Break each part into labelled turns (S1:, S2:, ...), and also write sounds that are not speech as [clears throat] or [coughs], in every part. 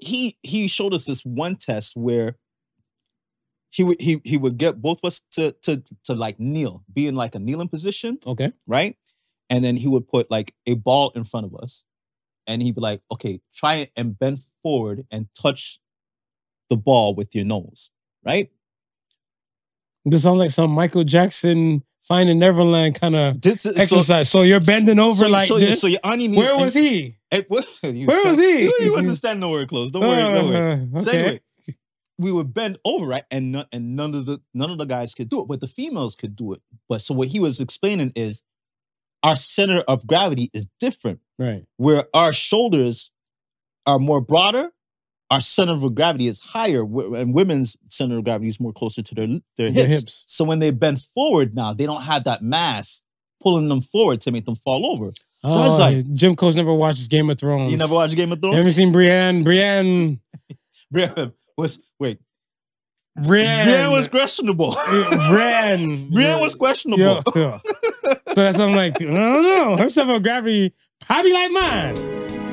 S1: he he showed us this one test where he would he he would get both of us to to to like kneel, be in like a kneeling position,
S2: Okay.
S1: right? And then he would put like a ball in front of us, and he'd be like, "Okay, try it and bend forward and touch the ball with your nose, right?"
S2: This sounds like some Michael Jackson Finding Neverland kind of
S1: This is,
S2: exercise. So, you're bending over
S1: so,
S2: like
S1: so,
S2: this.
S1: So your auntie needs,
S2: Where was he?
S1: It was, [laughs] you
S2: Where was he?
S1: [laughs] He wasn't standing nowhere close. Don't worry. Don't worry.
S2: Uh,
S1: So
S2: okay.
S1: anyway, we would bend over, right? And none, and none of the none of the guys could do it, but the females could do it. But so what he was explaining is our center of gravity is different.
S2: Right.
S1: Where our shoulders are more broader, our center of gravity is higher, wh- and women's center of gravity is more closer to their their
S2: Your
S1: hips.
S2: hips.
S1: So when they bend forward now, they don't have that mass pulling them forward to make them fall over. So I was
S2: Oh,
S1: like-
S2: Jim Coase never watches Game of Thrones.
S1: You never watched Game of
S2: You
S1: Thrones?
S2: ever seen Brienne? Brienne.
S1: [laughs] Brienne was wait.
S2: Brienne.
S1: Brienne was questionable.
S2: Eh, Brienne.
S1: [laughs] Brienne was questionable.
S2: Yeah, yeah. So that's what I'm like. I don't know. Her center of gravity probably like mine.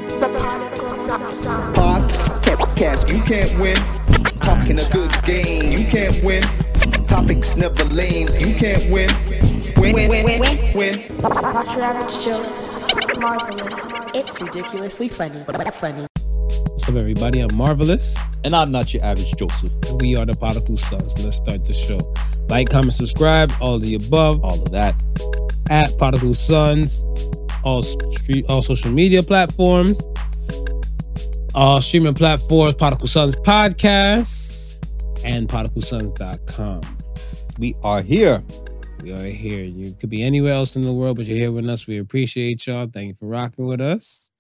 S3: The Particle Subsong.
S4: Podcast, you can't win. Talking a good game, you can't win. Topics never lame, you can't win. Win, win, win, win, win.
S3: Watch your average Joseph. Marvelous.
S5: It's ridiculously funny, but funny.
S2: What's up, everybody? I'm Marvelous.
S1: And I'm not your average Joseph.
S2: We are the Particle Sons. Let's start the show. Like, comment, subscribe, all the above.
S1: All of that.
S2: at Particle Sons, all street, all social media platforms, all streaming platforms, Particle Sons podcast, and ParticleSons.com.
S1: We are here.
S2: We are here. You could be anywhere else in the world, but you're here with us. We appreciate y'all. Thank you for rocking with us.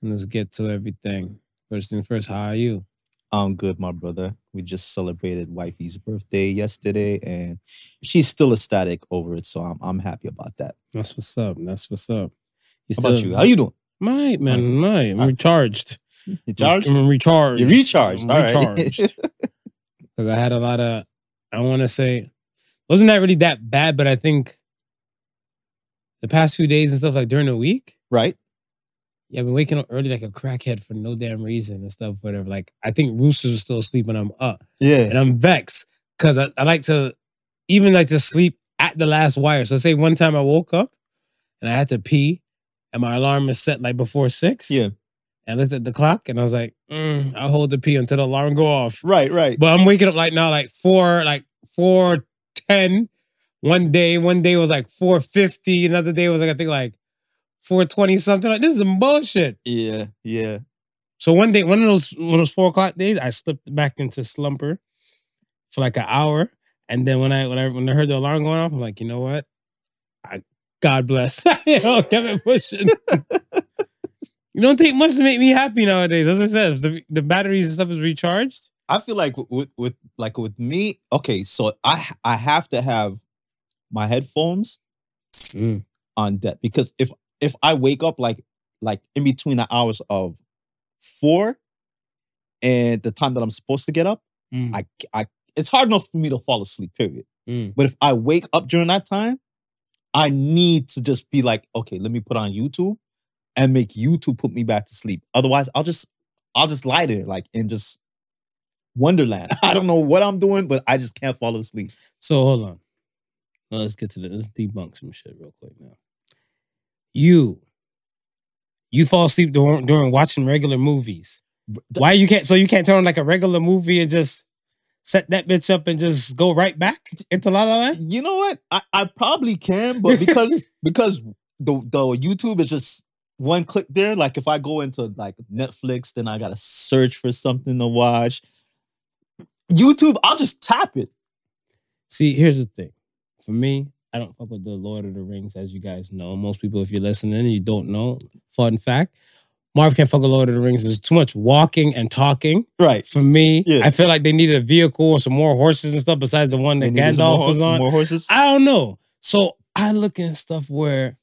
S2: And let's get to everything. First thing first, how are you?
S1: I'm good, my brother. We just celebrated wifey's birthday yesterday, and she's still ecstatic over it. So I'm I'm happy about that.
S2: That's what's up. That's what's up. You
S1: How about you? How you
S2: [laughs]
S1: doing?
S2: My man, my. I'm recharged.
S1: You charged?
S2: I'm recharged.
S1: You recharged.
S2: I'm
S1: All right. [laughs]
S2: because I had a lot of, I want to say, wasn't that really that bad? But I think the past few days and stuff like during the week,
S1: right.
S2: yeah, I've been waking up early like a crackhead for no damn reason and stuff, whatever. Like I think roosters are still asleep and I'm up
S1: Yeah.
S2: and I'm vexed because I, I like to even like to sleep at the last wire. So say one time I woke up and I had to pee and my alarm was set like before six.
S1: Yeah.
S2: And I looked at the clock and I was like, mm, I'll hold the pee until the alarm go off.
S1: Right. Right.
S2: But I'm waking up like now, like four, like four ten. One day, one day was like four fifty. Another day was like I think like four twenty something. Like this is some bullshit.
S1: Yeah. Yeah.
S2: So one day, one of those one of those four o'clock days, I slipped back into slumber for like an hour. And then when I when I when I heard the alarm going off, I'm like, you know what? I God bless. [laughs] you know, kept it pushing. you don't take much to make me happy nowadays. As I said, if the the batteries and stuff is recharged.
S1: I feel like with with like with me. Okay, so I I have to have my headphones
S2: Mm.
S1: on debt because if if I wake up like like in between the hours of four and the time that I'm supposed to get up,
S2: Mm.
S1: I c- I it's hard enough for me to fall asleep. Period.
S2: Mm.
S1: But if I wake up during that time, I need to just be like, okay, let me put on YouTube and make YouTube put me back to sleep. Otherwise, I'll just I'll just lie there like in just wonderland. [laughs] I don't know what I'm doing, but I just can't fall asleep.
S2: So hold on. Now let's get to the let's debunk some shit real quick now. You you fall asleep during, during watching regular movies. Why you can't so you can't turn on like a regular movie and just set that bitch up and just go right back into La La Land?
S1: You know what? I, I probably can, but because
S2: [laughs]
S1: because the the YouTube is just one click there. Like if I go into like Netflix, then I gotta search for something to watch. YouTube, I'll just tap it.
S2: See, here's the thing. For me, I don't fuck with the Lord of the Rings, as you guys know. Most people, if you're listening and you don't know, fun fact. Marv can't fuck with Lord of the Rings. There's too much walking and talking.
S1: Right.
S2: for me,
S1: Yeah.
S2: I feel like they needed a vehicle or some more horses and stuff besides the one that Gandalf was on.
S1: More horses.
S2: I don't know. So I look in stuff where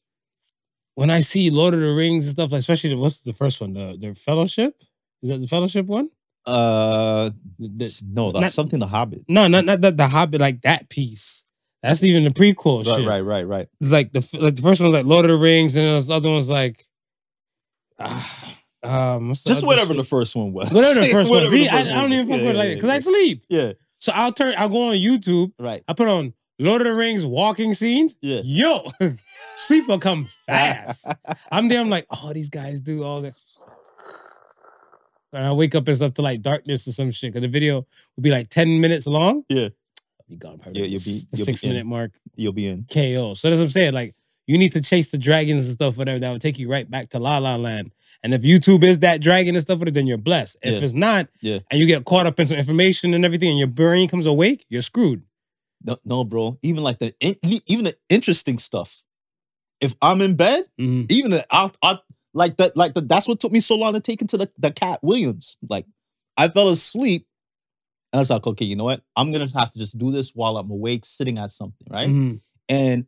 S2: when I see Lord of the Rings and stuff, like especially the, what's the first one, the the Fellowship, is that the Fellowship one?
S1: uh,
S2: The- the-
S1: no, that's
S2: not-
S1: something the Hobbit.
S2: no, not not the, the Hobbit, like that piece. That's even the prequel
S1: Right,
S2: oh, shit.
S1: right, right, right. [sighs]
S2: It's like the f- like the first one was like Lord of the Rings, and then the other one was like. ah, um, what's the
S1: Just
S2: other
S1: whatever
S2: shit?
S1: the first one was.
S2: whatever
S1: [laughs]
S2: the first one.
S1: Whatever the
S2: See, I, I
S1: first
S2: don't
S1: one
S2: even
S1: was.
S2: fuck
S1: Yeah,
S2: with it
S1: yeah,
S2: like because
S1: yeah.
S2: I sleep.
S1: Yeah,
S2: So I'll turn. I'll go on YouTube.
S1: right.
S2: I put on Lord of the Rings walking scenes.
S1: Yeah.
S2: Yo, [laughs] sleep will come
S1: [laughs]
S2: fast. I'm there. I'm like, oh, these guys do all this. And I wake up, it's up to like darkness or some shit. Cause the video would be like 10 minutes long.
S1: Yeah.
S2: I'll be gone probably.
S1: Yeah,
S2: like
S1: you'll be-
S2: s- the
S1: you'll be
S2: six minute
S1: in.
S2: mark
S1: You'll be in.
S2: KO. So that's what I'm saying. Like, you need to chase the dragons and stuff, whatever. That would take you right back to La La Land. And if YouTube is that dragon and stuff with it, then you're blessed. If
S1: Yeah.
S2: it's not,
S1: Yeah.
S2: and you get caught up in some information and everything, and your brain comes awake, you're screwed.
S1: No, no, bro. Even like the in, e- even the interesting stuff. If I'm in bed,
S2: Mhm.
S1: even the, I, I like that like the, that's what took me so long to take into the, the Cat Williams. Like I fell asleep, and I was like, okay, you know what? I'm gonna have to just do this while I'm awake, sitting at something, right?
S2: Mhm.
S1: And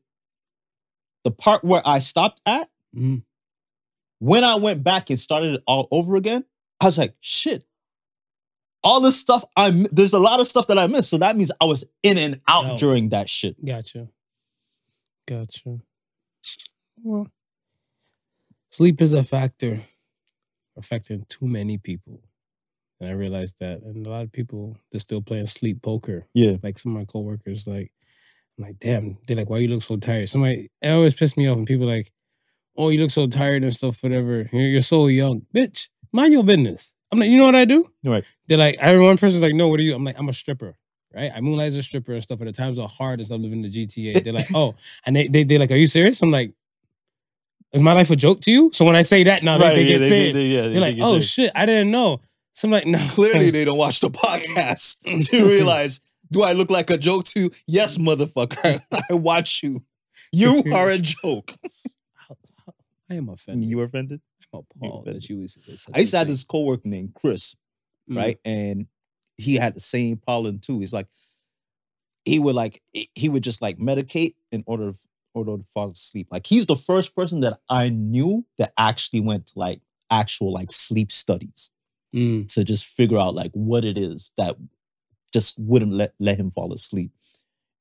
S1: the part where I stopped at,
S2: Mhm.
S1: when I went back and started it all over again, I was like, shit. All this stuff I mi- there's a lot of stuff that I missed, so that means I was in and out
S2: Out.
S1: during that shit.
S2: Gotcha. Gotcha. Well, sleep is a factor affecting too many people. And I realized that. And a lot of people, they're still playing sleep poker.
S1: Yeah.
S2: Like some of my coworkers, like, I'm like, damn, they're like, why you look so tired? Somebody, it always pissed me off when people like, oh, you look so tired and stuff, whatever. You're, you're so young. Bitch, mind your business. I'm like, you know what I do?
S1: Right.
S2: They're like, I remember one person's like, no, what are you? I'm like, I'm a stripper right? I moonlight as a stripper and stuff, and the times are hard and stuff living in the GTA. They're like,
S1: [laughs]
S2: oh, and they, they, they're like, are you serious? I'm like, is my life a joke to you? So when I say that, now they, they
S1: yeah,
S2: get serious. They,
S1: they- yeah, they
S2: are like,
S1: think it's
S2: oh
S1: serious.
S2: shit, I didn't know. So I'm like, no.
S1: Clearly,
S2: [laughs]
S1: they don't [laughs] watch the podcast [laughs] to realize do I look like a joke to you? Yes, motherfucker. [laughs] I watch you. [laughs] You are a joke.
S2: I
S1: And
S2: am offended.
S1: you were offended?
S2: I'm appalled
S1: you-
S2: that you was. was such
S1: I used to
S2: a
S1: have
S2: thing.
S1: this coworker named Chris,
S2: Mm.
S1: right? And he had the same problem too. He's like, he would like, he would just like medicate in order to, order to fall asleep. Like, he's the first person that I knew that actually went to like actual like sleep studies
S2: Mm.
S1: to just figure out like what it is that just wouldn't let, let him fall asleep.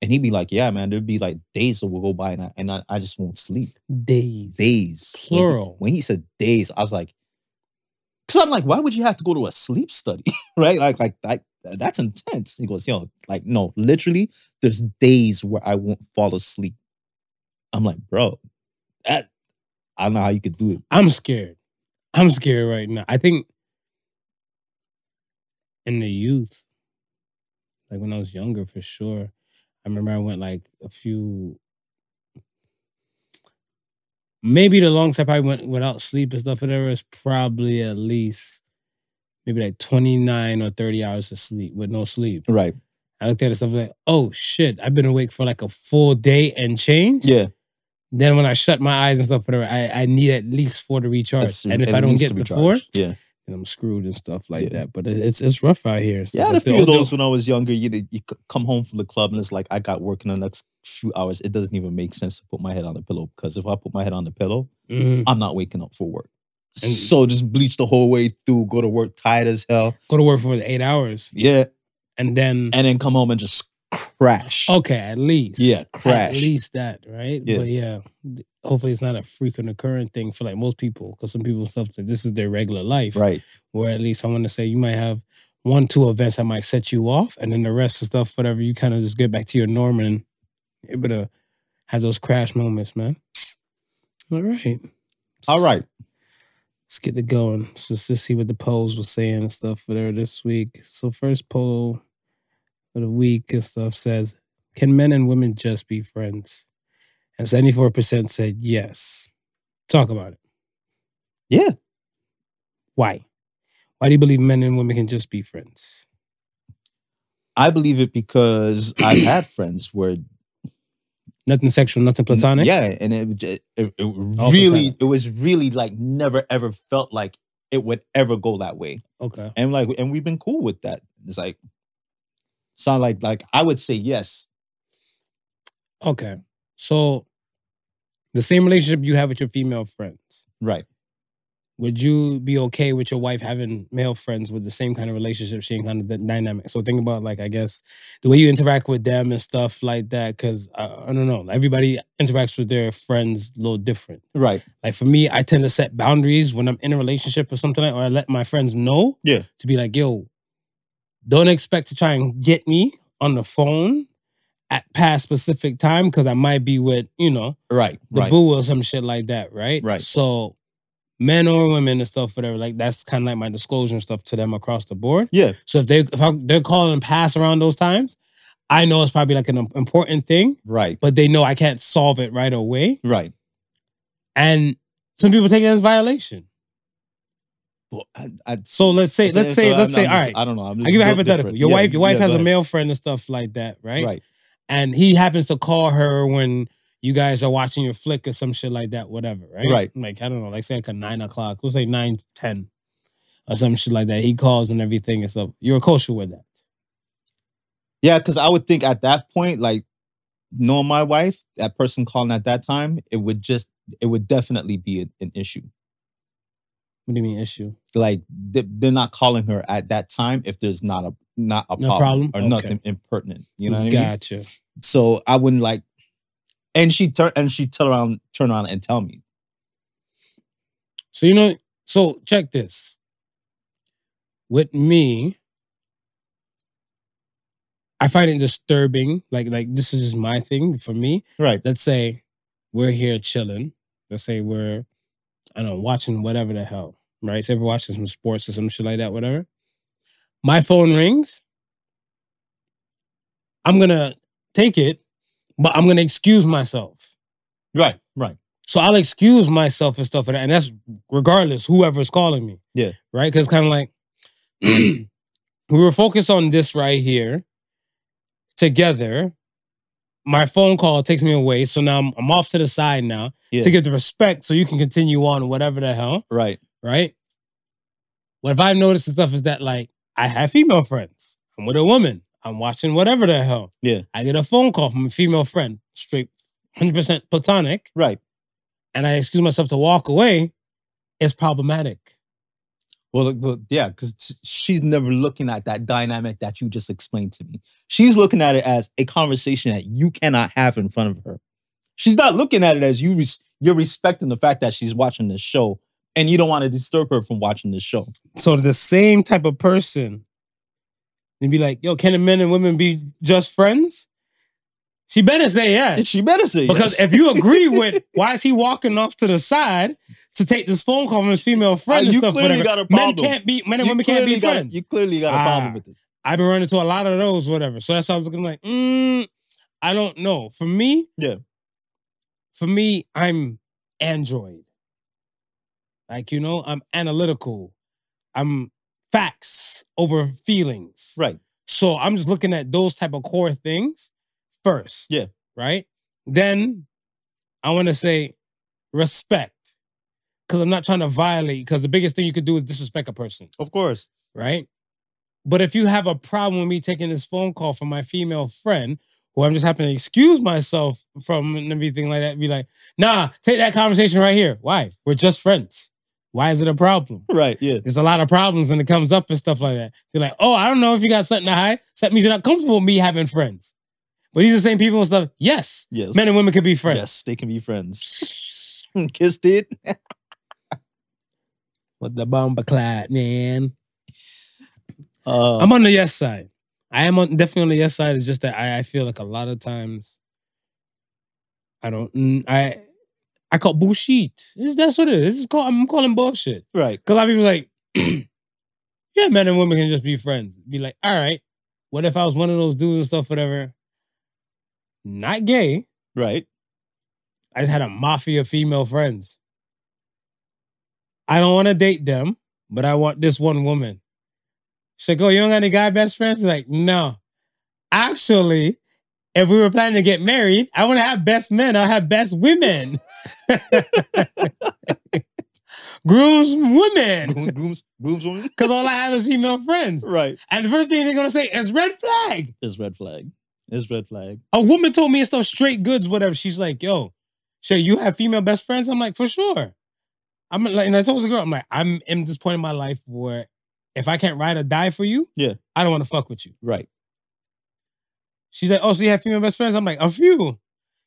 S1: And he'd be like, Yeah, man, there'd be like days that will go by and I, and I, I just won't sleep.
S2: Days.
S1: Days. When he-
S2: Plural.
S1: When he, said days, I was like, because I'm like, why would you have to go to a sleep study? [laughs] right? Like, like, like that's intense. He goes, yo, like, no, literally, there's days where I won't fall asleep. I'm like, bro, that I don't know how you could do it.
S2: I'm scared. I'm scared right now. I think in the youth, like when I was younger, for sure. I remember I went like a few, maybe the longest I probably went without sleep and stuff. Whatever is probably at least maybe like twenty nine or thirty hours of sleep with no sleep.
S1: Right.
S2: I looked at it and stuff like, oh shit, I've been awake for like a full day and change
S1: Yeah.
S2: then when I shut my eyes and stuff, whatever, I, I need at least four to recharge.
S1: That's-
S2: and if
S1: at
S2: I don't
S1: least
S2: get
S1: to
S2: the
S1: recharge.
S2: four,
S1: Yeah.
S2: then I'm screwed and stuff like
S1: Yeah.
S2: that. But it- it's it's rough out here. and
S1: Yeah, I
S2: stuff.
S1: had a
S2: Like, the
S1: few of
S2: older-
S1: those when I was younger. You, did- you c- come home from the club and it's like I got work in the next few hours. It doesn't even make sense to put my head on the pillow because if I put my head on the pillow,
S2: Mhm.
S1: I'm not waking up for work.
S2: And-
S1: so just bleach the whole way through, go to work tired as hell.
S2: Go to work for eight hours
S1: Yeah,
S2: and then
S1: and then come home and just crash.
S2: okay, at least
S1: Yeah, crash.
S2: At least that, right?
S1: Yeah.
S2: But yeah, th- hopefully it's not a frequent occurring thing for like most people because some people stuff that this is their regular life, [laughs]
S1: Right.
S2: Or at least I want to say you might have one two events that might set you off, and then the rest of stuff, whatever, you kind of just get back to your norm and able to have those crash moments, man. All right,
S1: All right.
S2: let's get it going. So let's just see what the polls were saying and stuff whatever this week. So first poll of the week and stuff says, "Can men and women just be friends?" And seventy four percent said yes. Talk about it.
S1: Yeah.
S2: Why? Why do you believe men and women can just be friends?
S1: I believe it because I've had friends where
S2: Nothing sexual, nothing platonic.
S1: Yeah, and it ju- it, it
S2: All
S1: really
S2: platonic.
S1: it was really like never ever felt like it would ever go that way.
S2: Okay.
S1: and like and we've been cool with that it's like sound like like i would say yes
S2: Okay. So the same relationship you have with your female friends,
S1: right
S2: would you be okay with your wife having male friends with the same kind of relationship she kind of the dynamic so think about like i guess the way you interact with them and stuff like that because I, I don't know everybody interacts with their friends a little different
S1: Right.
S2: like for me i tend to set boundaries when i'm in a relationship or something like or i let my friends know
S1: Yeah.
S2: to be like yo don't expect to try and get me on the phone at past specific time because i might be with you know
S1: Right.
S2: the
S1: right.
S2: boo or some shit like that, right?
S1: Right.
S2: So men or women and stuff, whatever, like that's kind of like my disclosure and stuff to them across the board.
S1: Yeah.
S2: So if they if I, they're calling and pass around those times, I know it's probably like an im- important thing,
S1: Right.
S2: but they know I can't solve it right away.
S1: Right.
S2: And some people take it as violation.
S1: Well, I, I,
S2: So let's say, let's say,
S1: I'm-
S2: let's say,
S1: I'm
S2: all
S1: just-
S2: right.
S1: I don't know. I'm
S2: I give you a hypothetical. Your wife, your wife has a male friend and stuff like that, right?
S1: Right.
S2: And he happens to call her when you guys are watching your flick or some shit like that, whatever, right?
S1: Right.
S2: Like I don't know, like say like a nine o'clock, we'll say nine ten, or some shit like that. He calls and everything and stuff. You're kosher with that.
S1: Yeah, because I would think at that point, like knowing my wife, that person calling at that time, it would just, it would definitely be a- an issue.
S2: What do you mean issue?
S1: Like they- they're not calling her at that time if there's not a not a
S2: No
S1: problem,
S2: problem?
S1: or
S2: Okay.
S1: nothing impertinent. You know what I mean?
S2: gotcha.
S1: So I wouldn't like, and she turn and she turn around, turn around and tell me.
S2: So you know, so check this. With me, I find it disturbing. Like like this is just my thing for me.
S1: Right.
S2: let's say we're here chilling. Let's say we're, I don't know, watching whatever the hell, right? Say we're watching some sports or some shit like that, whatever. My phone rings. I'm gonna take it, but I'm gonna excuse myself.
S1: Right. Right.
S2: So I'll excuse myself and stuff like that. And that's regardless, whoever's calling me.
S1: Yeah.
S2: Right? Because kind of like, [clears throat] we were focused on this right here together. My phone call takes me away. So now I'm, I'm off to the side now
S1: Yeah.
S2: to get the respect so you can continue on whatever the hell.
S1: Right.
S2: Right? What if I've noticed and stuff is that like I have female friends. I'm with a woman. I'm watching whatever the hell.
S1: Yeah.
S2: I get a phone call from a female friend, straight 100% platonic
S1: Right.
S2: and I excuse myself to walk away, it's problematic.
S1: Well, look, well yeah, because she's never looking at that dynamic that you just explained to me. She's looking at it as a conversation that you cannot have in front of her. She's not looking at it as you res- you're respecting the fact that she's watching this show and you don't want to disturb her from watching this show.
S2: So the same type of person, and be like, "Yo, can the men and women be just friends?" She better say yes,
S1: She better say
S2: because
S1: yes.
S2: if
S1: [laughs]
S2: you agree with why is he walking off to the side to take this phone call from his female friend and
S1: Uh, you
S2: stuff,
S1: clearly
S2: whatever,
S1: got a
S2: men
S1: problem.
S2: can't be men and
S1: You
S2: women can't be
S1: clearly got-
S2: friends.
S1: you clearly got a
S2: Ah.
S1: problem with it.
S2: I've been running into a lot of those, whatever. So that's why I was looking like, mm, I don't know. For me,
S1: Yeah.
S2: For me, I'm Android. Like you know, I'm analytical. I'm facts over feelings.
S1: Right.
S2: So I'm just looking at those type of core things first.
S1: Yeah.
S2: Right. Then I want to say respect, because I'm not trying to violate. Because the biggest thing you could do is disrespect a person
S1: Of course.
S2: right? But if you have a problem with me taking this phone call from my female friend, who I'm just happening to excuse myself from and everything like that, be like, nah, take that conversation right here. Why? We're just friends. Why is it a problem?
S1: Right. Yeah.
S2: There's a lot of problems and it comes up and stuff like that. You're like, oh, I don't know if you got something to hide. So that means you're not comfortable with me having friends. But these are the same people and stuff. Yes,
S1: Yes.
S2: men and women could be friends.
S1: Yes, they can be friends. [laughs] Kissed it.
S2: What the bomba clad, man.
S1: Uh,
S2: I'm on the yes side. I am on, definitely on the yes side. It's just that I, I feel like a lot of times I don't mm, I I call bullshit. It's, that's what it is. It's called, I'm calling bullshit.
S1: right.
S2: Cause I'll be like, [clears throat] yeah, men and women can just be friends. Be like, all right, what if I was one of those dudes and stuff, whatever? Not gay.
S1: [laughs] Right.
S2: I just had a mafia of female friends. I don't want to date them, but I want this one woman. She's like, oh, you don't got any guy best friends? I'm like, no. Actually, if we were planning to get married, I want to have best men. I'll have best women. [laughs] Grooms women.
S1: Groom- Grooms, groomswoman.
S2: Because all I have is female friends.
S1: Right.
S2: And the first thing they're going to say is red flag.
S1: It's red flag. It's red flag.
S2: A woman told me it's stuff straight goods, whatever. She's like, yo, sure, you have female best friends? I'm like, for sure. I'm like, and I told the girl, I'm like, I'm in this point in my life where if I can't ride or die for you,
S1: Yeah.
S2: I don't want to fuck with you.
S1: Right.
S2: She's like, oh, so you have female best friends? I'm like, a few.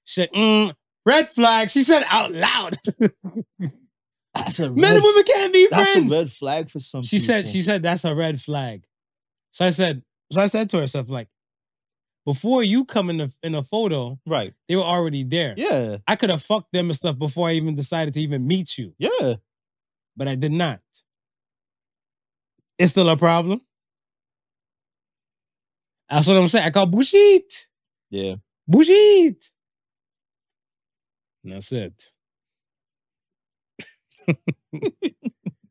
S2: She's like, mm, red flag. She said out loud, [laughs]
S1: That's a
S2: men and women can't be
S1: That's
S2: friends.
S1: a red flag for some.
S2: she said,
S1: people.
S2: she said that's a red flag. So I said, so I said to herself, like, before you come in the in a photo,
S1: right.
S2: they were already there.
S1: Yeah.
S2: I could have fucked them and stuff before I even decided to even meet you,
S1: Yeah.
S2: but I did not. It's still a problem. That's what I'm saying. I call bullshit.
S1: Yeah.
S2: Bullshit. And that's it. [laughs]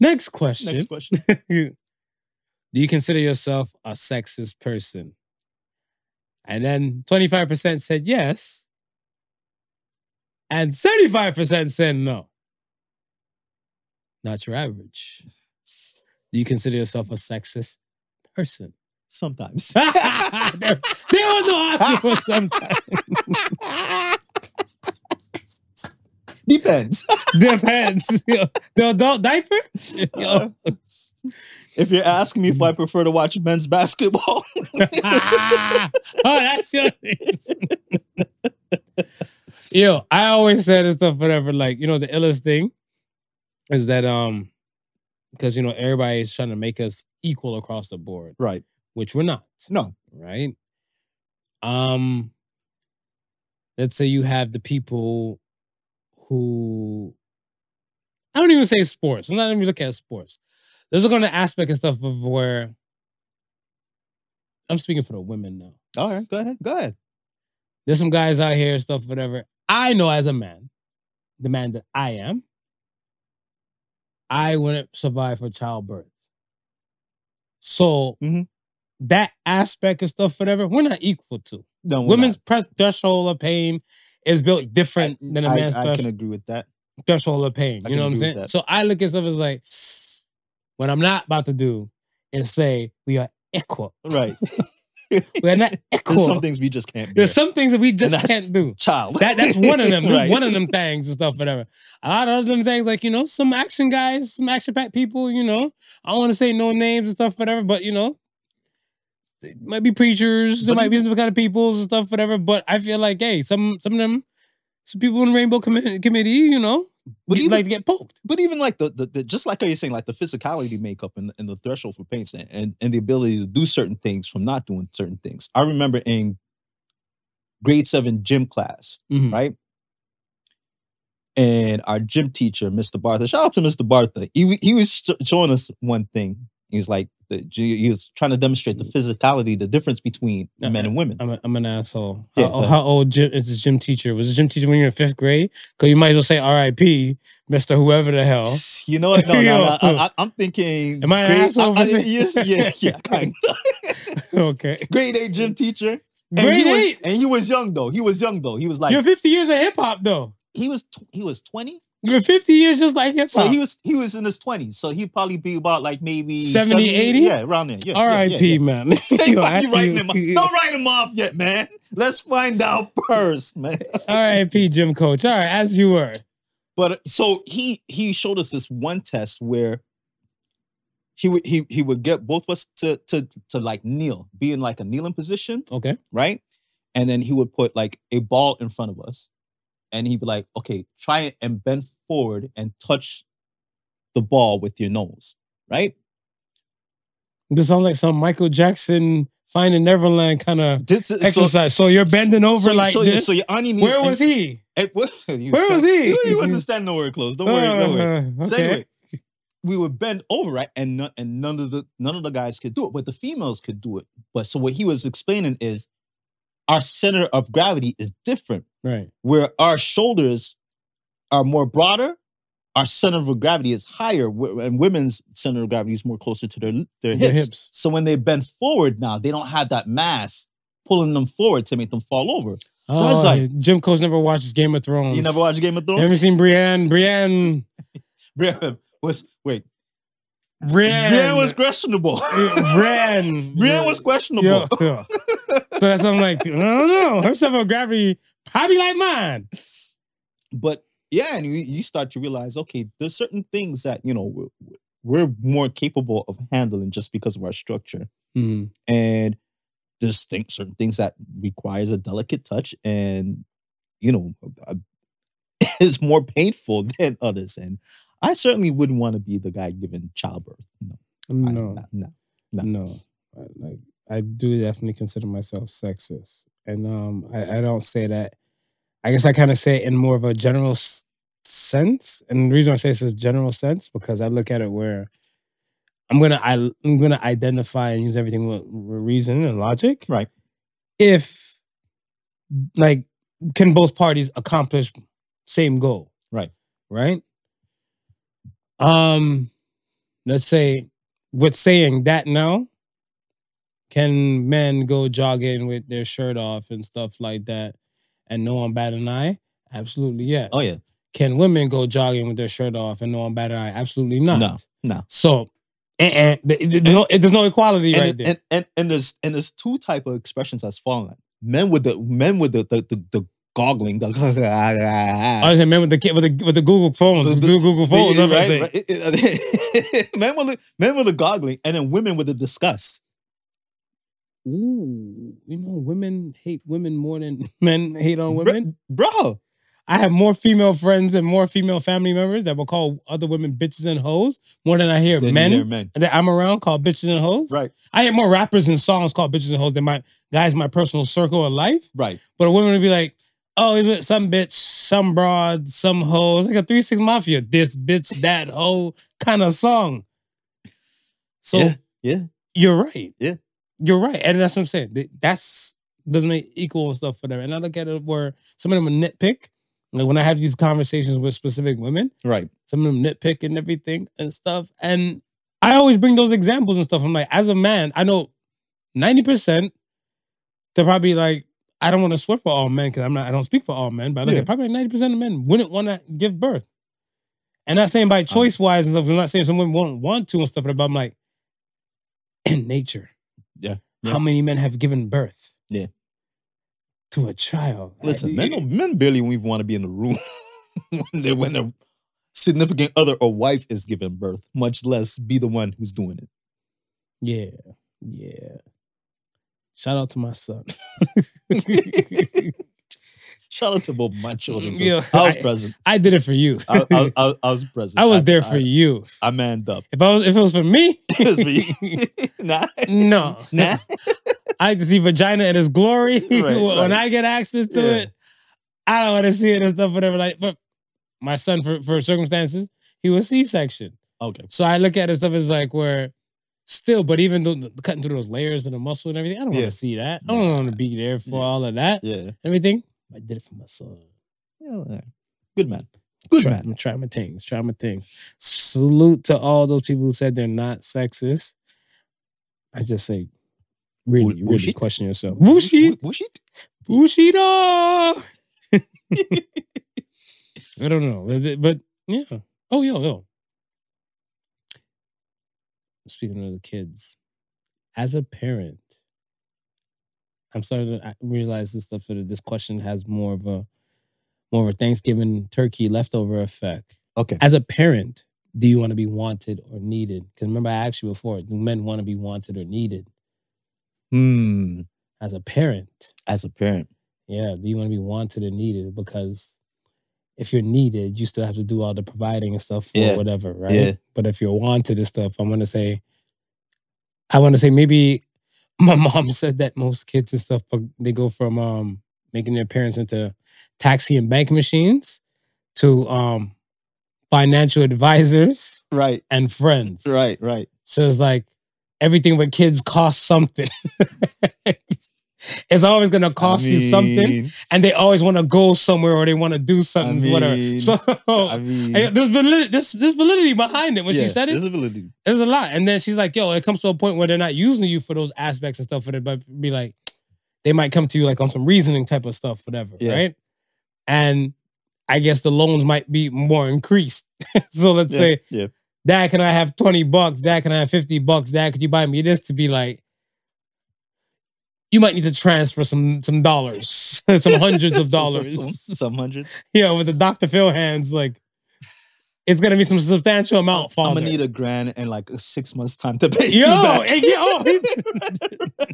S2: Next question.
S1: Next question. [laughs]
S2: [laughs] Do you consider yourself a sexist person? And then 25% said yes. And 75% said no. Not your average. Do you consider yourself a sexist person? [laughs]
S1: Sometimes. [laughs]
S2: there, there was no option for sometimes.
S1: [laughs] Depends.
S2: Depends. [laughs] Yo, The adult diaper? Yo.
S1: if you're asking me if I prefer to watch men's [laughs] basketball,
S2: [laughs] oh, that's your [laughs] Yo, I always said this stuff, whatever. Like, you know, the illest thing is that um, because you know, everybody is trying to make us equal across the board,
S1: right?
S2: which we're not,
S1: No.
S2: right? Um, let's say you have the people who I don't even say sports. I'm not even look at sports. There's a kind of aspect and stuff of where I'm speaking for the women now
S1: All right. Go ahead. Go ahead.
S2: there's some guys out here, stuff, whatever. I know as a man, the man that I am, I wouldn't survive for childbirth. So
S1: Mhm.
S2: that aspect and stuff, whatever, we're not equal to.
S1: No, we're
S2: Women's
S1: not.
S2: pres- threshold of pain is built different than a
S1: I-
S2: man's
S1: I,
S2: thresh-
S1: can agree with that.
S2: threshold of pain.
S1: I
S2: You know
S1: can
S2: what I'm
S1: agree with
S2: saying?
S1: that.
S2: So I look at stuff as like, what I'm not about to do is say we are equal.
S1: [laughs] Right.
S2: We
S1: [laughs]
S2: are not equal.
S1: There's some things we just can't. Bear.
S2: There's some things that we just
S1: that's-
S2: can't do.
S1: child.
S2: That that's one of
S1: [laughs]
S2: them. That's
S1: Right.
S2: one of them things and stuff, whatever. A lot of them things, like you know, some action guys, some action packed people. You know, I don't want to say no names and stuff, whatever. But you know, it might be preachers. There
S1: But
S2: might be some kind of peoples and stuff, whatever. But I feel like, hey, some some of them, some people in the Rainbow Commi- Committee, you know,
S1: But
S2: get-
S1: even-
S2: like to get poked.
S1: but even like the, the, the just like how you're saying like the physicality makeup and, and the threshold for paints and, and and the ability to do certain things from not doing certain things i remember in grade seven gym class
S2: Mhm.
S1: right and our gym teacher mr bartha shout out to mr bartha he, w- he was sh- showing us one thing he's like the, he was trying to demonstrate
S2: Hmm.
S1: the physicality the difference between
S2: Yeah,
S1: men and women
S2: I'm, a, I'm an asshole.
S1: Yeah,
S2: how,
S1: but-
S2: how old gym, is this gym teacher? Was this gym teacher when you were in fifth grade? Because you might as well say R.I.P. Mister Whoever the hell. [laughs]
S1: you know what? No, no, [laughs]
S2: Yo.
S1: no, I, I, I'm thinking.
S2: Am I an
S1: grade-
S2: asshole
S1: I- I-
S2: for
S1: yeah,
S2: saying-
S1: yeah, [laughs] yeah, kind
S2: okay.
S1: grade eight gym teacher. And
S2: Grade
S1: he was-
S2: eight?
S1: and he was young though. He was young though. He was like
S2: You're 50 years of hip hop though.
S1: he was tw- he was twenty.
S2: You're 50 years just like hip hop. [laughs]
S1: So he was he was in his twenties. So he'd probably be about like maybe
S2: 70, 80?
S1: Yeah, around there. Yeah, yeah, yeah,
S2: R.I.P.
S1: [laughs] yeah.
S2: man. [laughs]
S1: Hey,
S2: Yo,
S1: why you
S2: that's
S1: writing
S2: [laughs]
S1: him
S2: you.
S1: off? Don't write him off yet, man. Let's find out [laughs] first, man.
S2: R.I.P. Jim Coach. All right, as you were.
S1: But uh, so he he showed us this one test where he would he he would get both of us to to to like kneel, be in like a kneeling position,
S2: Okay.
S1: right? And then he would put like a ball in front of us, and he'd be like, "Okay, try it and bend forward and touch the ball with your nose, right?"
S2: This sounds like some Michael Jackson Finding Neverland kind of
S1: This is,
S2: exercise. So you're bending over
S1: so,
S2: like
S1: so,
S2: this.
S1: So you're on your knees.
S2: Where was he?
S1: [laughs]
S2: Where was he?
S1: He
S2: [laughs]
S1: wasn't standing nowhere close. Don't worry. Don't worry.
S2: Uh,
S1: So
S2: okay. [laughs]
S1: anyway, we would bend over, right? And none, and none of the none of the guys could do it, but the females could do it. But so what he was explaining is our center of gravity is different.
S2: Right.
S1: where our shoulders are more broader, our center of gravity is higher, wh- and women's center of gravity is more closer to their their,
S2: Their
S1: hips.
S2: hips.
S1: So when they bend forward now, they don't have that mass pulling them forward to make them fall over. So I was
S2: oh,
S1: like-
S2: Jim Coach never watches Game of Thrones.
S1: You never watched Game of
S2: Ever
S1: Thrones?
S2: seen Brienne? Brienne.
S1: Brienne was wait.
S2: Brienne.
S1: Brienne was questionable.
S2: Brienne.
S1: Brienne was questionable.
S2: Yeah, yeah. so that's what I'm like, I don't know. Her center of gravity probably like mine.
S1: But yeah, and you, you start to realize, okay, there's certain things that you know we're, we're more capable of handling just because of our structure,
S2: Mm.
S1: and there's things, certain things that requires a delicate touch, and you know, uh, [laughs] is more painful [laughs] than others. And I certainly wouldn't want to be the guy giving childbirth. No, I-
S2: No,
S1: not- no. no.
S2: no. I- Like I do definitely consider myself sexist, and um, I, I don't say that. I guess I kind of say it in more of a general s- sense, and the reason I say this is general sense because I look at it where I'm gonna I, I'm gonna identify and use everything with, with reason and logic,
S1: Right.
S2: If like, can both parties accomplish same goal?
S1: Right.
S2: Right. Um, let's say with saying that now, can men go jogging with their shirt off and stuff like that and no one bat an eye? Absolutely yes.
S1: Oh yeah,
S2: Can women go jogging with their shirt off and no one bat an eye? Absolutely not.
S1: no, no.
S2: So, eh, eh, th- th- there's, no, there's no equality
S1: and,
S2: right
S1: it-
S2: there.
S1: and and and there's and there's two type of expressions that's fallen. Men with the men with the the the, the goggling, the [laughs]
S2: I was saying, man, with the kid with the with the Google phones,
S1: The- the-
S2: Google Google phones. I'm
S1: Right,
S2: saying.
S1: right. It- it- [laughs] men with the, men with the goggling, and then women with the disgust.
S2: Ooh, you know, women hate women more than [laughs] men hate on women.
S1: bro.
S2: I have more female friends and more female family members that will call other women bitches and hoes more than I hear
S1: Then
S2: men
S1: they're men,
S2: that I'm around called bitches and hoes.
S1: right,
S2: I hear more rappers and songs called bitches and hoes than my guys in my personal circle of life.
S1: right.
S2: But a woman would be like, oh, he's with some bitch, some broad, some hoe. It's like a 3 6 Mafia, this bitch, that hoe kind of song. So
S1: Yeah, yeah.
S2: You're right.
S1: Yeah.
S2: You're right. And that's what I'm saying. Th- That's doesn't make equal and stuff for them. And I look at it where some of them will nitpick. Like when I have these conversations with specific women,
S1: Right.
S2: some of them nitpick and everything and stuff. And I always bring those examples and stuff. I'm like, as a man, I know 90% they're probably like, I don't want to swear for all men because I'm not, I don't speak for all men, but I look
S1: Yeah.
S2: at probably 90% of men wouldn't want to give birth. And not saying by
S1: Uh-huh.
S2: choice wise and stuff, I'm not saying some women won't want to and stuff, but I'm like, [clears throat] in nature.
S1: Yeah. Yeah.
S2: How many men have given birth?
S1: Yeah.
S2: To a child.
S1: Listen,
S2: I-
S1: men don't, men barely even want to be in the room [laughs] when they when their significant other or wife is giving birth, much less be the one who's doing it.
S2: Yeah, yeah. Shout out to my son. [laughs]
S1: [laughs] Shout out to both my children. 'cause
S2: Yeah,
S1: I was
S2: Mm, I-
S1: present.
S2: I did it for you.
S1: I, I,
S2: [laughs]
S1: I, I was present.
S2: I was there for
S1: I-
S2: you.
S1: I manned up. [laughs]
S2: If I was, if it was for me,
S1: It was for you. [laughs]
S2: [laughs]
S1: nah.
S2: no,
S1: Nah.
S2: I like to see vagina in its glory.
S1: Right,
S2: [laughs] when
S1: right.
S2: I get access to
S1: Yeah.
S2: it, I don't want to see it and stuff, whatever. Like, but my son, for for circumstances, he was C section.
S1: Okay.
S2: So I look at it stuff as like where still, but even though cutting through those layers and the muscle and everything, I don't want
S1: Yeah.
S2: to see that. I don't want to be there for
S1: Yeah.
S2: all of that.
S1: Yeah.
S2: Everything. I did it for my son.
S1: Yeah, all right. Good man. Good
S2: try,
S1: man.
S2: Try my things. Try my things. Salute to all those people who said they're not sexist. I just say, really,
S1: Bull-
S2: really
S1: bullshit.
S2: question yourself. Bullshit.
S1: Bullshit.
S2: Bushido. I don't know, but, but yeah. Oh, yo, yo. Speaking of the kids, as a parent, I'm starting to a- realize this stuff. That this question has more of a more of a Thanksgiving turkey leftover effect.
S1: Okay.
S2: As a parent, do you want to be wanted or needed? Because remember, I asked you before: Do men want to be wanted or needed?
S1: [laughs] Hmm.
S2: As a parent,
S1: As a parent.
S2: yeah, do you want to be wanted and needed? Because if you're needed, you still have to do all the providing and stuff for
S1: Yeah.
S2: whatever, right?
S1: Yeah.
S2: But if you're wanted and stuff, I'm gonna say, I want to say maybe [laughs] my mom said that most kids and stuff, but they go from um making their parents into taxi and bank machines to um financial advisors
S1: Right.
S2: and friends.
S1: Right. Right.
S2: So it's like everything with kids costs something. [laughs] it's always gonna cost you something
S1: mean,
S2: and they always want to go somewhere or they want to do something, whatever.
S1: mean,
S2: So [laughs]
S1: I mean,
S2: I- there's validity, this this validity behind it Oh. when
S1: yeah,
S2: she said it.
S1: Disability.
S2: There's a lot, and then she's like, "Yo, it comes to a point where they're not using you for those aspects and stuff, for it, but be like, they might come to you like on some reasoning type of stuff, whatever,
S1: Yeah.
S2: right? And I guess the loans might be more increased. [laughs] so let's
S1: Yeah.
S2: say,
S1: yeah.
S2: Dad, can I have twenty bucks? Dad, can I have fifty bucks? Dad, could you buy me this? To be like, you might need to transfer some some dollars, [laughs] some hundreds of
S1: [laughs] Some,
S2: dollars.
S1: some hundreds.
S2: Yeah, with the Dr. Phil hands, like it's gonna be some substantial amount. Father.
S1: I'm gonna need a grand in like six months time to pay [laughs] you
S2: yo,
S1: back.
S2: and oh. yo.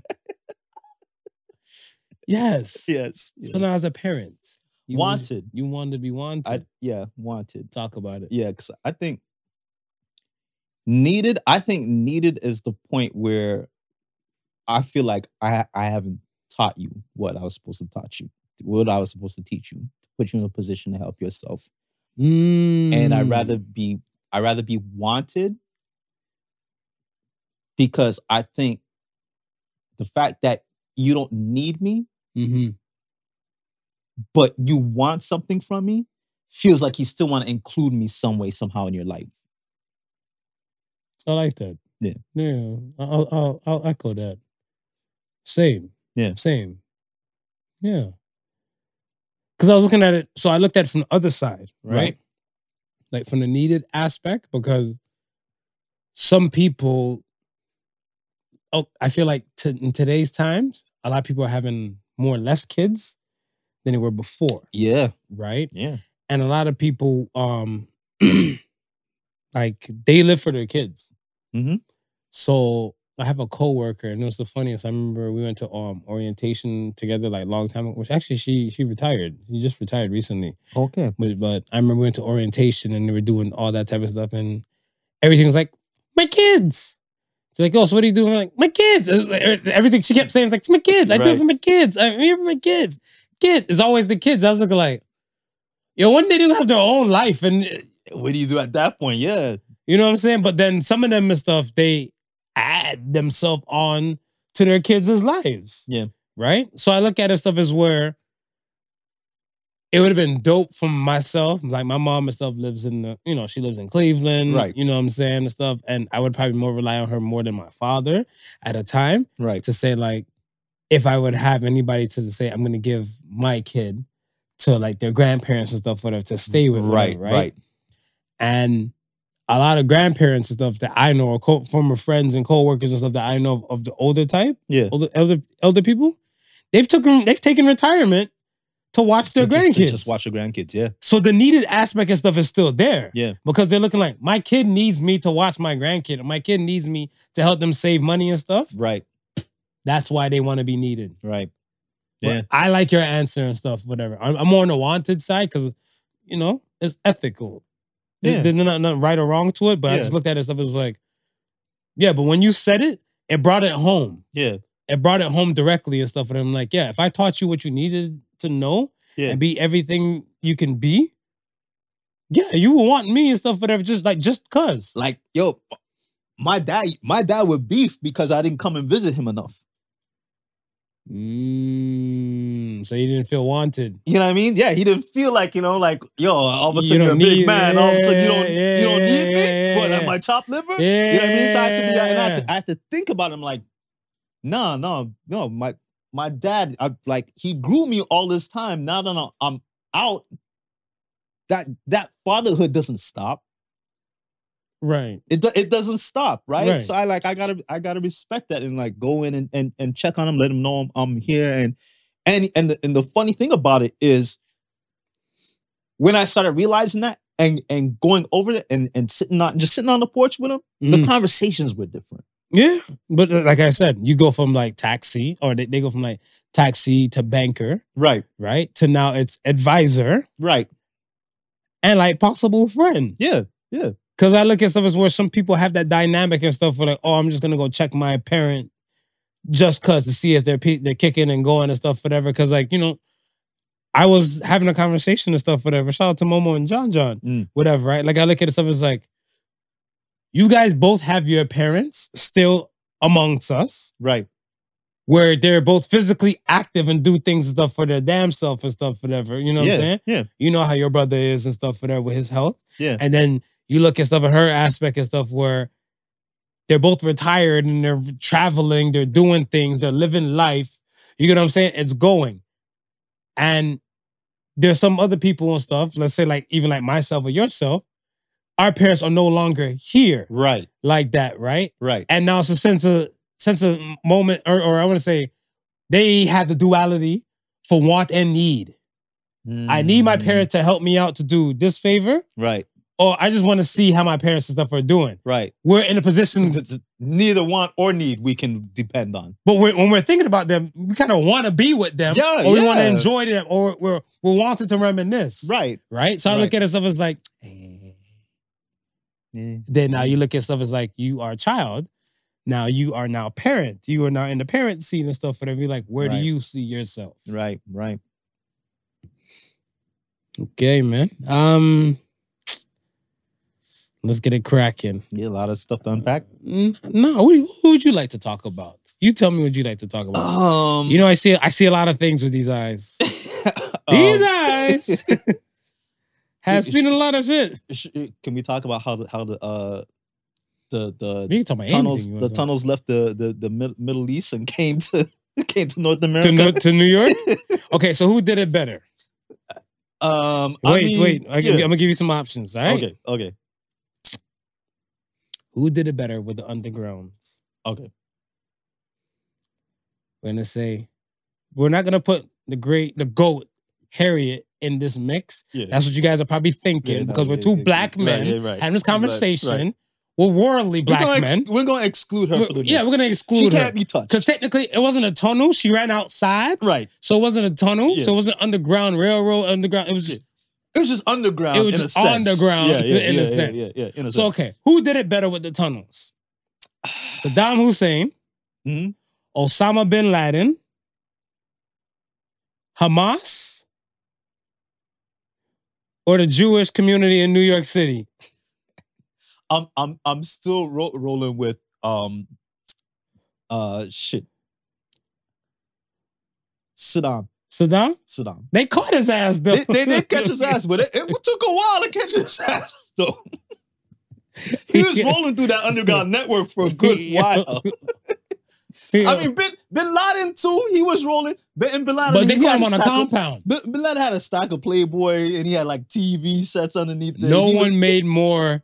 S2: [laughs] yes.
S1: yes.
S2: So now, as a parent, you want-
S1: wanted.
S2: you want to be wanted.
S1: I yeah, wanted.
S2: Talk about it.
S1: Yeah, because I think needed. I think needed is the point where I feel like I I haven't taught you what I was supposed to taught you, what I was supposed to teach you, to put you in a position to help yourself. And I'd
S2: Mm.
S1: rather be I'd rather be wanted because I think the fact that you don't need me,
S2: Mhm.
S1: but you want something from me, feels like you still want to include me some way, somehow in your life.
S2: I like that.
S1: Yeah.
S2: Yeah. I'll I'll, I'll echo that. Same.
S1: Yeah.
S2: Same. Yeah. Because I was looking at it, so I looked at it from the other side, right?
S1: Right.
S2: Like from the needed aspect, because some people, oh, I feel like to, in today's times, a lot of people are having more or less kids than they were before,
S1: Yeah,
S2: right?
S1: yeah.
S2: and a lot of people um [clears throat] like they live for their kids
S1: Mhm.
S2: so i have a coworker and it was the funniest i remember we went to um orientation together like long time ago which actually she she retired she just retired recently
S1: Okay.
S2: but but i remember we went to orientation and they were doing all that type of stuff and everything was like my kids it's like, oh, so what are you doing? I'm like, my kids. Uh, like, er, Everything she kept saying is like, it's my kids. I do
S1: Right.
S2: it for my kids. I'm here for my kids. Kids is always the kids. I was looking like, yo, one day they'll have their own life. And uh,
S1: what do you do at that point? Yeah.
S2: you know what I'm saying? But then some of them and stuff, they add themselves on to their kids' lives.
S1: Yeah.
S2: Right? So I look at it stuff as where it would have been dope for myself. Like my mom and stuff lives in the, you know, she lives in Cleveland.
S1: Right.
S2: You know what I'm saying? And stuff. And I would probably more rely on her more than my father at a time
S1: Right.
S2: to say like if I would have anybody to say I'm gonna give my kid to like their grandparents and stuff, whatever, to stay with them,
S1: Right,
S2: right,
S1: right.
S2: and a lot of grandparents and stuff that I know, or co- former friends and coworkers and stuff that I know of, of the older type,
S1: Yeah.
S2: older elder elder people, they've taken they've taken retirement to watch their
S1: To just-
S2: grandkids.
S1: to Just watch your grandkids. Yeah.
S2: So the needed aspect and stuff is still there.
S1: Yeah.
S2: Because they're looking like my kid needs me to watch my grandkid, and my kid needs me to help them save money and stuff.
S1: Right.
S2: That's why they want to be needed.
S1: Right.
S2: But
S1: Yeah.
S2: I like your answer and stuff, whatever. I'm, I'm more on the wanted side because, you know, it's ethical. There-
S1: Yeah.
S2: There's not, nothing right or wrong to it, but I just
S1: Yeah.
S2: looked at it and stuff and was like, yeah, but when you said it, it brought it home.
S1: Yeah.
S2: It brought it home directly and stuff. And I'm like, yeah, if I taught you what you needed to know
S1: Yeah.
S2: and be everything you can be, yeah, you would want me and stuff, whatever, just like, just cuz.
S1: Like, yo, my dad, my dad would beef because I didn't come and visit him enough.
S2: Mm, so you didn't feel wanted.
S1: You know what I mean? Yeah, he didn't feel like, you know, like, yo, all of a
S2: You
S1: sudden you are a
S2: don't
S1: big
S2: need-
S1: man. all of a sudden you don't
S2: yeah,
S1: you don't need
S2: yeah,
S1: me.
S2: yeah,
S1: What
S2: yeah.
S1: am I chopped liver? You know what I mean? So I have to be and I have to, I have to think about him like, no, no, no. My my dad, I, like he grew me all this time. Now that I'm- I'm out, that that fatherhood doesn't stop.
S2: Right.
S1: it do- it doesn't stop, right?
S2: Right.
S1: So I like I gotta I gotta respect that and like go in and and, and check on him, let him know I'm, I'm here and and and the, and the funny thing about it is when I started realizing that and and going over it and and sitting on just sitting on the porch with him, the
S2: Mm.
S1: conversations were different.
S2: Yeah, but uh, like I said, you go from like taxi, or they, they go from like taxi to banker,
S1: Right,
S2: right? To now it's advisor
S1: right,
S2: and like possible friend.
S1: yeah,
S2: Because I look at stuff as where some people have that dynamic and stuff where like, oh, I'm just gonna go check my parent just cause to see if they're pe- they're kicking and going and stuff, whatever. Because like you know, I was having a conversation and stuff, whatever. Shout out to Momo and John John,
S1: Mm.
S2: whatever, right? Like I look at it stuff as like, you guys both have your parents still amongst us.
S1: right,
S2: where they're both physically active and do things and stuff for their damn self and stuff, whatever. You know what
S1: yeah,
S2: I'm saying?
S1: yeah,
S2: You know how your brother is and stuff, whatever, with his health.
S1: Yeah.
S2: And then you look at stuff at her aspect and stuff where they're both retired and they're traveling, they're doing things, they're living life. You get what I'm saying? It's going. And there's some other people and stuff, let's say like even like myself or yourself, our parents are no longer here
S1: right,
S2: like that, right?
S1: right,
S2: and now it's a sense of sense of moment or, or I want to say they had the duality for want and need. I need my
S1: Mm,
S2: parents to help me out to do this favor,
S1: Right,
S2: or I just want to see how my parents and stuff are doing.
S1: right. [laughs]
S2: We're in a position,
S1: That's- Neither want or need we can depend on.
S2: but we're, when we're thinking about them, we kind of want to be with them,
S1: Yeah,
S2: or we want to
S1: yeah.
S2: enjoy them, or we're we're wanted to reminisce,
S1: Right.
S2: Right. So I look
S1: Right.
S2: at stuff as like, then now you look at stuff as like you are a child. Now you are now parent. You are now in the parent scene and stuff. Whatever. You're like, where
S1: Right.
S2: do you see yourself?
S1: Right, right.
S2: Okay, man. Um, let's get it cracking.
S1: Yeah, a lot of stuff to unpack.
S2: Mm, No, what, who would you like to talk about? You tell me what you like to talk about.
S1: Um,
S2: [laughs] you know, I see I see a lot of things with
S1: [laughs]
S2: these eyes.
S1: Oh. um,
S2: these eyes [laughs] have seen a lot of shit.
S1: sh- can we talk about how the how the uh the the
S2: We can talk about
S1: tunnels
S2: anything you
S1: the
S2: want
S1: tunnels left the the the Mid- Middle East and [laughs] came to came to North
S2: to
S1: America?
S2: talk about. to, New- to New York.
S1: [laughs]
S2: Okay, so who did it better?
S1: um,
S2: Wait,
S1: I mean,
S2: wait. I,
S1: yeah.
S2: am gonna give you some options. All right.
S1: Okay, okay,
S2: Who did it better with the undergrounds?
S1: okay.
S2: We're gonna say we're not gonna put the great the goat Harriet in this mix.
S1: Yeah,
S2: That's what you guys are probably thinking
S1: Yeah, no,
S2: because we're
S1: yeah,
S2: two
S1: yeah, yeah.
S2: black
S1: Right,
S2: men
S1: yeah, right. Right,
S2: having this
S1: right.
S2: conversation. We're worldly black
S1: we're gonna ex-
S2: men.
S1: we're gonna exclude her
S2: We're-
S1: for the
S2: yeah, we're gonna
S1: she
S2: exclude her
S1: can't be touched.
S2: because technically it wasn't a tunnel. She ran outside,
S1: right,
S2: so it wasn't a tunnel.
S1: Yeah.
S2: So it wasn't underground railroad. Underground. It was just
S1: it was just underground.
S2: It was
S1: in
S2: just
S1: a sense.
S2: underground
S1: Yeah, yeah,
S2: in a
S1: yeah, yeah,
S2: sense.
S1: Yeah, yeah, in a
S2: so
S1: sense.
S2: okay. Who did it better with
S1: [sighs]
S2: the tunnels? Saddam Hussein,
S1: Mhm.
S2: Osama bin Laden, Hamas, or the Jewish community in New York City?
S1: I'm I'm I'm still ro- rolling with um uh shit. Saddam,
S2: Saddam.
S1: Saddam.
S2: They caught his ass though.
S1: They, they did
S2: [laughs]
S1: catch his ass, but it, it took a while to catch his ass though. He was rolling through that underground network for a [laughs]
S2: [laughs]
S1: good while. I mean, Bin, Bin Laden too. He was rolling. Bin, Bin Laden,
S2: but they
S1: he
S2: caught
S1: had
S2: him on a
S1: stack of-
S2: compound.
S1: Bin, Bin Laden had a stack of Playboy, and he had like TV sets underneath. it.
S2: No
S1: He was- [laughs]
S2: one made more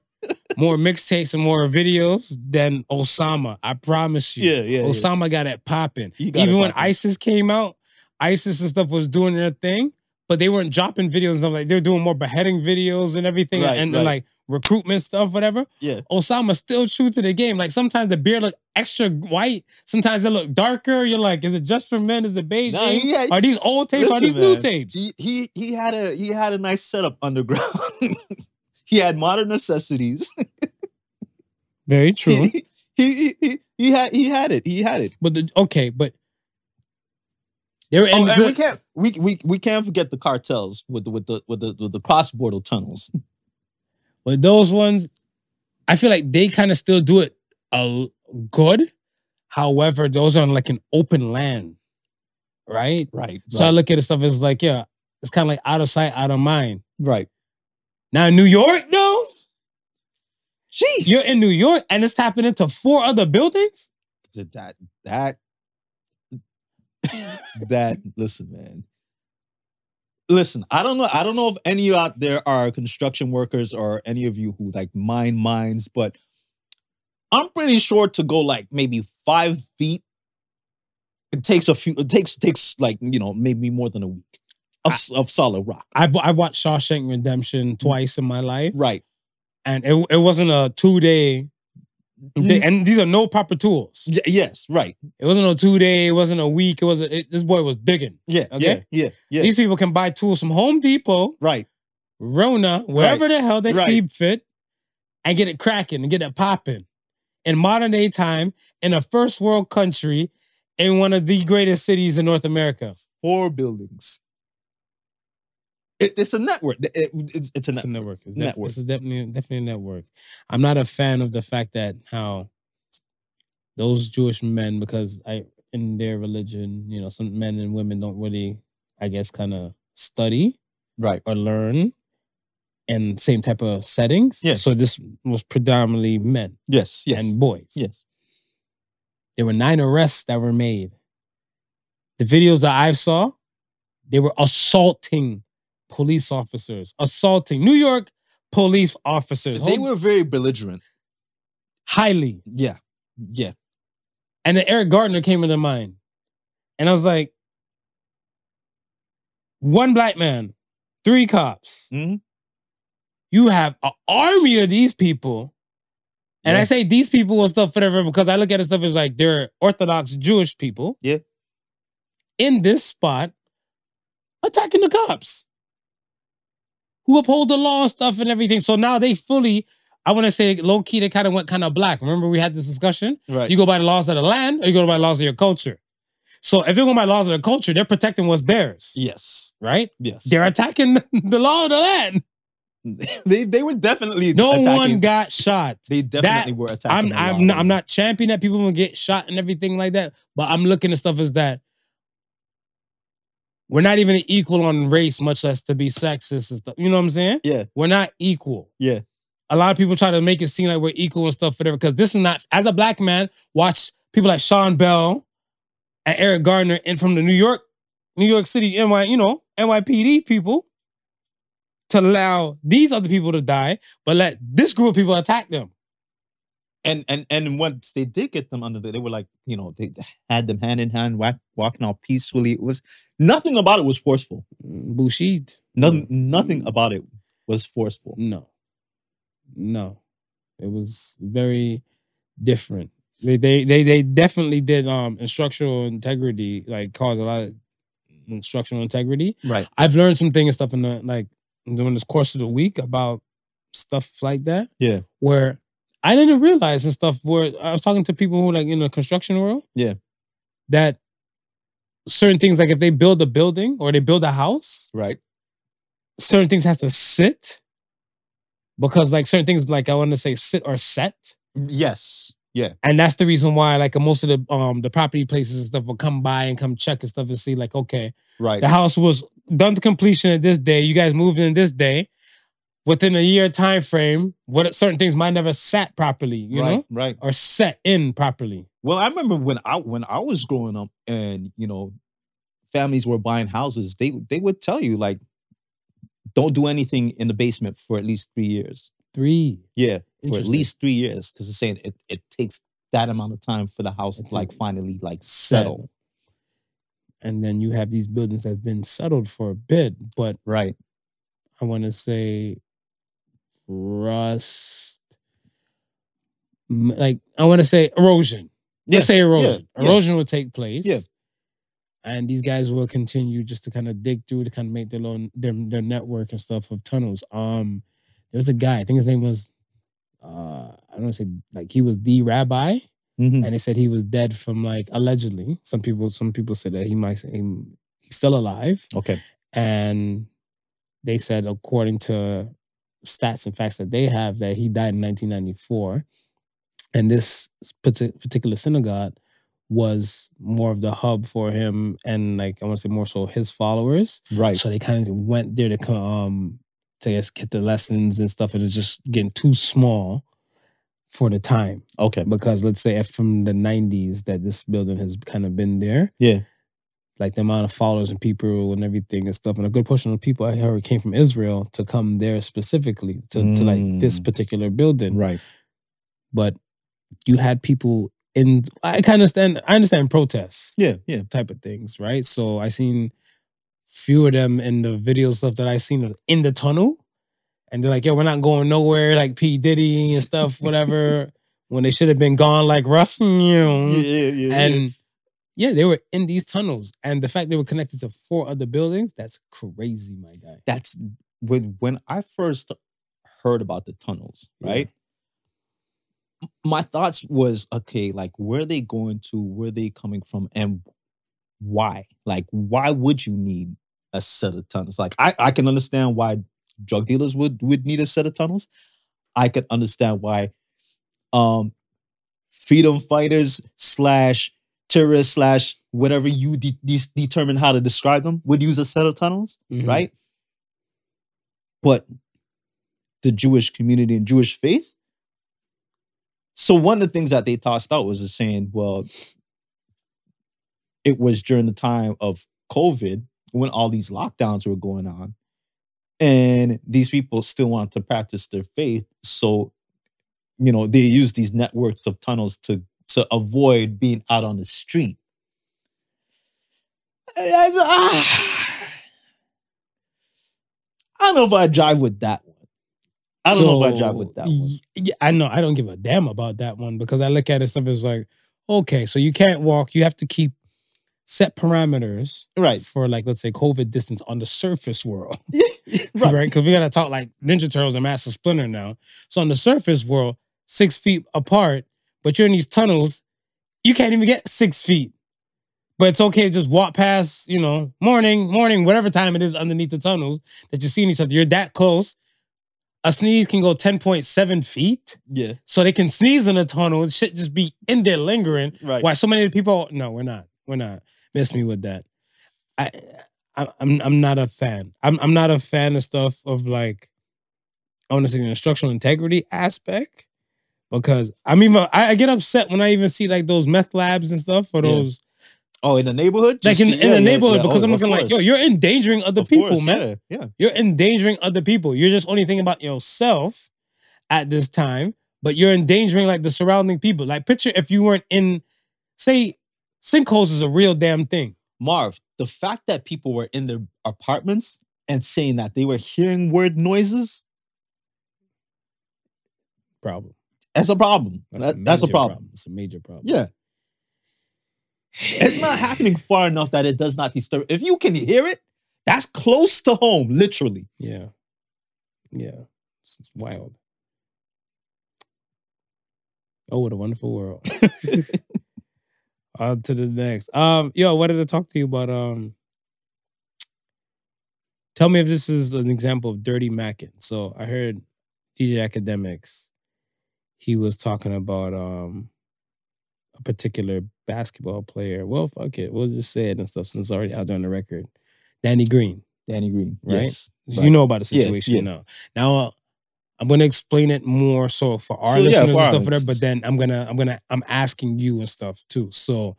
S2: more mixtapes and more videos than Osama. I promise you.
S1: Yeah, yeah. yeah.
S2: Osama got it popping.
S1: He got
S2: Even
S1: it
S2: when
S1: poppin'.
S2: ISIS came out, ISIS and stuff was doing their thing, but they weren't dropping videos and stuff like they were doing more beheading videos and everything
S1: Right,
S2: and,
S1: right.
S2: like recruitment stuff, whatever.
S1: Yeah.
S2: Osama still true to the game. Like sometimes the beard look extra white, sometimes they look darker. You're like, is it just for men? Is it beige?
S1: Nah, he had-
S2: are these old tapes? are
S1: Listen,
S2: these new
S1: man,
S2: tapes?
S1: He, he he had a he had a nice setup underground. [laughs] he had modern necessities. [laughs]
S2: Very true.
S1: he, he, he he had he had it. He had it.
S2: But the, okay, but they were in
S1: oh, and
S2: the-
S1: we can't we, we we can't forget the cartels with the with the with the with the cross border tunnels.
S2: but those ones, I feel like they kind of still do it a l- good. However, those are on like an open land, right?
S1: Right.
S2: So I look at the stuff as like, yeah, it's kind of like out of sight, out of mind.
S1: right.
S2: Now New York, though,
S1: Jeez.
S2: you're in New York, and it's tapping into four other buildings.
S1: Did that that
S2: [laughs]
S1: that listen, man. Listen, I don't know. I don't know if any of you out there are construction workers or any of you who like mine mines, but I'm pretty sure to go like maybe five feet, it takes a few. It takes takes like you know maybe more than a week
S2: Ah.
S1: of, s- of solid rock.
S2: I've I've watched Shawshank Redemption twice in my life,
S1: Right.
S2: and it it wasn't a two day.
S1: Mm.
S2: And these are no proper tools.
S1: Y- yes. Right.
S2: It wasn't a two day. It wasn't a week. It wasn't. It, this boy was digging.
S1: Yeah.
S2: Okay.
S1: Yeah. Yeah. Yeah.
S2: These people can buy tools from Home Depot,
S1: right.
S2: Rona, wherever the hell they
S1: Right.
S2: see fit, and get it cracking and get it popping. In modern day time, in a first world country, in one of the greatest cities in North America,
S1: Four buildings. It, it's a network. It- it- it's, it's a
S2: it's a
S1: network.
S2: network. It's, def-
S1: Network.
S2: it's a definitely definitely a network. I'm not a fan of the fact that how those Jewish men, because I in their religion, you know, some men and women don't really, I guess, kind of study.
S1: Right.
S2: or learn in same type of settings.
S1: Yeah.
S2: So this was predominantly men
S1: Yes. Yes.
S2: and boys.
S1: yes.
S2: There were nine arrests that were made. The videos that I saw, they were assaulting police officers, assaulting New York police officers.
S1: They were very belligerent.
S2: highly.
S1: Yeah. Yeah.
S2: And then Eric Gardner came into mind. And I was like, one black man, three cops.
S1: Mhm.
S2: You have an army of these people. And I
S1: Yeah.
S2: say these people and stuff, whatever, because I look at it stuff as like they're Orthodox Jewish people.
S1: Yeah.
S2: In this spot, attacking the cops who uphold the law and stuff and everything. So now they fully, I want to say low key, they kind of went kind of black. Remember, we had this discussion?
S1: Right.
S2: You go by the laws of the land or you go by the laws of your culture. So if you're going by the laws of the culture, they're protecting what's theirs,
S1: yes.
S2: right?
S1: Yes.
S2: They're attacking [laughs] the law of the land.
S1: [laughs] they they were definitely
S2: No
S1: attacking.
S2: one got shot.
S1: they definitely were
S2: I'm
S1: attacking. the
S2: I'm
S1: law.
S2: not, I'm not championing that people will get shot and everything like that, but I'm looking at stuff as that we're not even equal on race, much less to be sexist and stuff. You know what I'm saying?
S1: Yeah.
S2: We're not equal.
S1: Yeah.
S2: A lot of people try to make it seem like we're equal and stuff, whatever. Because this is not as a black man, watch people like Sean Bell and Eric Gardner and from the New York, New York City, NY, you know, NYPD people to allow these other people to die, but let this group of people attack them.
S1: And and and once they did get them under, the, they were like you know they had them hand in hand, walk, walking out peacefully. It was nothing about it was forceful.
S2: Bushid. Mm.
S1: Nothing nothing about it was forceful.
S2: No. No. It was very different. They they they, they definitely did um instructional integrity, like cause a lot of instructional integrity.
S1: Right.
S2: I've learned some things and stuff in the like during this course of the week about stuff like that.
S1: Yeah.
S2: Where I didn't realize and stuff where I was talking to people who like in the construction world.
S1: Yeah.
S2: That certain things like if they build a building or they build a house,
S1: Right.
S2: certain things has to sit because like certain things like I want to say sit or set.
S1: Yes. Yeah.
S2: And that's the reason why like most of the um the property places and stuff will come by and come check and stuff and see like okay
S1: Right.
S2: the house was done to completion at this day you guys moved in this day within a year time frame what certain things might never sat properly you
S1: right.
S2: know
S1: Right.
S2: or set in properly
S1: Well, I remember when I when I was growing up, and you know, families were buying houses. They they would tell you like, don't do anything in the basement for at least three years.
S2: three
S1: Yeah, for at
S2: Interesting.
S1: least three years, because it's saying it, it takes that amount of time for the house to like finally like settle.
S2: and then you have these buildings that have been settled for a bit but
S1: Right.
S2: I want to say rust. M- Like I want to say erosion.
S1: Yeah,
S2: Let's say erosion.
S1: yeah, yeah.
S2: Erosion will take place.
S1: Yeah.
S2: And these guys will continue just to kind of dig through to kind of make their own their, their network and stuff of tunnels. Um, there was a guy. I think his name was, uh, I don't want to say like he was the rabbi
S1: Mhm.
S2: and they said he was dead from like allegedly. Some people, some people said that he might he, he's still alive,
S1: Okay.
S2: and they said according to stats and facts that they have that he died in 1994, and this parti- particular synagogue was more of the hub for him and like I want to say more so his followers.
S1: Right.
S2: So they kind of went there to come um to I guess get the lessons and stuff, and it's just getting too small for the time
S1: Okay.
S2: because let's say if from the 90s that this building has kind of been there
S1: Yeah.
S2: like the amount of followers and people and everything and stuff and a good portion of the people i heard came from israel to come there specifically to, to like this
S1: Mm.
S2: particular building
S1: Right.
S2: but you had people in i kind of stand i understand protests
S1: Yeah. Yeah.
S2: type of things right so i seen few of them in the video stuff that i seen was in the tunnel and they're like yo we're not going nowhere like p diddy and stuff whatever when they should have been gone like russ you know.
S1: yeah. Yeah.
S2: Mm. And yeah, they were in these tunnels. And the fact they were connected to four other buildings, that's crazy, my guy.
S1: that's when when I first heard about the tunnels,
S2: Yeah.
S1: right? m- My thoughts was okay, like where are they going to, where are they coming from, and why? Like, why would you need a set of tunnels? Like, I, I can understand why drug dealers would would need a set of tunnels. I could understand why um freedom fighters slash terrorists slash whatever you de- de- determine how to describe them would use a set of tunnels
S2: Mm-hmm.
S1: right? But the Jewish community and Jewish faith. So one of the things that they tossed out was just saying, well, it was during the time of COVID when all these lockdowns were going on. And these people still want to practice their faith. So, you know, they use these networks of tunnels to to avoid being out on the street. ah. I don't know if I drive with that one. I don't know if I drive with that one.
S2: y- Yeah, I know. I don't give a damn about that one because I look at it stuff as like, okay, so you can't walk. You have to keep set parameters
S1: Right.
S2: for like, let's say, COVID distance on the
S1: [laughs]
S2: surface world,
S1: Right.
S2: right? Because we gotta talk like Ninja Turtles and Master Splinter now. So on the surface world, six feet apart, but you're in these tunnels, you can't even get six feet. But it's okay to just walk past, you know, morning, morning, whatever time it is underneath the tunnels that you're seeing each other. You're that close. A sneeze can go 10.7 feet.
S1: Yeah.
S2: So they can sneeze in a tunnel and shit just be in there lingering.
S1: Right.
S2: Why so many people? No, we're not. We're not. Miss me with that. I, I I'm I'm not a fan. I'm I'm not a fan of stuff of like, I want to say the instructional integrity aspect, because I'm even I, I get upset when I even see like those meth labs and stuff for
S1: Yeah.
S2: those
S1: Oh, in the neighborhood?
S2: like in,
S1: Just-
S2: in
S1: yeah,
S2: the
S1: yeah,
S2: neighborhood
S1: yeah.
S2: because
S1: Oh,
S2: I'm
S1: of
S2: looking like yo
S1: course.
S2: you're endangering other
S1: Of
S2: people
S1: course,
S2: man.
S1: Yeah. yeah.
S2: You're endangering other people. You're just only thinking about yourself at this time, but you're endangering like the surrounding people. Like picture if you weren't in, say, sinkholes is a real damn thing.
S1: Marv, the fact that people were in their apartments and saying that they were hearing weird noises,
S2: Problem.
S1: that's a problem. That- That's, a
S2: major
S1: problem.
S2: It's a major problem.
S1: Yeah. It's not happening far enough that it does not disturb. If you can hear it, that's close to home, literally.
S2: Yeah. Yeah. It's, it's wild. Oh, what a wonderful world. On to the next. Um, yo, I wanted to talk to you about um tell me if this is an example of dirty macking. So I heard DJ Academics, he was talking about um a particular basketball player. Well, fuck it. We'll just say it and stuff since it's already out there on the record. Danny Green.
S1: Danny Green,
S2: Right?
S1: Yes.
S2: So
S1: Right.
S2: You know about the
S1: Yeah,
S2: situation
S1: yeah.
S2: now. Now uh, I'm gonna explain it more so for our
S1: So, yeah,
S2: listeners
S1: for
S2: and
S1: our
S2: stuff for that,
S1: listeners.
S2: but then I'm gonna I'm gonna I'm asking you and stuff too. So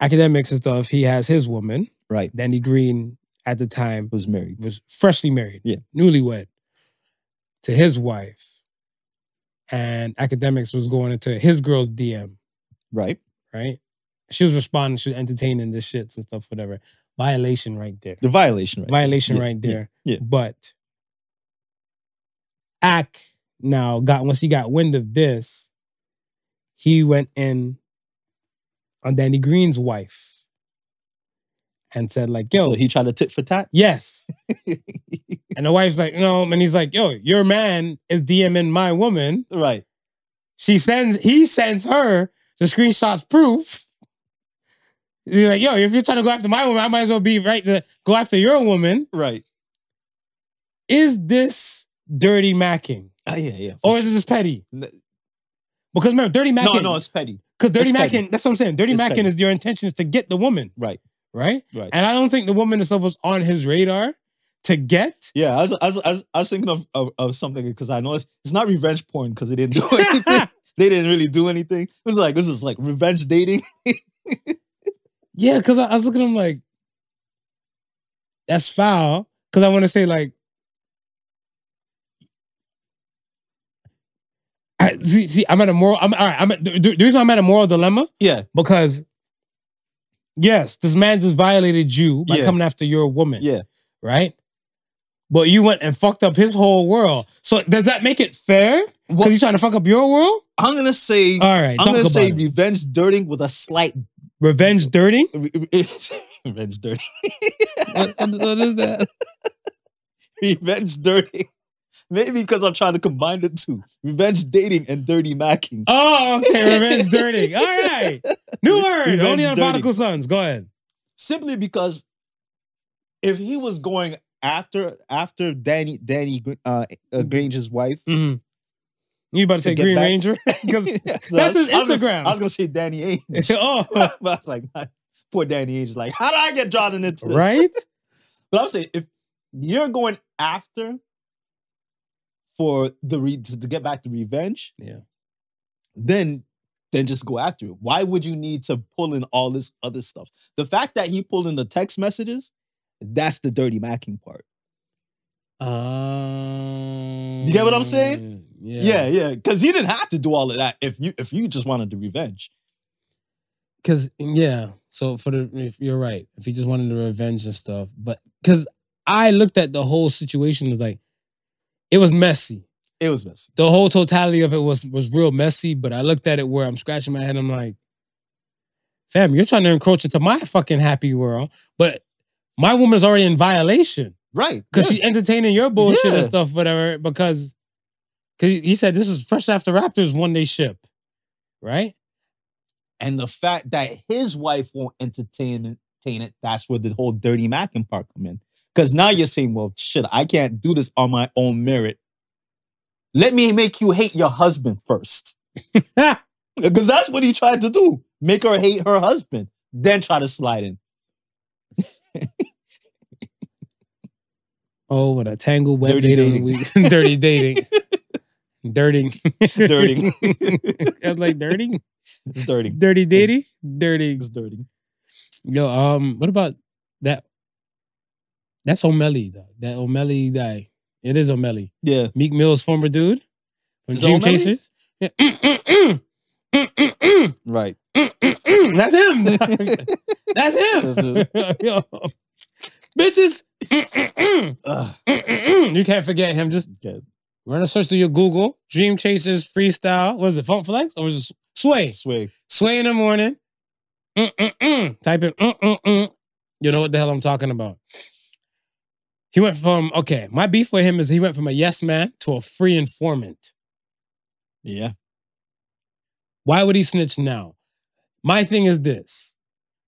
S2: academics and stuff, he has his woman,
S1: Right.
S2: Danny Green at the time
S1: Was married.
S2: was freshly married,
S1: Yeah.
S2: newlywed to his wife. And academics was going into his girl's DM
S1: Right.
S2: right? She was responding, she was entertaining the shits and stuff, whatever. Violation right there.
S1: The violation, right?
S2: Violation
S1: Yeah,
S2: right
S1: yeah,
S2: there.
S1: yeah.
S2: But Ack now got once he got wind of this, he went in on Danny Green's wife and said, like, yo,
S1: So he tried to tit for tat.
S2: yes.
S1: [laughs]
S2: and the wife's like, no. And he's like, yo, your man is DMing my woman.
S1: Right.
S2: She sends, he sends her the screenshots proof. You're like, yo, if you're trying to go after my woman, I might as well be right to go after your woman.
S1: Right.
S2: Is this dirty macking?
S1: Ah, yeah, yeah.
S2: Or is it just petty?
S1: N-
S2: Because remember, dirty
S1: no,
S2: macking.
S1: no, it's petty.
S2: because dirty
S1: it's
S2: macking,
S1: petty.
S2: that's what I'm saying. Dirty
S1: It's
S2: macking
S1: petty.
S2: is your intention is to get the woman,
S1: Right.
S2: right?
S1: Right.
S2: And I don't think the woman herself was on his radar
S1: [laughs]
S2: to get.
S1: Yeah, I was, I was, I was, I was thinking of, of, of something because I know it's, it's not revenge porn because they didn't do [laughs]
S2: [laughs]
S1: anything. they didn't really do anything. It was like this is like revenge dating. [laughs]
S2: Yeah, because I, I was looking at him like, that's foul. Because I want to say, like, I, see, see, I'm at a moral, I'm all right. I'm at, the, the reason I'm at a moral dilemma
S1: Yeah,
S2: because, yes, this man just violated you by
S1: Yeah.
S2: coming after your woman.
S1: yeah.
S2: right? But you went and fucked up his whole world. So does that make it fair? Because
S1: Well-
S2: he's trying to fuck up your world.
S1: I'm gonna say,
S2: All right,
S1: I'm
S2: talk
S1: gonna
S2: about
S1: say
S2: it.
S1: revenge dirting with a slight [laughs]
S2: Revenge dirty.
S1: re- re- revenge dirty,
S2: what, what is that?
S1: revenge dirty. Maybe because I'm trying to combine the two: revenge dating and dirty macking.
S2: [laughs] Oh, okay, revenge dirty.
S1: [laughs]
S2: All right, new word.
S1: Revenge
S2: Only on
S1: dirty.
S2: Particle Sons. Go ahead.
S1: Simply because if he was going after after Danny Danny Gr- uh,
S2: Mm-hmm.
S1: uh, Grange's
S2: [laughs]
S1: wife.
S2: You about to
S1: To
S2: say
S1: get
S2: Green
S1: back- [laughs]
S2: Ranger? [laughs] Because
S1: So
S2: that's his
S1: I was gonna-
S2: Instagram.
S1: I was gonna say Danny Ainge. [laughs]
S2: oh,
S1: but I was like, nah, poor Danny Ainge. is Like, how did I get drawn into this?
S2: [laughs] right.
S1: But I'm saying, if you're going after for the re- to, to get back the revenge,
S2: Yeah.
S1: then then just go after it. Why would you need to pull in all this other stuff? The fact that he pulled in the text messages, that's the dirty macking part.
S2: Um,
S1: You get what I'm saying?
S2: Yeah.
S1: Yeah, yeah, because he didn't have to do all of that if you if you just wanted the revenge.
S2: Because yeah, So for the, if you're right. If he just wanted the revenge and stuff, but because I looked at the whole situation as like, it was messy.
S1: It was messy.
S2: The whole totality of it was was real messy. But I looked at it where I'm scratching my head. I'm like, fam, you're trying to encroach into my fucking happy world, but my woman's already in violation
S1: Right.
S2: because she's entertaining your bullshit
S1: Yeah.
S2: and stuff, whatever. Because, because he said this is fresh after Raptors won they ship, right?
S1: And the fact that his wife won't entertain entertain it, that's where the whole dirty Mackin part come in. Because now you're saying, well, shit, I can't do this on my own merit. Let me make you hate your husband first. [laughs] Because that's what he tried to do. Make her hate her husband, then try to slide in.
S2: Oh, what a tangled web
S1: Dirty
S2: dating, we- [laughs]
S1: [laughs]
S2: dirty dating, dirting,
S1: Dirty. [laughs]
S2: [laughs] I was like dirty,
S1: it's dirty.
S2: dirty ditty, dirty.
S1: It's dirty.
S2: Yo, um, what about that? That's O'Malley though. That O'Malley guy. It is O'Malley.
S1: Yeah.
S2: Meek Mill's former dude from
S1: Is it
S2: Dream
S1: O'Malley?
S2: Chasers. Yeah. Mm, mm, mm. Mm, mm, mm.
S1: [laughs] Right.
S2: Mm-mm-mm. That's
S1: [laughs]
S2: him. That's him. [laughs] Yo. Bitches. Mm, Mm-mm-mm.
S1: Ugh.
S2: Mm-mm-mm. You can't forget him. Just
S1: Okay.
S2: run a search through your Google. Dream Chasers freestyle. What is it? Funk Flex? Or is it Sway?
S1: Swig.
S2: Sway in the morning. Mm-mm-mm. Type in. Mm-mm-mm. You know what the hell I'm talking about. He went from, okay, my beef with him is he went from a yes man to a free informant.
S1: Yeah.
S2: Why would he snitch now? My thing is this.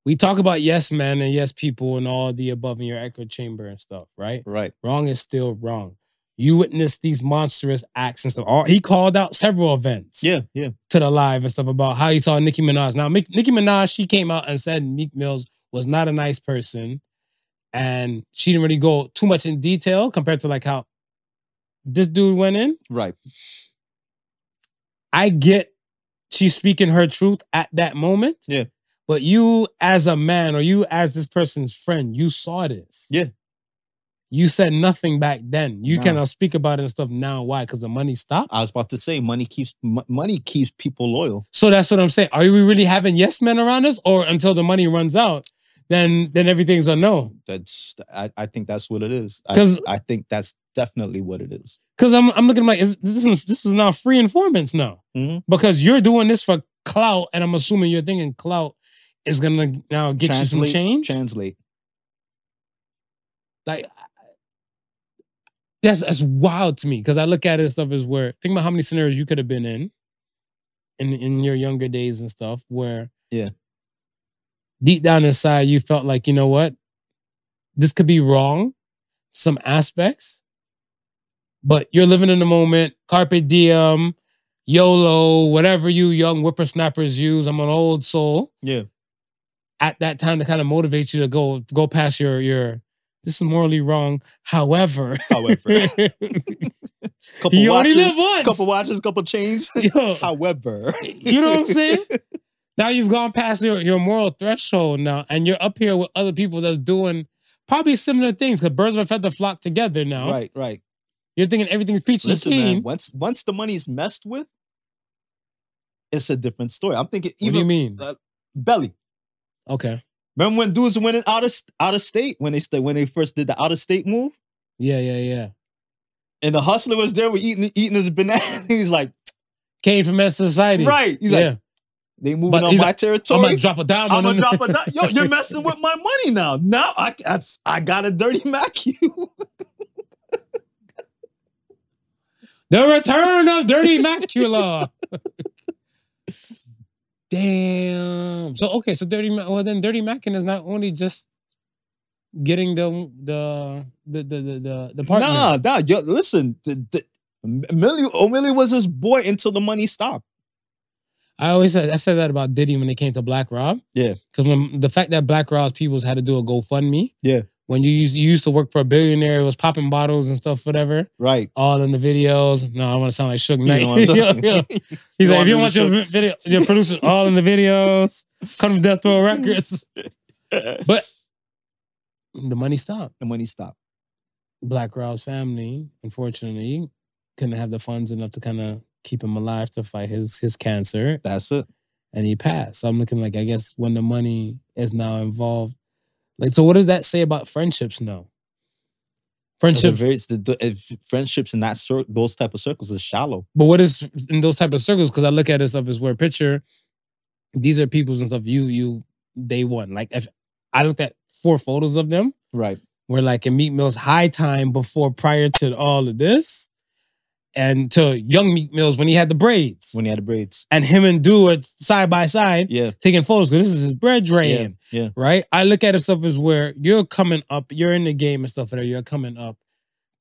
S2: We talk about yes men and yes people and all the above in your echo chamber and stuff, right?
S1: Right.
S2: Wrong is still wrong. You witnessed these monstrous acts and stuff. All, he called out several events
S1: Yeah. Yeah.
S2: to the live and stuff about how he saw Nicki Minaj. Now, Mick, Nicki Minaj, she came out and said Meek Mills was not a nice person. And she didn't really go too much in detail compared to like how this dude went in.
S1: Right.
S2: I get she's speaking her truth at that moment.
S1: Yeah.
S2: But you as a man or you as this person's friend, you saw this.
S1: Yeah.
S2: You said nothing back then. You
S1: No.
S2: cannot speak about it and stuff now. Why? Because the money stopped.
S1: I was about to say money keeps mo- money keeps people loyal.
S2: So that's what I'm saying. Are we really having yes men around us? Or until the money runs out, then then everything's a no.
S1: That's I, I think that's what it is.
S2: 'Cause-
S1: I, I think that's definitely what it is.
S2: Cause I'm I'm looking like is, this is this is now free informants now.
S1: Mhm.
S2: Because you're doing this for clout, and I'm assuming you're thinking clout is gonna now get you some change.
S1: Translate.
S2: like that's that's wild to me because I look at it and stuff is where think about how many scenarios you could have been in, in in your younger days and stuff where
S1: Yeah.
S2: deep down inside you felt like you know what this could be wrong some aspects, but you're living in the moment carpe diem, YOLO whatever you young whippersnappers use I'm an old soul
S1: Yeah.
S2: at that time to kind of motivate you to go go past your your this is morally wrong. However,
S1: However,
S2: [laughs]
S1: [laughs] couple
S2: you only
S1: watches,
S2: live once.
S1: couple watches, couple chains.
S2: [laughs]
S1: [laughs]
S2: Yo,
S1: However,
S2: you know
S1: [laughs]
S2: what I'm saying? now you've gone past your, your moral threshold now, and you're up here with other people that's doing probably similar things because birds of a feather flock together now.
S1: Right, right.
S2: You're thinking everything's peachy
S1: Listen,
S2: keen.
S1: man. Once once the money's messed with, it's a different story. I'm thinking
S2: what do you
S1: even
S2: mean?
S1: uh, belly.
S2: okay.
S1: Remember when dudes went in out of out of state when they sta- when they first did the out of state move
S2: Yeah, yeah, yeah.
S1: and the hustler was there, with eating eating his banana. [laughs] He's like,
S2: Came from that society.
S1: right. He's like,
S2: yeah.
S1: they moving
S2: But
S1: on
S2: he's
S1: my
S2: like,
S1: territory.
S2: I'm gonna drop a dime
S1: I'm
S2: on
S1: gonna
S2: him.
S1: drop a dime. Yo,
S2: [laughs]
S1: you're messing with my money now. Now I I, I got a dirty [laughs] Mac you.
S2: The return of Dirty Macula. [laughs] Damn. So okay, so Dirty Mac. Well, then Dirty Mackin is not only just getting the the the the the the, the partner.
S1: Nah, nah. Yo, listen, the, the, Millie O'Malley was his boy until the money stopped.
S2: I always said I said that about Diddy when it came to Black Rob.
S1: Yeah.
S2: Because when the fact that Black Rob's peoples had to do a GoFundMe.
S1: Yeah.
S2: When you used, you used to work for a billionaire, it was popping bottles and stuff, whatever. [laughs]
S1: Right.
S2: All in the videos. No, I want to sound like Suge Knight.
S1: know what I'm
S2: Yo, [laughs]
S1: saying?
S2: yo.
S1: You
S2: He's like, if you want
S1: want
S2: your
S1: me
S2: vi- video, your producers all in the videos, come to Death Row Records.
S1: the
S2: But [laughs] the money stopped.
S1: money stopped.
S2: Black Rob's family, unfortunately, couldn't have the funds enough to kind of keep him alive to fight his his cancer
S1: That's it.
S2: and he passed. So I'm looking like I guess when the money is now involved, like so, what does that say about friendships now?
S1: It's a
S2: Friendships,
S1: very- it's the- the- if friendships in that cir- those type of circles is shallow.
S2: but what is in those type of circles? Because I look at this stuff as where picture these are people's and stuff. You you day one. Like if I looked at four photos of them,
S1: Right.
S2: where like in Meat Mill's high time before prior to all of this, and to young Meat Mill's when he had the braids,
S1: When he had the braids.
S2: and him and Do are side by side
S1: Yeah.
S2: taking photos because this is his bread
S1: Yeah.
S2: drain,
S1: Yeah.
S2: right? I look at it stuff as where you're coming up, you're in the game and stuff, and you're coming up,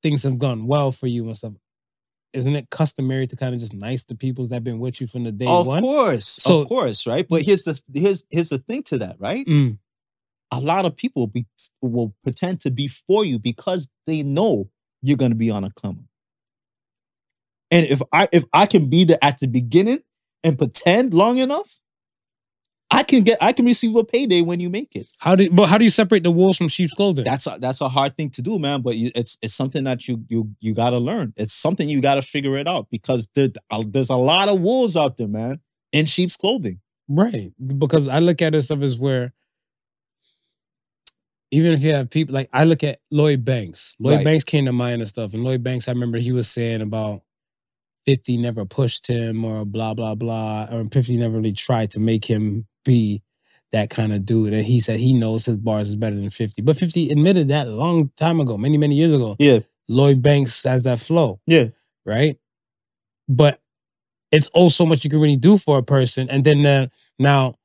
S2: things have gone well for you and stuff. Isn't it customary to kind of just nice the peoples that been with you from the day
S1: Of
S2: one?
S1: course.
S2: So-
S1: of course, right? But here's the here's here's the thing to that, right?
S2: Mm,
S1: A lot of people be, will pretend to be for you because they know you're gonna be on a come up. And if I if I can be there at the beginning and pretend long enough, I can get I can receive a payday when you make it.
S2: How do but how do you separate the wolves from sheep's clothing?
S1: That's a, that's a hard thing to do, man. But you, it's it's something that you you you gotta learn. It's something you gotta figure it out because there, uh, there's a lot of wolves out there, man, in sheep's clothing.
S2: Right. Because I look at it stuff as where even if you have people like I look at Lloyd Banks. Lloyd
S1: Right.
S2: Banks came to mind and stuff. And Lloyd Banks, I remember he was saying about 50 never pushed him or blah blah blah. Or 50 never really tried to make him be that kind of dude. And he said he knows his bars is better than 50. But 50 admitted that a long time ago, many, many years ago.
S1: Yeah.
S2: Lloyd Banks has that flow.
S1: Yeah.
S2: Right? But it's oh so much you can really do for a person. And then uh, now,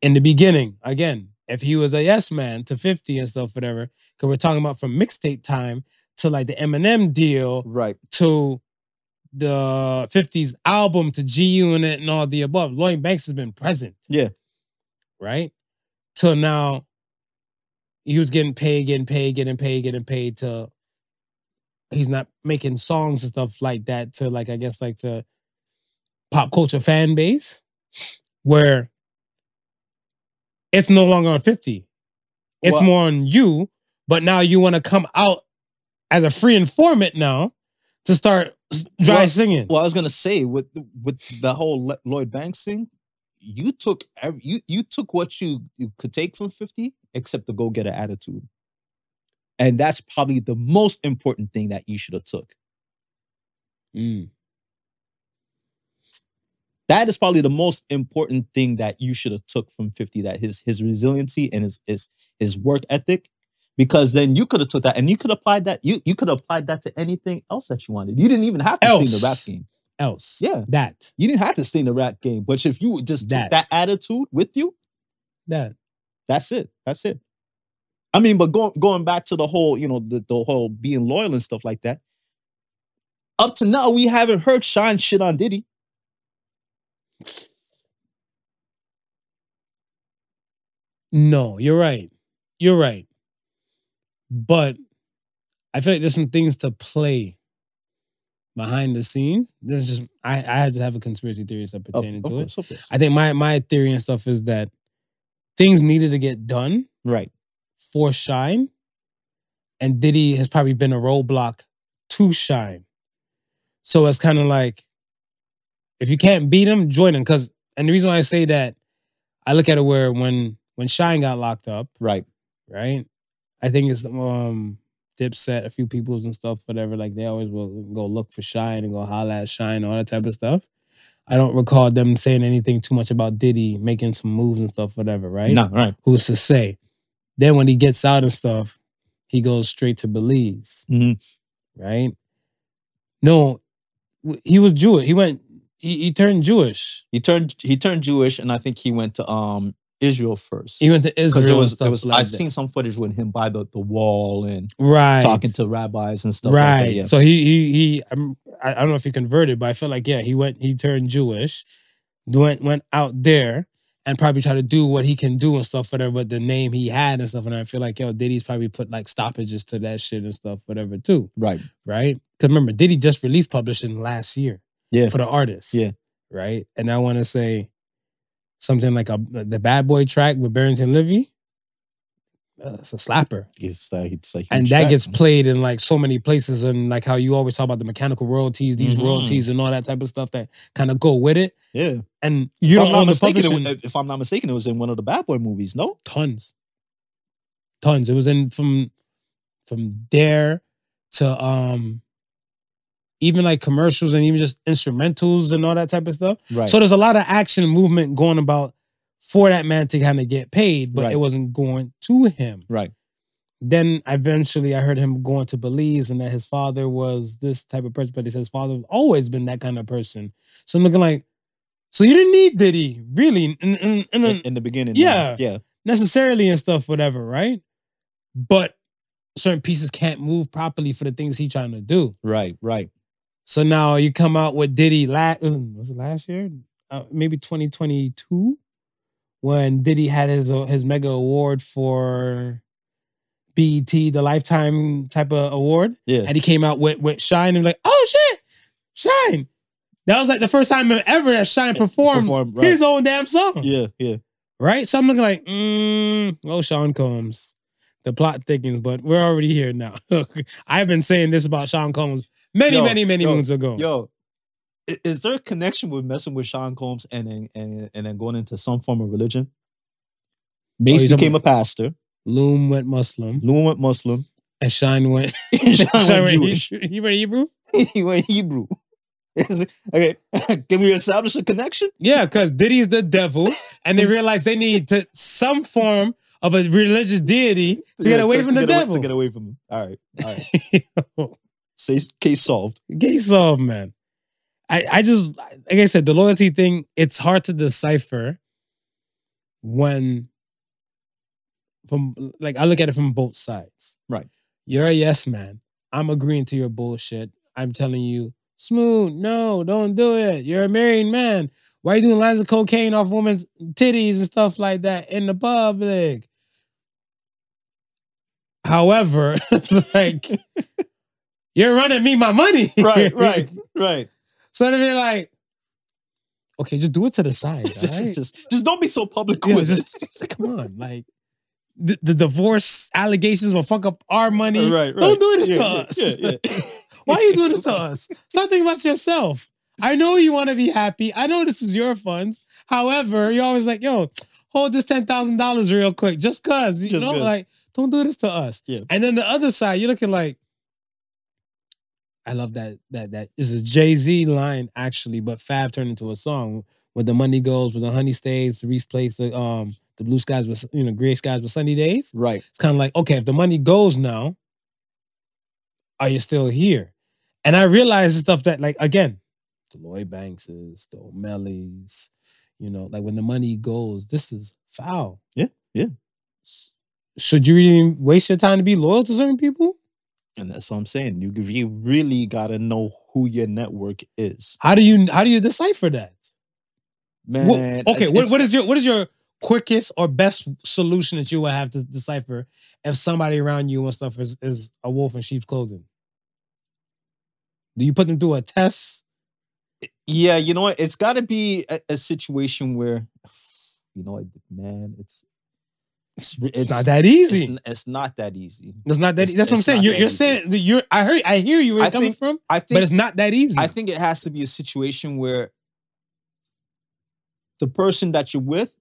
S2: in the beginning, again, if he was a yes man to 50 and stuff, whatever, because we're talking about from mixtape time to like the Eminem deal
S1: Right.
S2: to the 50s album to G Unit and all the above. Lloyd Banks has been present.
S1: Yeah.
S2: Right? Till now, he was getting paid, getting paid, getting paid, getting paid to he's not making songs and stuff like that to like I guess like to pop culture fan base where it's no longer on 50. It's
S1: Well-
S2: more on you, but now you want to come out as a free informant now to start s- dry
S1: Well-
S2: singing.
S1: Well, I was gonna say with with the whole Le- Lloyd Banks thing, you took ev- you you took what you you could take from fifty, except the go getter attitude, and that's probably the most important thing that you should have took.
S2: Mm.
S1: That is probably the most important thing that you should have took from 50, that his his resiliency and his his his work ethic. Because then you could have took that and you could applied that, you you could have applied that to anything else that you wanted. You didn't even have to sing
S2: Else.
S1: the rap game.
S2: Else.
S1: Yeah.
S2: That.
S1: You didn't have to sing the rap game. But if you just
S2: That.
S1: took that attitude with you,
S2: That.
S1: that's it. That's it. I mean, but going going back to the whole, you know, the, the whole being loyal and stuff like that. Up to now, we haven't heard Sean shit on Diddy.
S2: No, you're right. You're right. But I feel like there's some things to play behind the scenes. There's just I I just have a conspiracy theory that
S1: Of-
S2: pertaining
S1: of
S2: to it.
S1: course, of course.
S2: I think my my theory and stuff is that things needed to get done
S1: right.
S2: for Shine, and Diddy has probably been a roadblock to Shine. So it's kind of like, if you can't beat him, join him. Because and the reason why I say that, I look at it where when when Shine got locked up,
S1: Right.
S2: right? I think it's um Dipset, a few peoples and stuff, whatever. Like they always will go look for Shine and go holla at Shine, all that type of stuff. I don't recall them saying anything too much about Diddy making some moves and stuff, whatever, right?
S1: No, right.
S2: who's to say? Then when he gets out and stuff, he goes straight to Belize,
S1: Mhm.
S2: right? No, w- he was Jewish. He went, he, he turned Jewish.
S1: He turned he turned Jewish, and I think he went to um Israel first.
S2: He went to Israel.
S1: Because it was,
S2: and stuff
S1: it was
S2: like
S1: I've
S2: that.
S1: seen some footage with him by the, the wall and
S2: right
S1: talking to rabbis and stuff.
S2: right.
S1: Like that. Yeah.
S2: So he he he. I'm, I I don't know if he converted, but I feel like yeah, he went. He turned Jewish, went went out there and probably try to do what he can do and stuff whatever. But the name he had and stuff, and I feel like yo, Diddy's probably put like stoppages to that shit and stuff whatever too.
S1: right.
S2: right? Because remember, Diddy just released publishing last year.
S1: Yeah.
S2: For the artists.
S1: Yeah.
S2: Right. And I want to say something like a the Bad Boy track with Barrington Livy. uh, it's a slapper.
S1: It's like it's like
S2: and
S1: huge
S2: that
S1: track,
S2: gets
S1: man.
S2: played in like so many places and like how you always talk about the mechanical royalties these
S1: Mhm.
S2: royalties and all that type of stuff that kind of go with it
S1: yeah.
S2: and
S1: if
S2: you don't
S1: I'm not
S2: own the
S1: mistaken, it
S2: publishing
S1: was- if- if I'm not mistaken, it was in one of the Bad Boy movies. No,
S2: tons tons it was in from from there to um even like commercials and even just instrumentals and all that type of stuff
S1: right.
S2: so there's a lot of action and movement going about for that man to kind of get paid but
S1: Right.
S2: it wasn't going to him
S1: right.
S2: then eventually I heard him going to Belize and that his father was this type of person, but he said his father's always been that kind of person. So I'm looking like, so you didn't need Diddy, really, and, and,
S1: In,
S2: and, and
S1: in the beginning.
S2: Yeah.
S1: Yeah.
S2: necessarily and stuff, whatever, right? But certain pieces can't move properly for the things he's trying to do.
S1: Right. Right.
S2: So now you come out with Diddy last was it last year? Uh, maybe 2022 when Diddy had his uh, his mega award for BET the lifetime type of award
S1: Yeah.
S2: and he came out with with Shine and like, "Oh shit. Shine." That was like the first time ever that Shine performed
S1: Performed, right.
S2: his own damn song.
S1: Yeah. Yeah.
S2: Right? So I'm looking like, mm, oh, Sean Combs. The plot thickens, but we're already here now. [laughs] I've been saying this about Sean Combs many,
S1: Yo,
S2: many, many
S1: yo,
S2: moons ago.
S1: Yo, i- is there a connection with messing with Sean Combs and then and and then going into some form of religion? Mace
S2: he's a-
S1: became Oh, a pastor.
S2: Loom went Muslim
S1: Loon went [laughs] Muslim.
S2: and Shine went. [laughs]
S1: Sean
S2: Shine
S1: went
S2: went
S1: Jewish.
S2: Hebrew. You went Hebrew?
S1: [laughs] he went Hebrew. Is it- okay, [laughs] can we establish a connection?
S2: Yeah, because Diddy's the devil, and they realized they need to some form of a religious deity to get
S1: Yeah,
S2: away from
S1: to
S2: the
S1: get away-
S2: devil.
S1: To get away from him. All right. All right. [laughs] Say case solved.
S2: Gay solve, man. I, I just like I said, the loyalty thing, it's hard to decipher when from like I look at it from both sides.
S1: Right.
S2: You're a yes man. I'm agreeing to your bullshit. I'm telling you, smooth, no, don't do it. You're a married man. Why you doing lines of cocaine off women's titties and stuff like that in the public? However, [laughs]
S1: [laughs]
S2: like you're running me my money.
S1: Right, right, right.
S2: So then they're like, okay, just do it to the side.
S1: [laughs] just,
S2: alright?
S1: just, just don't be so public
S2: Yeah,
S1: with
S2: just- come on. Like the, the divorce allegations will fuck up our
S1: it. [laughs]
S2: money.
S1: Right, right.
S2: Don't do this
S1: Yeah,
S2: to
S1: yeah,
S2: us.
S1: yeah, [laughs] yeah.
S2: [laughs] Why are you
S1: [laughs]
S2: doing this to us? Stop thinking about yourself. I know you want to be happy. I know this is your funds. However, you're always like, yo, hold this ten thousand dollars real quick, just cause you
S1: Just
S2: know,
S1: 'cause.
S2: like, don't do this to us.
S1: Yeah.
S2: And then the other side, you're looking like, I love that that that is a Jay Z line actually, but Fab turned into a song where the money goes, where the honey stays, the Reese plays the um the blue skies with you know gray skies with sunny days.
S1: Right.
S2: It's kind of like, okay, if the money goes now, are you still here? And I realized the stuff that, like, again, the Lloyd Bankses, the O'Malley's, you know, like when the money goes, this is foul.
S1: Yeah, yeah.
S2: Should you really waste your time to be loyal to certain people?
S1: And that's what I'm saying. You you really gotta know who your network is,
S2: How do you how do you decipher that?
S1: man.
S2: Wha- okay,
S1: it's-
S2: what,
S1: it's-
S2: what is your what is your quickest or best solution that you will have to decipher if somebody around you and stuff is is a wolf in sheep's clothing? Do you put them through a test?
S1: Yeah, you know what? It's got to be a, a situation where, [sighs] you know, what, man, it's it's re-
S2: It's, not that easy.
S1: It's,
S2: It's,
S1: n- it's not that easy.
S2: not that. e,
S1: it's-
S2: that's what I'm
S1: it's
S2: saying.
S1: not
S2: You're,
S1: that
S2: you're
S1: easy.
S2: saying that you're. I heard. I hear you where
S1: I
S2: you're coming
S1: think-
S2: from,
S1: I think
S2: but it's not that easy.
S1: I think it has to be a situation where the person that you're with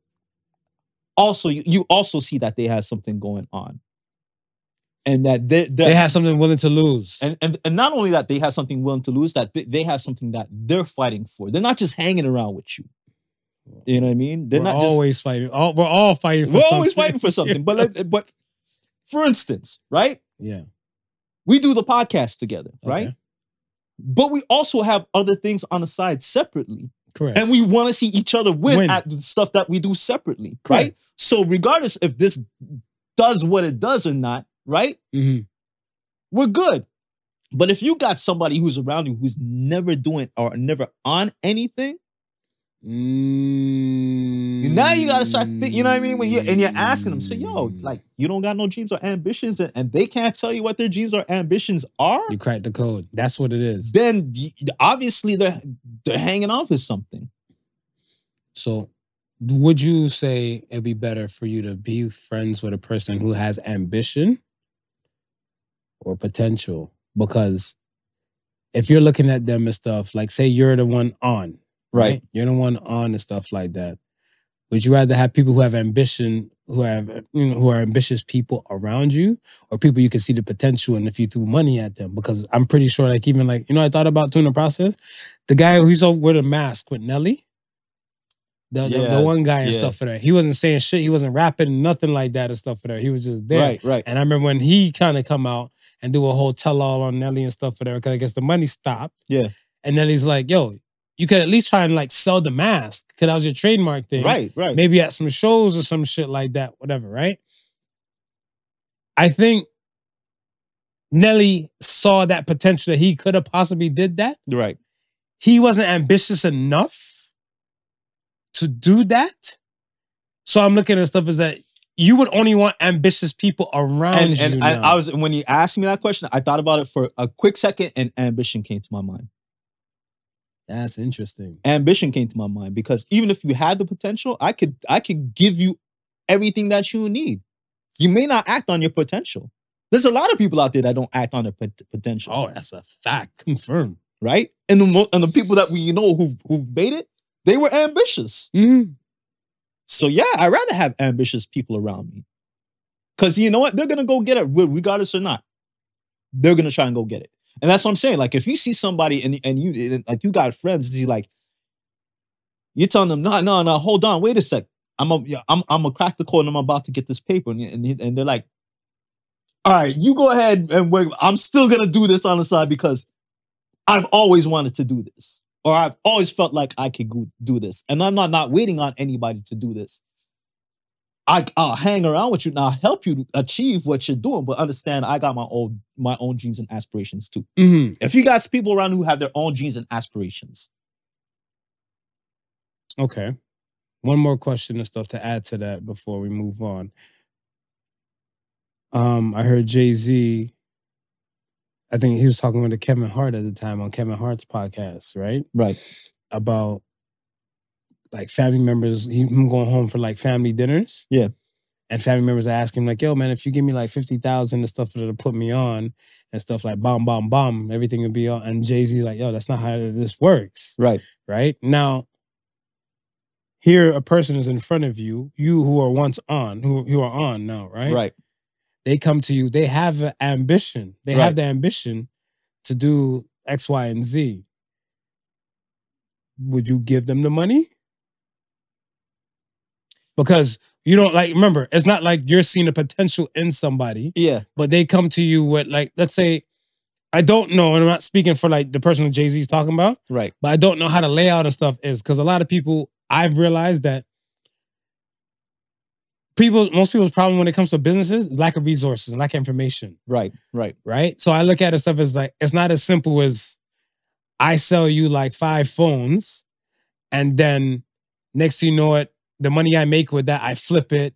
S1: also you, you also see that they have something going on, and that they
S2: they have something willing to lose.
S1: and, and and not only that they have something willing to lose that they, they have something that they're fighting for. They're not just hanging around with you. You know what I mean? They're
S2: we're
S1: not just
S2: always fighting. All, we're all fighting. For
S1: We're always
S2: something.
S1: fighting
S2: [laughs]
S1: for something. But let, but for instance, right?
S2: Yeah.
S1: We do the podcast together, right?
S2: Okay.
S1: But we also have other things on the side separately.
S2: Correct.
S1: And we want to see each other win,
S2: Win.
S1: at the stuff that we do separately,
S2: Correct.
S1: right? So regardless if this does what it does or not, right?
S2: Mhm.
S1: We're good. But if you got somebody who's around you who's never doing or never on anything, Now you gotta start, thi- you know what I mean? When you and you're asking them, say, "Yo, like you don't got no dreams or ambitions," and, and they can't tell you what their dreams or ambitions are,
S2: you cracked the code. That's what it is.
S1: then y- obviously they're they're hanging on for something.
S2: So would you say it'd be better for you to be friends with a person who has ambition or potential? Because if you're looking at them and stuff, like say you're the one on,
S1: Right.
S2: You're the one on and stuff like that. Would you rather have people who have ambition, who have you know, who are ambitious people around you, or people you can see the potential and if you threw money at them? Because I'm pretty sure, like even like you know, I thought about doing the process. The guy who's over with a mask with Nelly, the the,
S1: Yeah,
S2: the one guy and
S1: yeah.
S2: stuff for that. He wasn't saying shit. He wasn't rapping nothing like that and stuff for that. He was just there.
S1: Right, right.
S2: And I remember when he kind of come out and do a whole tell all on Nelly and stuff for that because I guess the money stopped.
S1: Yeah.
S2: And Nelly's like, "Yo, you could at least try and like sell the mask because that was your trademark thing,
S1: Right, right.
S2: Maybe at some shows or some shit like that, whatever, right?" I think Nelly saw that potential that he could have possibly did that.
S1: Right.
S2: He wasn't ambitious enough to do that. So I'm looking at stuff is that you would only want ambitious people around
S1: And
S2: you.
S1: and I,
S2: now.
S1: I was when you asked me that question, I thought about it for a quick second and ambition came to my mind.
S2: That's interesting.
S1: Ambition came to my mind because even if you had the potential, I could I could give you everything that you need. You may not act on your potential. There's a lot of people out there that don't act on their pot- potential.
S2: Oh, that's a fact. Confirmed.
S1: right? And the mo- and the people that we know who've who've made it, they were ambitious.
S2: Mm-hmm.
S1: So yeah, I'd rather have ambitious people around me. Cause you know what? They're gonna go get it, re- regardless or not. They're gonna try and go get it. And that's what I'm saying. Like if you see somebody and and you and, like you got friends, you like you're telling them, no, no, no, hold on, wait a sec. I'm a yeah, I'm I'm a crack the code and I'm about to get this paper. And, and, and they're like, all right, you go ahead and wait. I'm still gonna do this on the side because I've always wanted to do this, or I've always felt like I could go- do this, and I'm not not waiting on anybody to do this. I, I'll hang around with you and I'll help you achieve what you're doing, but understand I got my own my own dreams and aspirations too.
S2: Mm-hmm.
S1: If you got people around who have their own dreams and aspirations,
S2: Okay. One more question and stuff to add to that before we move on. Um, I heard Jay Z. I think he was talking with Kevin Hart at the time on Kevin Hart's podcast, right?
S1: right?
S2: About like family members, he- him going home for like family dinners.
S1: Yeah.
S2: And family members are asking him, like, yo, man, if you give me like 50,000 and stuff that'll put me on and stuff like bomb, bomb, bomb, everything will be on. And Jay Z, like, yo, that's not how this works
S1: Right,
S2: right? Now, here a person is in front of you, you who are once on, who, who are on now, right?
S1: right,
S2: They come to you, they have an ambition. They
S1: Right.
S2: have the ambition to do X, Y, and Z. Would you give them the money? Because you don't like, remember, it's not like you're seeing the potential in somebody
S1: yeah,
S2: but they come to you with like, let's say, I don't know, and I'm not speaking for like the person Jay Z is talking about,
S1: right,
S2: but I don't know how the layout and stuff is because a lot of people I've realized that people, most people's problem when it comes to businesses, is lack of resources, lack of information,
S1: right, right,
S2: right? So I look at it stuff as like it's not as simple as I sell you like five phones, and then next thing you know it, the money I make with that, I flip it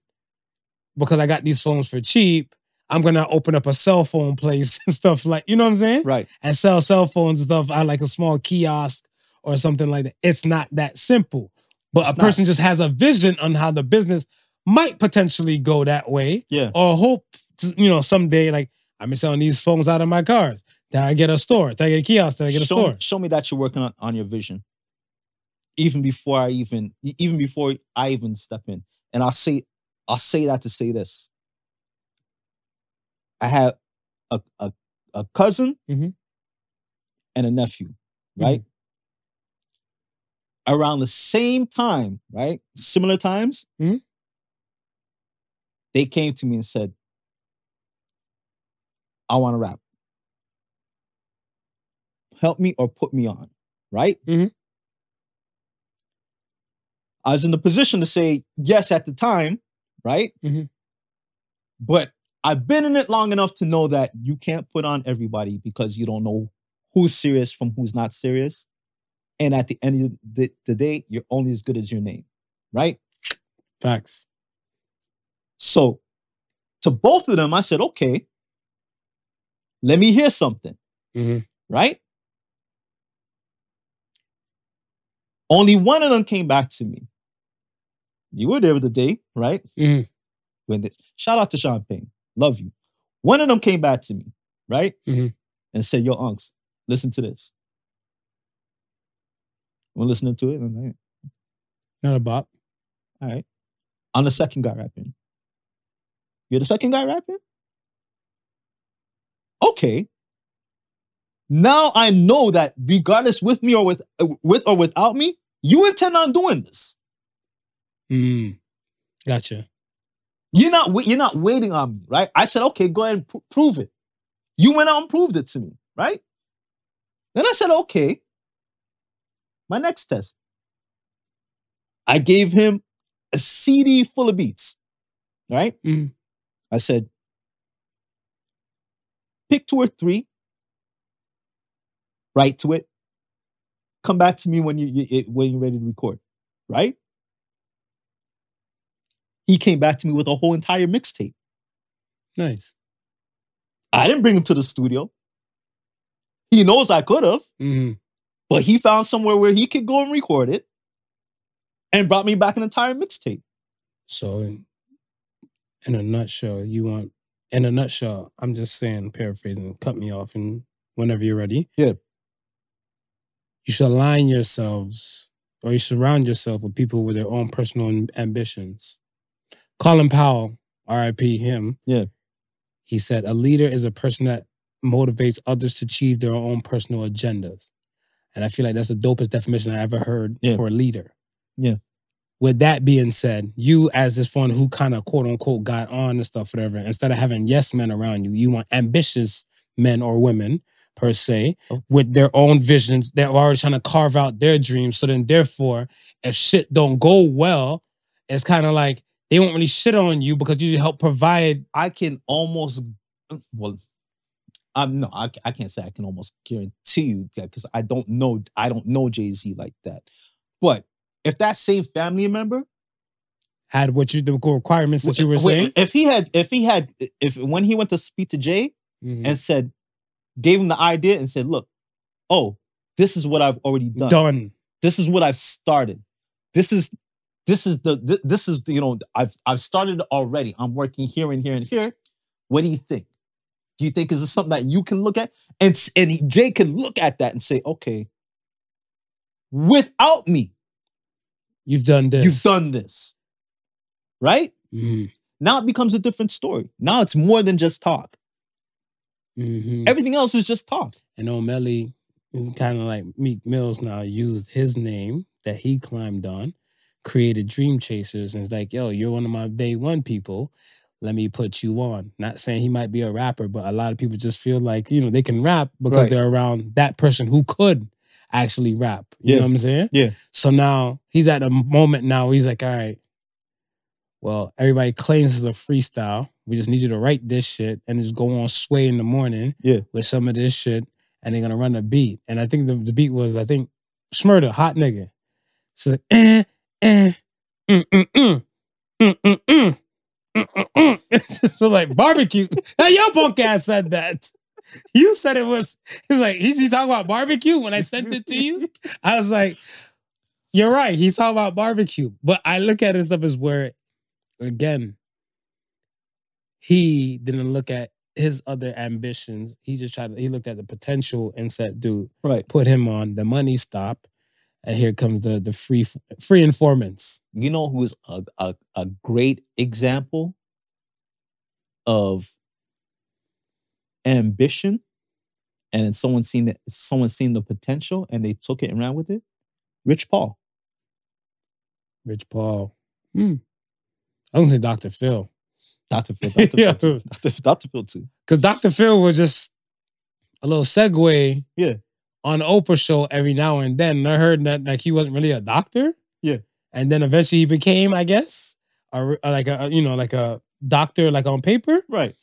S2: because I got these phones for cheap. I'm gonna open up a cell phone place [laughs] and stuff like you know what I'm saying?
S1: right,
S2: and sell cell phones and stuff at like a small kiosk or something like that. It's not that simple. But
S1: It's
S2: a person just has a vision on how the business might potentially go that way
S1: yeah,
S2: or hope, to, you know, someday, like, I've been selling these phones out of my cars. Then I get a store. Then I get a kiosk. Then I get a
S1: show,
S2: store.
S1: show me that you're working on, on your vision even before i even e, even before i even step in and i'll say i'll say that to say this i have a a, a cousin
S2: Mhm.
S1: and a nephew
S2: Mm-hmm.
S1: right around the same time right similar times
S2: Mhm.
S1: they came to me and said i want to rap help me or put me on, right?
S2: Mhm.
S1: I was in the position to say yes at the time, right?
S2: Mhm.
S1: But I've been in it long enough to know that you can't put on everybody because you don't know who's serious from who's not serious. And at the end of the, the day, you're only as good as your name, right?
S2: Facts.
S1: So to both of them, I said, okay, let me hear something.
S2: Mhm.
S1: Right? Only one of them came back to me You were there the day, right?
S2: Mhm.
S1: When this, shout out to Sean Payne, love you. One of them came back to me, right,
S2: Mhm.
S1: and said, "Yo, unks, listen to this." We're listening to it, and I'm like,
S2: Not a bop.
S1: all right. I'm the second guy rapping. You're the second guy rapping? Okay. Now I know that regardless with me or with with or without me, you intend on doing this.
S2: Mm. Gotcha.
S1: You're not wai- you're not waiting on me, right? I said, okay, go ahead and pro- prove it. You went out and proved it to me, right? Then I said, okay. My next test. I gave him a CD full of beats, right?
S2: Mm.
S1: I said, pick two or three, write to it, come back to me when you, you it- when you're ready to record, right? He came back to me with a whole entire mixtape.
S2: Nice.
S1: I didn't bring him to the studio. He knows I could have,
S2: Mm.
S1: but he found somewhere where he could go and record it, and brought me back an entire mixtape.
S2: So, in, in a nutshell, you want, in a nutshell, I'm just saying, paraphrasing, cut me off and whenever you're ready.
S1: Yeah.
S2: You should align yourselves or you surround yourself with people with their own personal am- ambitions. Colin Powell, RIP him.
S1: Yeah.
S2: He said, a leader is a person that motivates others to achieve their own personal agendas. And I feel like that's the dopest definition I ever heard
S1: Yeah.
S2: for a leader.
S1: Yeah.
S2: With that being said, you as this one who kind of quote unquote got on and stuff, whatever, instead of having yes men around you, you want ambitious men or women per se
S1: Oh.
S2: with their own visions that are already trying to carve out their dreams. So then therefore, if shit don't go well, it's kind of like they won't really shit on you because you help provide
S1: I can almost well, I'm no, I, ca- I can't say I can almost guarantee you that because I don't know I don't know Jay Z like that. But if that same family member,
S2: had what you the requirements that you were
S1: wait,
S2: saying.
S1: if he had, if he had, if when he went to speak to Jay
S2: Mhm.
S1: and said, gave him the idea and said, look, oh, this is what I've already done.
S2: Done.
S1: This is what I've started. This is this is the thi- this is the, you know I've I've started already. I'm working here and here and here. What do you think? Do you think is this something that you can look at? And s- and he- Jay can look at that and say, okay, without me,
S2: You've done this.
S1: you've done this, right?
S2: Mhm.
S1: Now it becomes a different story. Now it's more than just talk.
S2: Mhm.
S1: Everything else is just talk.
S2: And O'Malley is kind of like Meek Mills now used his name that he climbed on, created Dream Chasers, and it's like, yo, you're one of my day one people. Let me put you on. Not saying he might be a rapper, but a lot of people just feel like, you know, they can rap because
S1: Right.
S2: they're around that person who could actually rap. You
S1: Yeah.
S2: know what I'm saying?
S1: Yeah.
S2: So now he's at a moment now where he's like, all right, well, everybody claims it's a freestyle. We just need you to write this shit and just go on sway in the morning
S1: Yeah.
S2: with some of this shit, and they're gonna run a beat. And I think the, the beat was I think Smurda, hot nigga. So like, eh, eh, mm, mm, mm, mm, mm, mm, mm, mm, mm. [laughs] It's just like barbecue. now your punk ass said that. You said it was. He's like he's, he's talking about barbecue when I sent it to you. I was like, you're right. He's talking about barbecue. But I look at his stuff as where, again, he didn't look at his other ambitions. He just tried to, he looked at the potential and said, dude,
S1: Right.
S2: put him on the money stop. And here comes the the free free informants.
S1: you know who is a, a, a great example of ambition and then someone seen that someone seen the potential and they took it and ran with it rich paul
S2: Rich Paul. Hmm. I was gonna say
S1: [laughs]
S2: Dr. Phil.
S1: dr phil
S2: [laughs]
S1: dr,
S2: Yeah.
S1: phil, too. Dr. Phil- Dr. phil too
S2: Because Dr. Phil was just a little segue
S1: Yeah.
S2: on Oprah show every now and then. And I heard that like he wasn't really a doctor.
S1: Yeah.
S2: And then eventually he became, I guess, a, re- like a you know, like a doctor, like on paper.
S1: right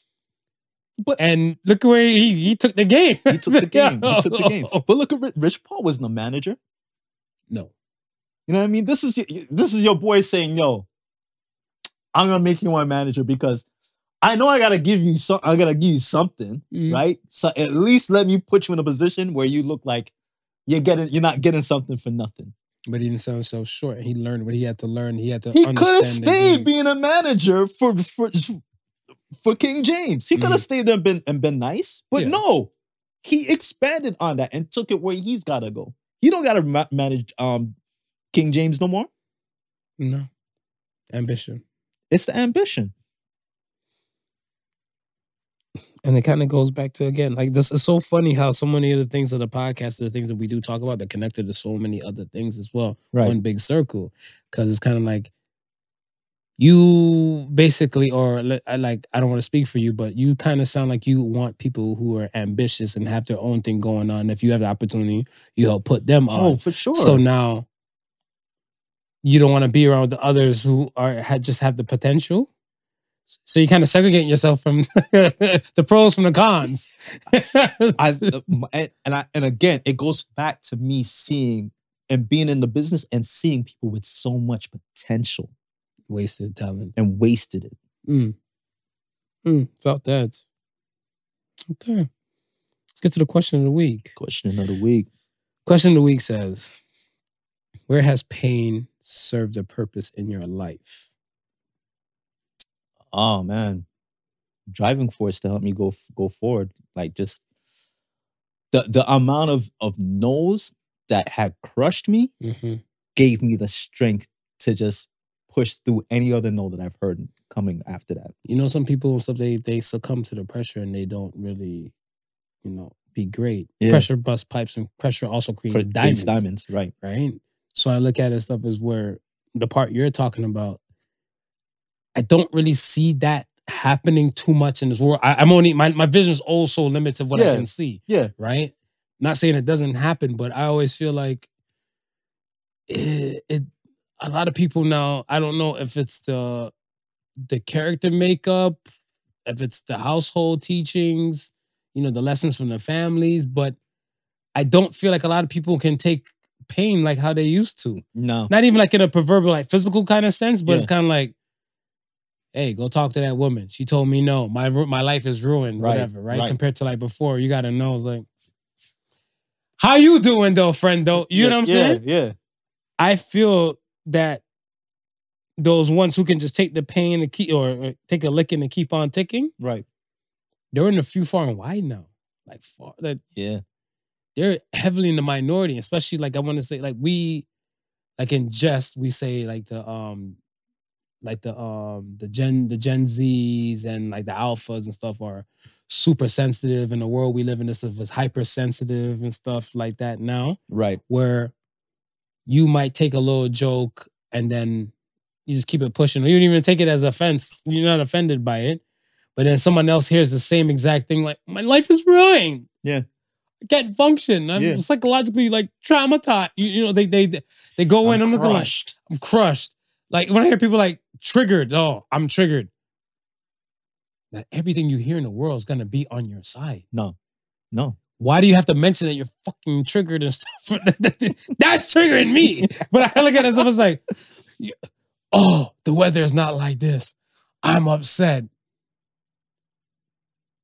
S2: And look where he he took the game.
S1: he took
S2: [laughs]
S1: the game he took the game but look at rich, rich paul wasn't a manager
S2: No.
S1: you know what i mean this is y- this is your boy saying yo i'm gonna make you my manager because i know i gotta give you some i gotta give you something right? So at least let me put you in a position where you look like you're getting you're not getting something for nothing.
S2: But he didn't sell himself short. He learned what he had to learn. He had to.
S1: He could have
S2: understand the
S1: stayed
S2: game.
S1: being a manager for for, for King James. He could have stayed there and been and been nice, but
S2: Yeah.
S1: no, he expanded on that and took it where he's got to go. He don't got to ma- manage um King James no more.
S2: No, ambition,
S1: It's the ambition.
S2: and it kind of goes back to again like this. It's so funny how so many of the things of the podcast, the things that we do talk about, they're connected to so many other things as well. one big circle because it's kind of like you basically or li- I like i don't want to speak for you but you kind of sound like you want people who are ambitious and have their own thing going on if you have the opportunity you help put them on
S1: Oh, for sure.
S2: so now you don't want to be around the others who are had just have the potential so you kind of segregating yourself from [laughs] the pros from the cons [laughs]
S1: I the- my- and, and I and again, it goes back to me seeing and being in the business and seeing people with so much potential
S2: wasted talent
S1: and wasted it.
S2: Mm. Mm, felt that. Okay. Let's get to the question of the week.
S1: Question another week.
S2: Question of the week says Where has pain served a purpose in your life?
S1: oh man driving force to help me go f- go forward like just the the amount of of no's that had crushed me
S2: Mm-hmm.
S1: gave me the strength to just push through any other no that i've heard coming after that
S2: You know, some people and stuff, they, they succumb to the pressure and they don't really, you know, be great.
S1: Yeah.
S2: Pressure busts pipes and pressure also creates
S1: Cra-
S2: diamonds.
S1: Creates diamonds right
S2: right? So I look at it stuff as where the part you're talking about, I don't really see that happening too much in this world. I, I'm only my, my vision is also limited of what I
S1: Yeah.
S2: can see.
S1: Yeah.
S2: Right. Not saying it doesn't happen, but I always feel like it, it a lot of people now, I don't know if it's the the character makeup, if it's the household teachings, you know, the lessons from the families, but I don't feel like a lot of people can take pain like how they used to.
S1: no
S2: Not even like in a proverbial, like physical kind of sense, but it's
S1: Yeah.
S2: kind of like, hey, go talk to that woman. She told me no. My ru- my life is ruined,
S1: Right,
S2: whatever, right?
S1: right.
S2: Compared to like before, you gotta know, it's like, how you doing though, friend though? You know what I'm saying?
S1: yeah yeah.
S2: I feel that those ones who can just take the pain and keep or or take a licking and keep on ticking,
S1: right
S2: they're in the few far and wide now. Like far like
S1: yeah
S2: they're heavily in the minority, especially like I want to say, like we, like in jest, we say like the um, like the um, the gen the Gen Zs and like the alphas and stuff are super sensitive in the world we live in. This is hypersensitive and stuff like that now,
S1: right
S2: where you might take a little joke and then you just keep it pushing, or you don't even take it as offense. You're not offended by it, but then someone else hears the same exact thing, like my life is ruined.
S1: Yeah.
S2: I can't function. I'm
S1: Yeah.
S2: psychologically like traumatized. You, you know, they they they go in. I'm, looking like I'm crushed. Like when I hear people like triggered, oh, I'm triggered. That everything you hear in the world is gonna be on your side.
S1: no no
S2: Why do you have to mention that you're fucking triggered and stuff? [laughs] That's triggering me. But I look at it and I was like, you- oh, the weather is not like this. I'm upset.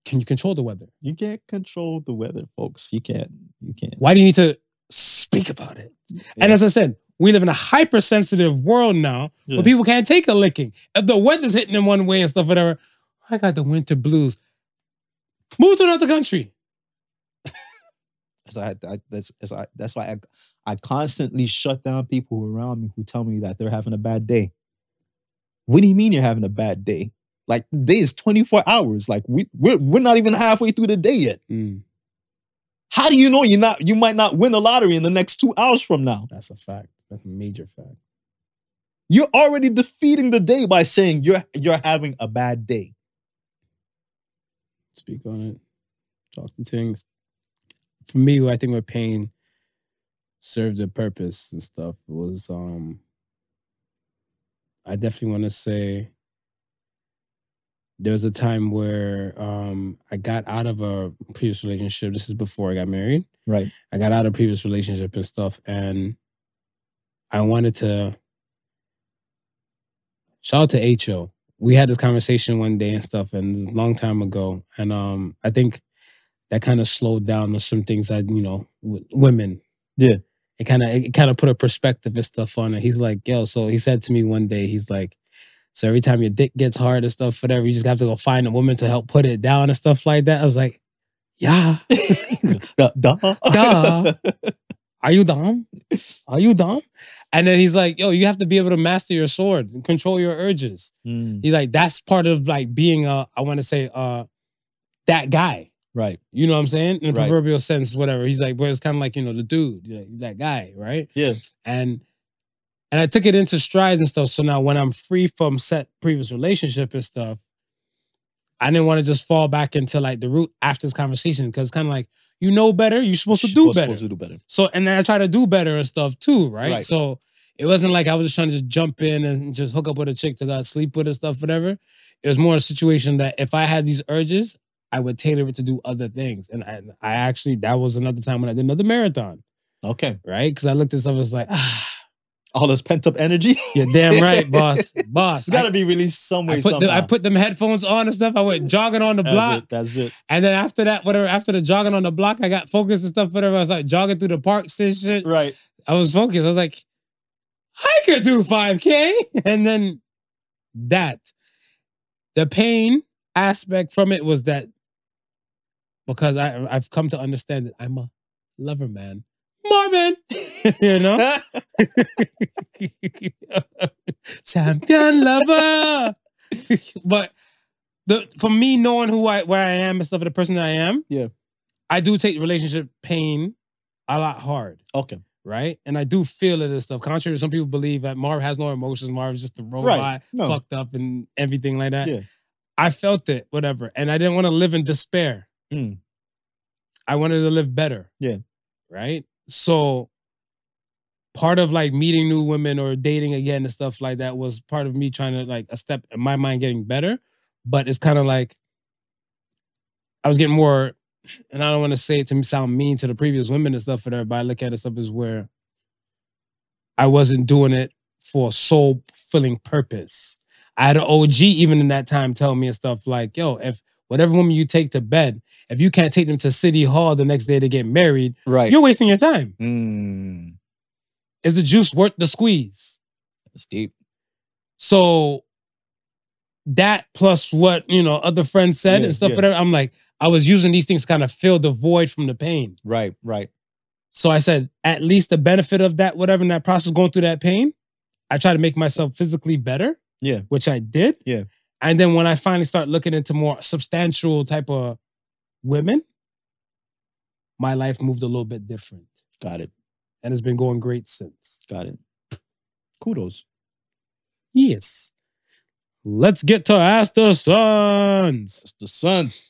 S2: Can you control the weather?
S1: you can't control the weather folks you can't you can't
S2: Why do you need to speak about it? And
S1: Yeah.
S2: as I said, we live in a hypersensitive world now
S1: Yeah.
S2: where people can't take a licking. If the weather's hitting them one way and stuff, whatever, I got the winter blues. Move to another country.
S1: So I, I, that's that's, I, that's why I, I constantly shut down people who are around me who tell me that they're having a bad day. What do you mean you're having a bad day? Like the day is 24 hours. Like we we're, we're not even halfway through the day yet.
S2: Mm.
S1: How do you know you're not you might not win the lottery in the next two hours from now?
S2: that's a fact. That's a major fact.
S1: You're already defeating the day by saying you're you're having a bad
S2: [laughs]
S1: day. [laughs]
S2: speak on it, talk to things. For me, I think where pain served a purpose and stuff was um I definitely want to say there was a time where um I got out of a previous relationship. This is before I got married.
S1: Right.
S2: I got out of previous relationship and stuff, and I wanted to shout out to HO. We had this conversation one day and stuff, and it was a long time ago, and um, I think that kind of slowed down on some things I, you know, with women.
S1: Yeah.
S2: it kind of it kind of put a perspective and stuff on it. He's like, yo, so he said to me one day, he's like, so every time your dick gets hard and stuff, whatever, you just have to go find a woman to help put it down and stuff like that. I was like, yeah,
S1: Duh, duh.
S2: Duh. are you dumb? Are you dumb? And then he's like, yo, you have to be able to master your sword and control your urges.
S1: Mm,
S2: He's like, that's part of like being a, I want to say, uh, that guy.
S1: right.
S2: You know what I'm saying? In the
S1: Right.
S2: proverbial sense, whatever. He's like, but it's kind of like, you know, the dude, you know, that guy, right?
S1: Yeah.
S2: And and I took it into strides and stuff. So now when I'm free from set previous relationship and stuff, I didn't want to just fall back into like the root after this conversation. Cause kind of like, you know better, you're supposed to do
S1: We're
S2: better.
S1: Supposed to do better.
S2: So and then I try to do better and stuff too, right?
S1: Right.
S2: So it wasn't like I was just trying to just jump in and just hook up with a chick to go sleep with and stuff, whatever. It was more a situation that if I had these urges, I would tailor it to do other things. And I, I actually that was another time when I did another marathon,
S1: Okay.
S2: right? Because I looked at stuff, it's like, ah,
S1: All this pent up energy. [laughs]
S2: you're damn right, boss,
S1: it's
S2: boss.
S1: got to
S2: I-
S1: be released some way,
S2: I put, them, I
S1: somehow.
S2: put them headphones on and stuff. I went jogging on the
S1: That's
S2: block.
S1: it. That's it.
S2: And then after that, whatever, after the jogging on the block, I got focused and stuff, whatever. I was like jogging through the parks and shit. [laughs]
S1: Right.
S2: I was focused. I was like, I could do 5K. [laughs] And then that, the pain aspect from it was that because I, I've come to understand that I'm a lover man. Marvin, [laughs] you know, [laughs] champion lover. [laughs] but the for me knowing who I where I am and stuff, the person that I am,
S1: Yeah.
S2: I do take relationship pain a lot hard
S1: okay.
S2: right? And I do feel it and stuff. Contrary to some people believe that Marv has no emotions, Marv's just a robot,
S1: No.
S2: fucked up and everything like that.
S1: Yeah.
S2: I felt it, whatever. And I didn't want to live in despair.
S1: Mm.
S2: I wanted to live better.
S1: Yeah.
S2: Right? So part of like meeting new women or dating again and stuff like that was part of me trying to like a step in my mind getting better. But it's kind of like I was getting more, and I don't want to say it to sound mean to the previous women and stuff, whatever, but I look at it stuff as where I wasn't doing it for a soul fulfilling purpose. I had an OG even in that time tell me and stuff like, yo, if whatever woman you take to bed, if you can't take them to City Hall the next day to get married,
S1: Right.
S2: you're wasting your time. Hmm.
S1: Mm,
S2: Is the juice worth the squeeze?
S1: that's deep.
S2: So that plus what, you know, other friends said
S1: Yeah,
S2: and stuff,
S1: yeah.
S2: whatever, I'm like, I was using these things to kind of fill the void from the pain.
S1: Right. Right.
S2: So I said, at least the benefit of that, whatever, in that process going through that pain, I try to make myself physically better.
S1: Yeah.
S2: Which I did.
S1: Yeah.
S2: And then when I finally start looking into more substantial type of women, my life moved a little bit different.
S1: Got it.
S2: And it's been going great since.
S1: Got it. Kudos.
S2: Yes. Let's get to Ask the Sons.
S1: It's the Suns.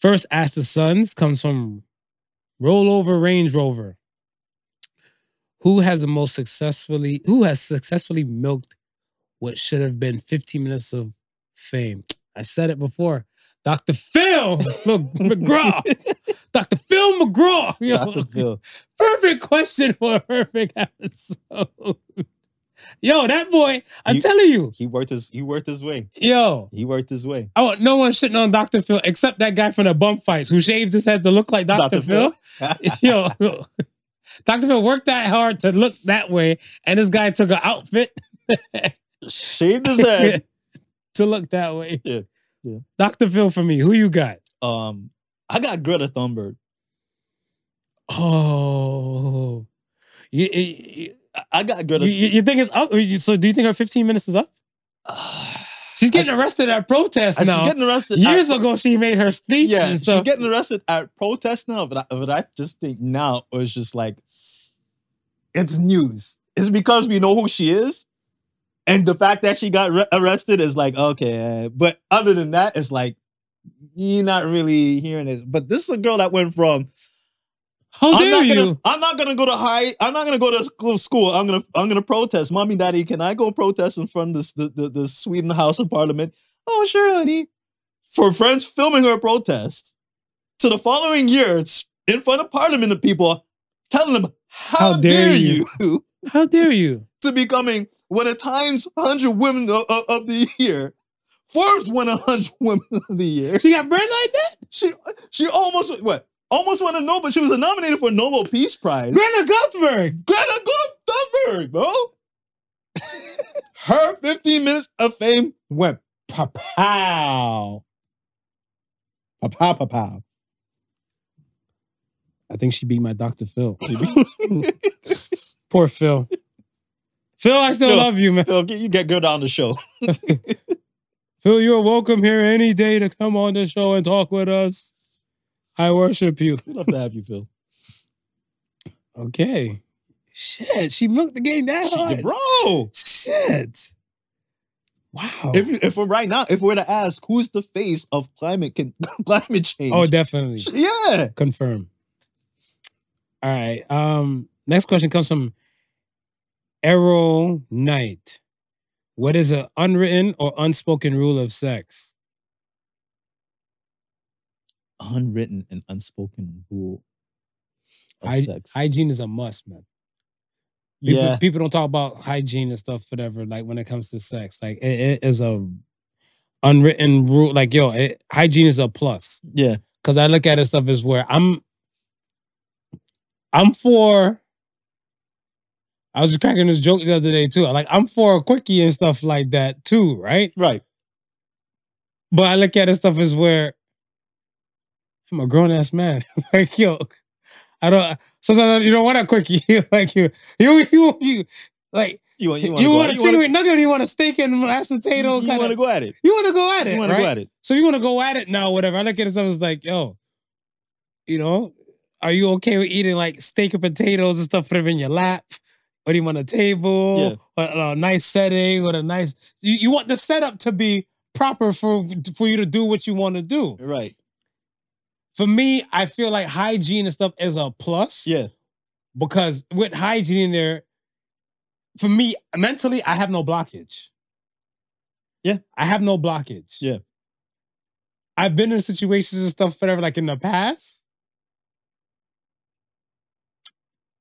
S2: First, Ask the Sons comes from Rollover Range Rover. Who has the most successfully, who has successfully milked what should have been 15 minutes of fame? I said it before.
S1: [laughs]
S2: Dr. Phil McGraw. Dr. Phil McGraw. Yo,
S1: Dr. Phil.
S2: Perfect question for a perfect [laughs] episode. Yo, that boy, I'm
S1: You-
S2: telling you.
S1: He worked his. He worked his way.
S2: Yo.
S1: He worked his way.
S2: Oh, no one's shitting on Dr. Phil except that guy from the bump fights who shaved his head to look like Dr. Phil. [laughs] Yo, Dr. Phil worked that hard to look that way, and this guy took an outfit [laughs]
S1: shaved his head.
S2: to look that way.
S1: Yeah, yeah.
S2: Dr. Phil for me, who you got?
S1: Um, I got Greta Thunberg.
S2: Oh. You, you,
S1: I- I got
S2: you,
S1: Greta. [sighs]
S2: you think it's up? So do you think her 15 minutes is up? She's getting arrested at protest
S1: And
S2: now.
S1: She's getting arrested.
S2: Years
S1: at,
S2: ago, she made her speech
S1: yeah,
S2: and
S1: she's
S2: stuff.
S1: getting arrested at protest now. But I, but I just think now it's just like it's news. It's because we know who she is, and the fact that she got re- arrested is like okay. eh, But other than that, it's like you're not really hearing this. But this is a girl that went from
S2: How
S1: I'm
S2: dare
S1: not
S2: you?
S1: gonna, I'm not gonna go to high. I'm not gonna go to school. school. I'm gonna I'm gonna protest. Mommy, daddy, can I go protest in front of this, the, the the Sweden House of Parliament? Oh sure, honey. For friends filming her protest, to the following year, it's in front of Parliament of people, telling them how, dare, you?
S2: How dare you?
S1: to becoming one of Times hundred women of, of, of the year. Forbes won hundred women of the year.
S2: She got bread like that?
S1: She she almost what almost won a Nobel. She was nominated for a Nobel Peace Prize.
S2: Greta Guthberg.
S1: Greta Thunberg, bro. [laughs] Her 15 minutes of fame went pa-pow. Pa-pow, pa-pow.
S2: I think she beat my
S1: [laughs]
S2: Dr. Phil. [laughs] Poor Phil. Phil, I still
S1: Phil.
S2: love you, man.
S1: Phil, get, you get good on the show. [laughs]
S2: Phil, you're welcome here any day to come on the show and talk with us. I worship you.
S1: We'd love to have you,
S2: [laughs]
S1: Phil.
S2: Okay. Shit, she milked the game that
S1: She-
S2: hard.
S1: bro.
S2: Shit. Wow.
S1: If you, if we're right now, if we're to ask who's the face of climate con- [laughs] climate change,
S2: oh, definitely.
S1: yeah,
S2: Confirm. All right. Um, next question comes from Errol Knight. What is an unwritten or unspoken rule of sex?
S1: unwritten and unspoken rule of sex.
S2: Hygiene is a must, man. People,
S1: yeah,
S2: people don't talk about hygiene and stuff, whatever. Like when it comes to sex, like it- it is a unwritten rule. Like yo, it, hygiene is a plus.
S1: yeah,
S2: Cause I look at it stuff as where I'm I'm for I was just cracking this joke the other day too. Like I'm for a quickie and stuff like that too, right?
S1: right.
S2: But I look at it stuff as where I'm a grown ass man. [laughs] like yo, I don't sometimes you don't want a quickie. [laughs] like you you you, you like
S1: You want
S2: you,
S1: you
S2: want a
S1: want
S2: chicken with nugget, you want a steak and mashed potato
S1: you
S2: kind
S1: want to
S2: of
S1: go at it.
S2: you want to go at it,
S1: You want
S2: right?
S1: to go at it.
S2: So you're gonna go at it now, whatever. I look at it stuff as like, yo, you know, are you okay with eating like steak and potatoes and stuff that in your lap? Or do you want a table? Or a nice setting with a nice you, you want the setup to be proper for for you to do what you want to do.
S1: Right.
S2: For me, I feel like hygiene and stuff is a plus.
S1: Yeah.
S2: Because with hygiene in there, for me, mentally, I have no blockage.
S1: Yeah.
S2: I have no blockage.
S1: Yeah.
S2: I've been in situations and stuff, whatever, like in the past.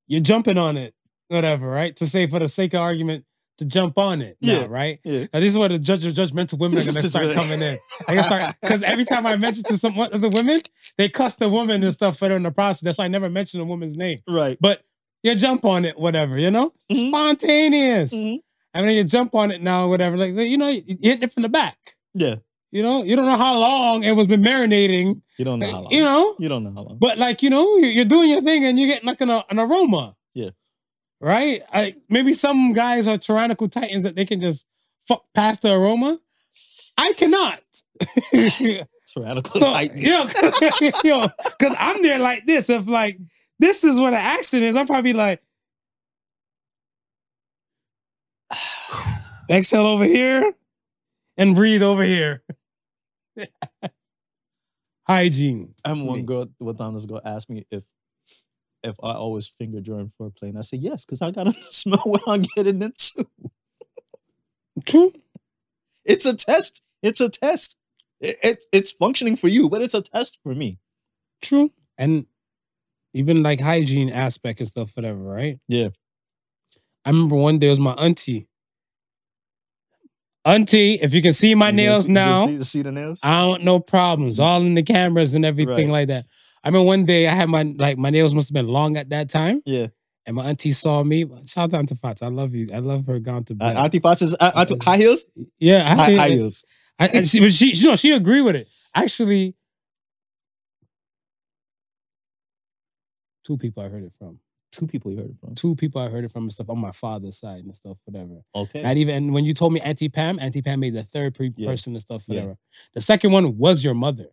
S2: You're jumping on it, whatever, right? To say for the sake of argument, to jump on it. Yeah.
S1: Yeah.
S2: right?
S1: Yeah.
S2: Now, this is where the judge of judgmental women are
S1: This is
S2: gonna
S1: just
S2: start
S1: really-
S2: coming in. I
S1: [laughs]
S2: can start because every time I mention to some of the women, they cuss the woman and stuff for in the process. That's why I never mention a woman's name.
S1: Right.
S2: But you jump on it, whatever, you know? Spontaneous.
S1: Mhm.
S2: And then you jump on it now, whatever. Like, you know, you hit it from the back.
S1: Yeah.
S2: You know, you don't know how long it was been marinating.
S1: You don't know how long.
S2: You know?
S1: You don't know how long.
S2: But like, you know, you- you're doing your thing and you're getting like an, an aroma.
S1: Yeah.
S2: Right? I, maybe some guys are tyrannical titans that they can just fuck past the aroma. I
S1: [laughs]
S2: cannot. [laughs]
S1: Tyrannical
S2: so,
S1: Titan.
S2: yeah, [laughs] yo, because I'm there like this. If like this is what the action is, I'm probably like, [sighs] exhale over here and breathe over here. [laughs] Hygiene.
S1: And one
S2: Me.
S1: girl, one time this girl asked me if if I always finger during foreplay, and I said yes, because I gotta [laughs] smell what I'm getting into.
S2: True.
S1: It's a test. It's a test. It, it's it's functioning for you, but it's a test for me.
S2: True. And even like hygiene aspect and stuff, whatever, right?
S1: Yeah.
S2: I remember one day it was my auntie. Auntie, if you can see my
S1: You can
S2: nails
S1: see- you
S2: now,
S1: can See, see the nails?
S2: I don't no problems. All in the cameras and everything
S1: Right.
S2: like that. I mean, one day I had my like my nails must have been long at that time.
S1: Yeah.
S2: And my auntie saw me. Shout out to Fats. I love you. I love her gone to bed.
S1: Uh, Auntie Potts is uh, Auntie- high heels.
S2: yeah, I,
S1: High, high
S2: I,
S1: heels.
S2: I, I- she, but she, she, no, she agreed with it. Actually, two people I heard it from.
S1: Two people you heard it from.
S2: Two people I heard it from and stuff on my father's side and stuff, whatever.
S1: Okay.
S2: Not even and when you told me Auntie Pam, Auntie Pam made the third pre-
S1: Yeah.
S2: person and stuff,
S1: Yeah.
S2: whatever. The second one was your mother.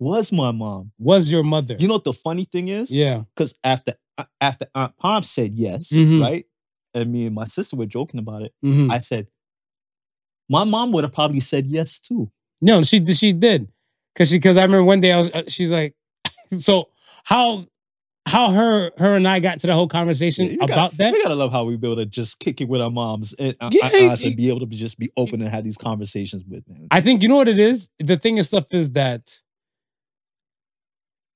S1: Was my mom.
S2: Was your mother.
S1: You know what the funny thing is?
S2: yeah.
S1: Because after uh, after Aunt Pom said yes,
S2: Mhm.
S1: right? And me and my sister were joking about it.
S2: Mhm.
S1: I said, my mom would have probably said yes too.
S2: No, she did- she did, cause she cause I remember one day I was uh, she's like, [laughs] so how how her her and I got to the whole conversation
S1: you
S2: about
S1: gotta, [laughs]
S2: that.
S1: We gotta love how we be able to just kick it with our moms and uh,
S2: Yeah,
S1: uh, us
S2: you-
S1: and be able to be, just be open and have these conversations with them.
S2: I think you know what it is. The thing is stuff is that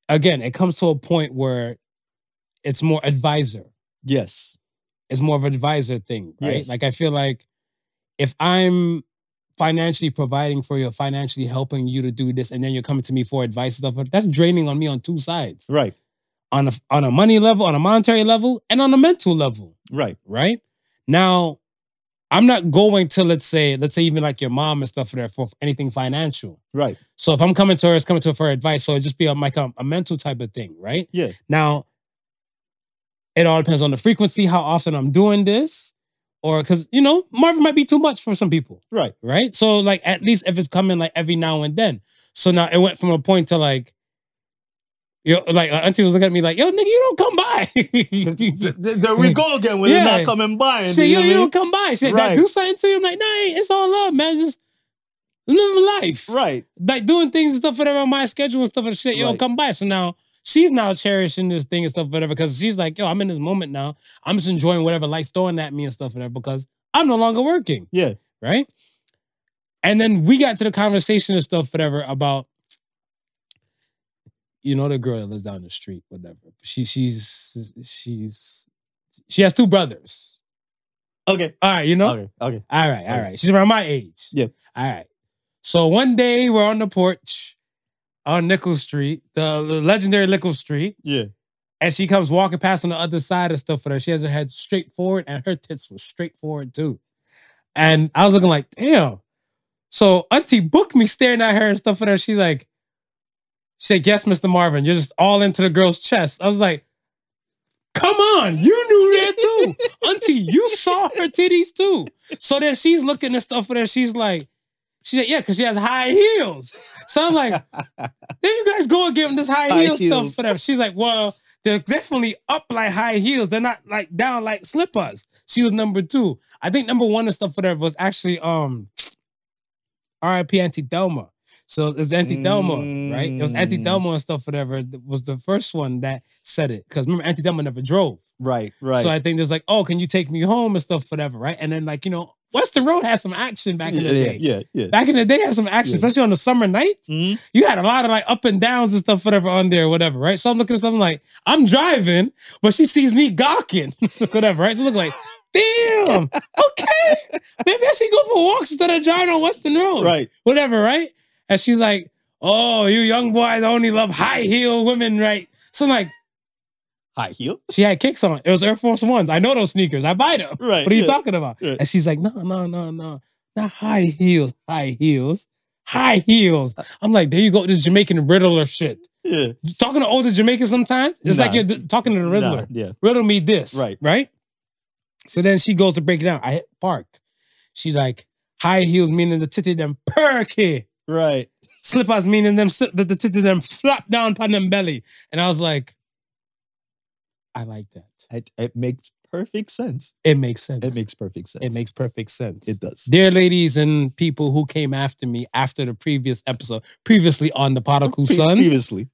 S2: again it comes to a point where it's more advisor.
S1: yes.
S2: It's more of an advisor thing, right?
S1: Yes.
S2: Like I feel like if I'm financially providing for you, or financially helping you to do this, and then you're coming to me for advice and stuff. like- That's draining on me on two sides,
S1: Right.
S2: on a on a money level, on a monetary level, and on a mental level.
S1: Right.
S2: Right now, I'm not going to let's say let's say even like your mom and stuff there for anything financial.
S1: Right.
S2: So if I'm coming to her, it's coming to her for advice. So it just be a, like a, a mental type of thing, right?
S1: Yeah.
S2: Now, it all depends on the frequency, how often I'm doing this, or because you know Marvin might be too much for some people,
S1: Right.
S2: right? So like at least if it's coming like every now and then. So now it went from a point to like, yo, like uh, auntie was looking at me like, yo, nigga, you don't come by. [laughs]
S1: Th- th- there we go again with
S2: Yeah.
S1: it not coming by.
S2: Shit, yo, you don't come by. Shit, that
S1: Right.
S2: do something to you. I'm like, nah, it's all love, man. Just living life
S1: Right.
S2: like doing things and stuff, whatever, on my schedule and stuff and shit. Yo,
S1: Right.
S2: come by. So now she's now cherishing this thing and stuff, whatever, because she's like, yo, I'm in this moment now. I'm just enjoying whatever life's throwing at me and stuff, whatever, because I'm no longer working,
S1: Yeah.
S2: right? And then we got to the conversation and stuff, whatever, about you know the girl that lives down the street, whatever. She she's she's she has two brothers.
S1: Okay.
S2: All right, you know?
S1: Okay. Okay.
S2: All right, all
S1: Okay.
S2: right. She's around my age.
S1: Yep.
S2: All right. So one day we're on the porch on Nickel Street, the legendary Nickel Street,
S1: Yeah.
S2: and she comes walking past on the other side and stuff for her. She has her head straight forward, and her tits were straight forward too. And I was looking like, damn. So Auntie booked me staring at her and stuff for her. She's like, she said, yes, Mr. Marvin, you're just all into the girl's chest. I was like, come on, you knew that
S1: [laughs]
S2: too. Auntie, you saw her titties too. So then she's looking and stuff for her. She's like, she said, yeah, because she has high heels. So I'm like, then you guys go and give them this high,
S1: High
S2: heel stuff
S1: heels.
S2: for them. She's like, well, they're definitely up like high heels. They're not like down like slippers. She was number two. I think number one and stuff for them was actually um RIP Auntie Delma. So it's Auntie Delma, right? It was Auntie
S1: Mm.
S2: Delma and stuff, whatever, that was the first one that said it. Because remember, Auntie Delma never drove.
S1: Right. Right.
S2: So I think there's like, oh, can you take me home and stuff, whatever, right? And then, like, you know, Western Road had some action back
S1: yeah,
S2: in the
S1: yeah,
S2: day.
S1: yeah. Yeah.
S2: Back in the day, had some action,
S1: Yeah.
S2: especially on the summer night.
S1: Mhm.
S2: You had a lot of like up and downs and stuff, whatever, on there, whatever, right? So I'm looking at something like, I'm driving, but she sees me gawking, [laughs] whatever, right? So look like, damn, okay, maybe I should go for walks instead of driving on Western Road,
S1: Right.
S2: whatever, right? And she's like, oh, you young boys only love high heel women, right? So I'm like,
S1: High heel.
S2: she had kicks on. It was Air Force Ones. I know those sneakers. I buy them.
S1: Right,
S2: What are you
S1: yeah,
S2: talking about?
S1: yeah.
S2: And she's like, no, no, no, no. Not high heels, high heels, high heels. I'm like, there you go, this Jamaican Riddler shit.
S1: [laughs] Yeah.
S2: Talking to older Jamaicans sometimes, it's
S1: Nah.
S2: like you're th- talking to the Riddler.
S1: Nah, yeah.
S2: Riddle me this.
S1: Right.
S2: Right? So then she goes to break it down. I hit park. She like, high heels meaning the titty them perky.
S1: Right.
S2: Slippers meaning them si- the, the titty them flop down upon them belly. And I was like, I like that.
S1: It, it makes perfect sense.
S2: It makes sense.
S1: It makes perfect sense.
S2: it makes perfect sense.
S1: it does.
S2: Dear ladies and people who came after me after the previous episode, previously on
S1: [laughs]
S2: the Particle
S1: Pre-
S2: Sons,
S1: Previously.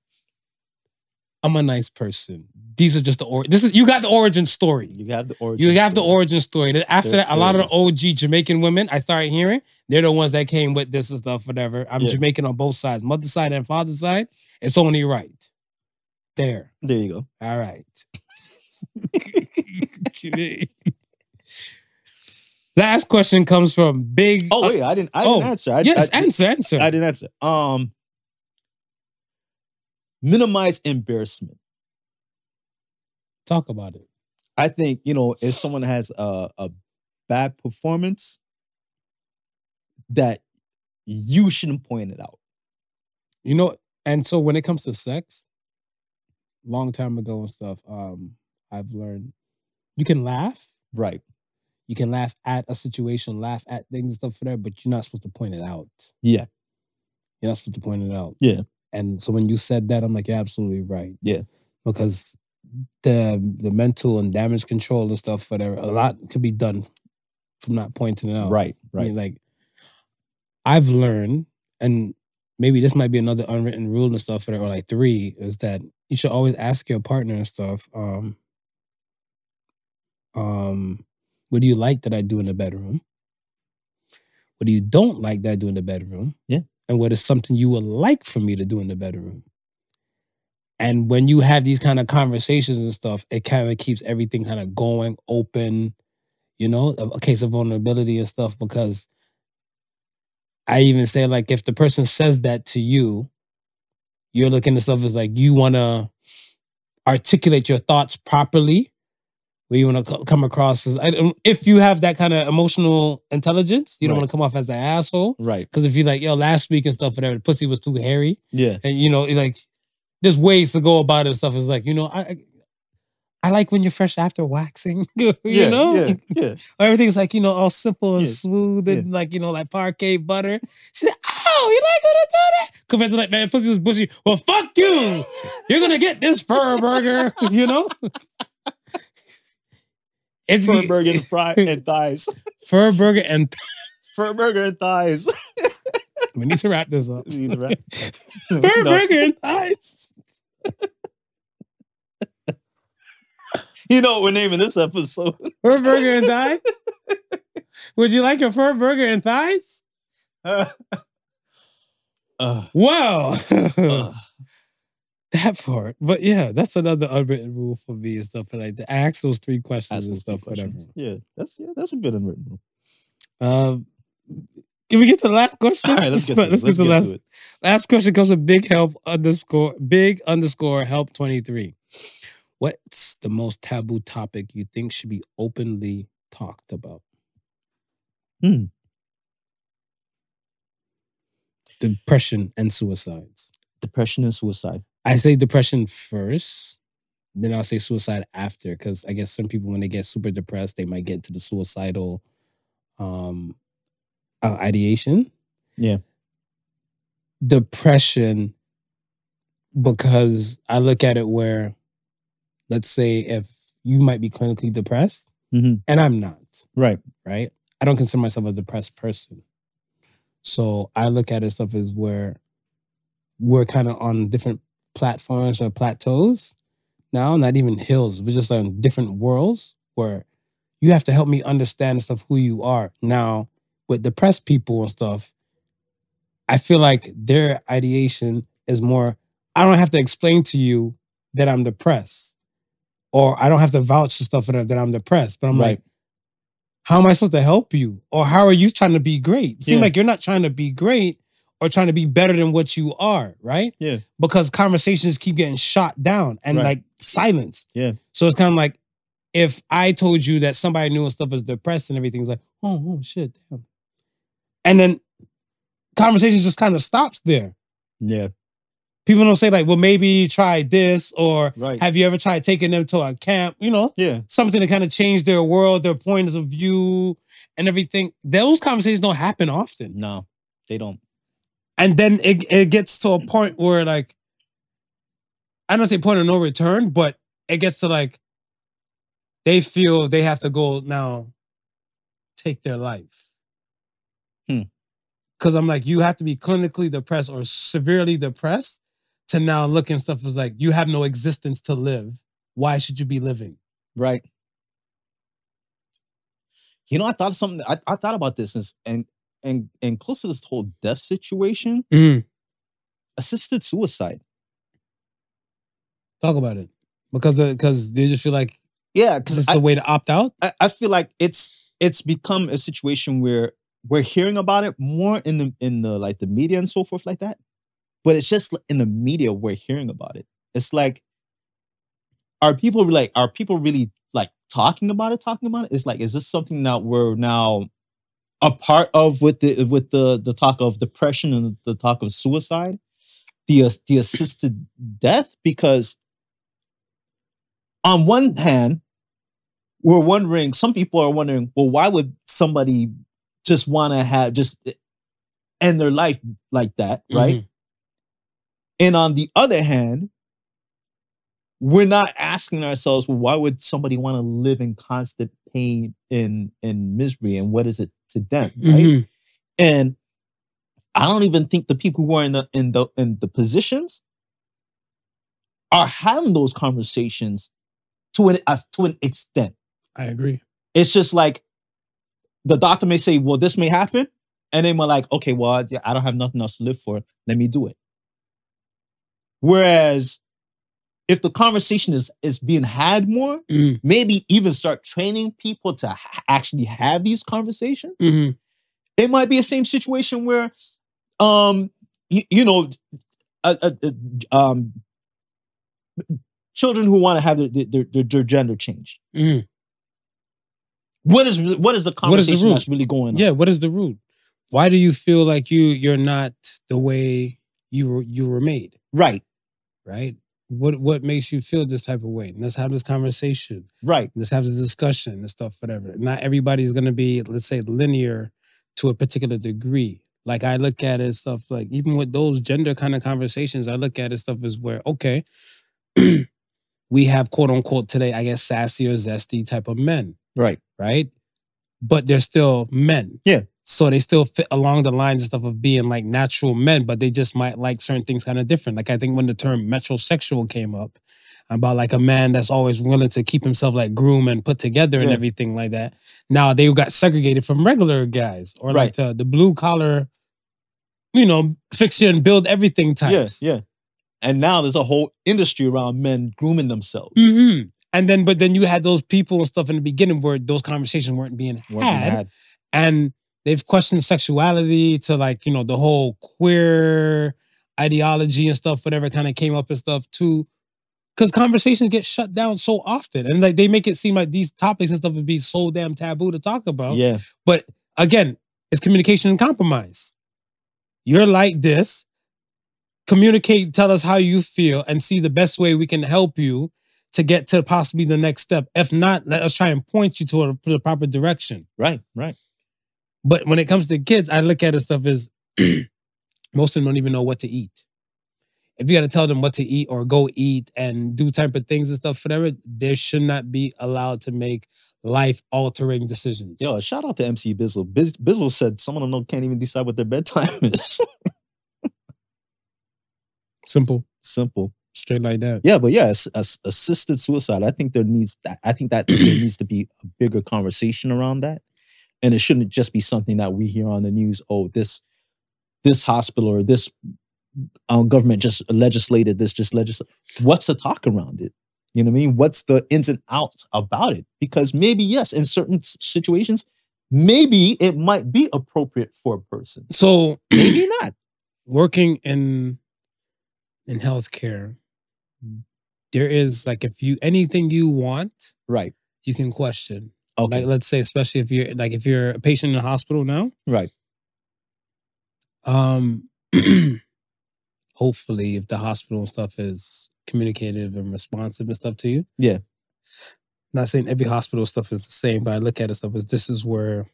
S2: I'm a nice person. These are just the or this is you got the origin story.
S1: You have the origin.
S2: You have the
S1: story.
S2: origin story. Then After
S1: There
S2: that, a lot of
S1: is.
S2: the OG Jamaican women I started hearing, they're the ones that came with this and stuff, whatever. I'm
S1: Yeah.
S2: Jamaican on both sides, mother's side and father's side. It's only right. There.
S1: There you go.
S2: All right. [laughs] Last question comes from Big.
S1: Oh wait, I didn't. I
S2: oh,
S1: didn't answer. I,
S2: yes,
S1: I,
S2: answer, answer.
S1: I didn't answer. Um, minimize embarrassment.
S2: Talk about it.
S1: I think you know if someone has a, a bad performance, that you shouldn't point it out.
S2: You know, and so when it comes to sex, long time ago and stuff, um, I've learned you can laugh.
S1: Right.
S2: You can laugh at a situation, laugh at things and stuff for that, but you're not supposed to point it out.
S1: Yeah.
S2: You're not supposed to point it out.
S1: Yeah.
S2: And so when you said that, I'm like, you're absolutely right.
S1: Yeah.
S2: Because the the mental and damage control and stuff, whatever, a lot could be done from not pointing it out.
S1: Right.
S2: I
S1: Right.
S2: mean, like I've learned, and maybe this might be another unwritten rule and stuff, or like three, is that you should always ask your partner and stuff, um, um, what do you like that I do in the bedroom? What do you don't like that I do in the bedroom?
S1: Yeah.
S2: And what is something you would like for me to do in the bedroom? And when you have these kind of conversations and stuff, it kind of keeps everything kind of going open you know, a a case of vulnerability and stuff because I even say like if the person says that to you, you're looking at stuff as like you want to articulate your thoughts properly, where you want to come across as I don't- if you have that kind of emotional intelligence, you don't
S1: Right.
S2: want to come off as an asshole.
S1: Right.
S2: Because if you're like, yo, last week and stuff, whatever, the pussy was too hairy,
S1: Yeah.
S2: and you know, it, like there's ways to go about it and stuff. It's like you know, I. I I like when you're fresh after waxing, [laughs] you
S1: yeah,
S2: know?
S1: Yeah. [laughs] Yeah.
S2: Everything's like, you know, all simple and
S1: Yeah,
S2: smooth and like, you know, like parquet butter. She said, Oh, you like gonna do that? Compared to like, man, pussy was bushy. Well, fuck you. You're gonna get this fur burger, [laughs] you know? It's
S1: Fur burger and [laughs] fry and thighs.
S2: fur burger and [laughs]
S1: Fur burger and thighs. [laughs]
S2: we need to wrap this up.
S1: We need to wrap-
S2: fur
S1: [laughs] No.
S2: burger and thighs.
S1: You know what we're naming this episode? [laughs]
S2: Fur burger and thighs. Would you like a fur burger and thighs?
S1: Uh,
S2: Wow.
S1: uh,
S2: [laughs] that part. But yeah, that's another unwritten rule for me and stuff like that. I ask those three questions
S1: ask
S2: and
S1: us
S2: stuff,
S1: questions.
S2: whatever.
S1: Yeah, that's yeah, that's a good unwritten [laughs] rule.
S2: Um, can we get to the last question?
S1: All right, let's get to it.
S2: Let's
S1: Let's
S2: get to the
S1: get
S2: last.
S1: to it.
S2: Last question comes from Big Help underscore Big underscore Help twenty three. What's the most taboo topic you think should be openly talked about?
S1: Hmm.
S2: Depression and suicides.
S1: Depression and suicide.
S2: I say depression first, then I'll say suicide after, because I guess some people when they get super depressed, they might get into the suicidal um uh, ideation.
S1: Yeah.
S2: Depression, because I look at it where, let's say, if you might be clinically depressed,
S1: Mhm.
S2: and I'm not
S1: Right.
S2: right? I don't consider myself a depressed person. So I look at it stuff as where we're kind of on different platforms or plateaus now, not even hills. We're just on different worlds where you have to help me understand and stuff who you are. Now, with depressed people and stuff, I feel like their ideation is more, I don't have to explain to you that I'm depressed. Or I don't have to vouch for stuff that I'm depressed. But I'm like,
S1: right.
S2: how am I supposed to help you? Or how are you trying to be great? Seem
S1: Yeah.
S2: like you're not trying to be great or trying to be better than what you are, right?
S1: Yeah.
S2: Because conversations keep getting shot down and
S1: Right.
S2: like silenced.
S1: Yeah.
S2: So it's kind of like if I told you that somebody knew and stuff is depressed and everything's like, oh, oh shit, damn. And then conversation just kind of stops there.
S1: yeah.
S2: People don't say like, well, maybe try this or
S1: Right.
S2: have you ever tried taking them to a camp? You know,
S1: yeah.
S2: something to kind of change their world, their points of view, and everything. Those conversations don't happen often.
S1: No, they don't.
S2: And then it, it gets to a point where, like, I don't say point of no return, but it gets to like, they feel they have to go now take their life.
S1: Hmm.
S2: Cause I'm like, you have to be clinically depressed or severely depressed to now look and stuff is like, you have no existence to live. Why should you be living?
S1: Right. You know, I thought something. I, I thought about this since and and and close to this whole death situation, assisted suicide.
S2: talk about it because because they just feel like
S1: Yeah,
S2: this
S1: because
S2: is the way to opt out.
S1: I, I feel like it's it's become a situation where we're hearing about it more in the in the like the media and so forth like that. But it's just like, in the media we're hearing about it. It's like are people re- like are people really like talking about it? Talking about it? It's like is this something that we're now a part of with the with the the talk of depression and the talk of suicide, the as- the assisted death? Because on one hand, we're wondering some people are wondering well why would somebody just want to have just end their life like that right and on the other hand we're not asking ourselves well why would somebody want to live in constant pain and and misery and what is it to them right
S2: Mm-hmm.
S1: and I don't even think the people who are in the in the in the positions are having those conversations to an as to an extent
S2: I agree.
S1: it's just like the doctor may say, "Well, this may happen," and then we're like, "Okay, well, I I don't have nothing else to live for. Let me do it." Whereas, if the conversation is is being had more,
S2: Mm,
S1: maybe even start training people to ha- actually have these conversations.
S2: mhm.
S1: It might be the same situation where, um, you, you know, uh, uh, uh, um, children who want to have their their, their their gender changed.
S2: Mm.
S1: What is what is the
S2: What is the
S1: conversation
S2: root?
S1: that's really going on?
S2: Yeah, what is the root? Why do you feel like you you're not the way you were you were made?
S1: Right,
S2: Right? What what makes you feel this type of way? And let's have this conversation.
S1: right,
S2: Let's have this discussion and stuff, whatever. Not everybody's gonna be, let's say, linear to a particular degree. Like I look at it stuff like even with those gender kind of conversations, I look at it stuff as where, okay, [clears throat] we have quote unquote today, I guess sassy or zesty type of men
S1: right.
S2: right? But they're still men.
S1: Yeah.
S2: So they still fit along the lines and stuff of being like natural men, but they just might like certain things kind of different. Like I think when the term metrosexual came up about like a man that's always willing to keep himself like groom and put together and
S1: Yeah.
S2: everything like that. Now they got segregated from regular guys or like
S1: Right.
S2: the, the blue collar, you know, fix you and build everything types.
S1: Yes, yeah, And now there's a whole industry around men grooming themselves.
S2: hmm And then, but then you had those people and stuff in the beginning where those conversations weren't being
S1: What we
S2: had.
S1: had.
S2: and they've questioned sexuality to like you know the whole queer ideology and stuff whatever kind of came up and stuff too because conversations get shut down so often and like they make it seem like these topics and stuff would be so damn taboo to talk about
S1: Yeah,
S2: but again it's communication and compromise you're like this communicate tell us how you feel and see the best way we can help you to get to possibly the next step if not let us try and point you to a- to the proper direction
S1: right, right.
S2: but when it comes to kids, I look at it stuff as [clears throat] most of them don't even know what to eat. If you got to tell them what to eat or go eat and do type of things and stuff, whatever, they should not be allowed to make life altering decisions.
S1: Yo, shout out to MC Bizzle. Biz- Bizzle said some of them don't, can't even decide what their bedtime [laughs] is.
S2: Simple,
S1: Simple.
S2: straight like that.
S1: Yeah, but yeah, as, as- assisted suicide. I think there needs that. I think that there needs to be a bigger conversation around that, and it shouldn't just be something that we hear on the news. Oh, this this hospital or this um, government just legislated this. Just legislate. What's the talk around it? You know what I mean? What's the ins and outs about it? Because maybe yes, in certain s- situations, maybe it might be appropriate for a person.
S2: [clears throat] So
S1: Maybe not.
S2: working in in healthcare, there is like if you anything you want,
S1: Right.
S2: you can question.
S1: Okay.
S2: Like let's say, especially if you're like if you're a patient in the hospital now,
S1: right.
S2: Um, [clears throat] hopefully, if the hospital and stuff is communicative and responsive and stuff to you.
S1: Yeah.
S2: Not saying every hospital stuff is the same, but I look at it stuff as this is where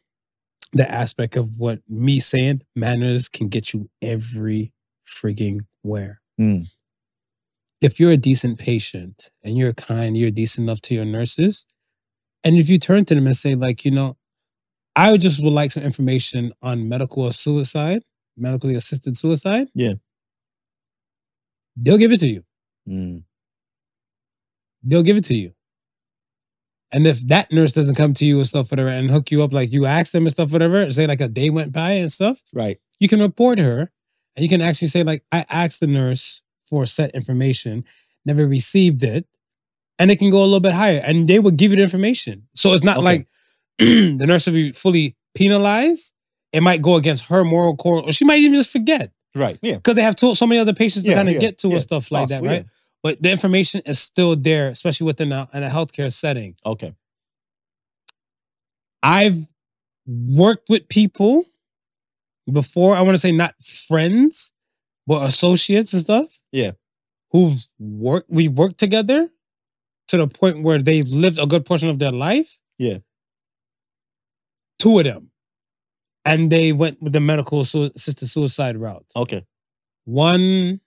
S2: the aspect of what me saying manners can get you every frigging where.
S1: Mm.
S2: If you're a decent patient and you're kind, you're decent enough to your nurses, and if you turn to them and say, like, you know, I just would like some information on medical or suicide, medically assisted suicide.
S1: Yeah.
S2: They'll give it to you.
S1: Mm.
S2: They'll give it to you. And if that nurse doesn't come to you and stuff, whatever, and hook you up like you asked them and stuff, whatever, say like a day went by and stuff,
S1: Right.
S2: you can report her and you can actually say, like, I asked the nurse for set information, never received it. And it can go a little bit higher. And they will give you the information. So it's not
S1: Okay.
S2: like [clears throat] the nurse will be fully penalized. It might go against her moral core, or she might even just forget
S1: Right. Yeah.
S2: because they have to, so many other patients to
S1: Yeah,
S2: kind of
S1: yeah,
S2: get to
S1: yeah,
S2: and stuff like
S1: Possible,
S2: that, right? But the information is still there, especially within a, in a healthcare setting.
S1: yeah. Okay.
S2: I've worked with people before, I want to say not friends, but associates and stuff.
S1: Yeah.
S2: Who've worked, we've worked together to the point where they've lived a good portion of their life.
S1: Yeah.
S2: Two of them. And they went with the medical su- assisted suicide route.
S1: Okay.
S2: One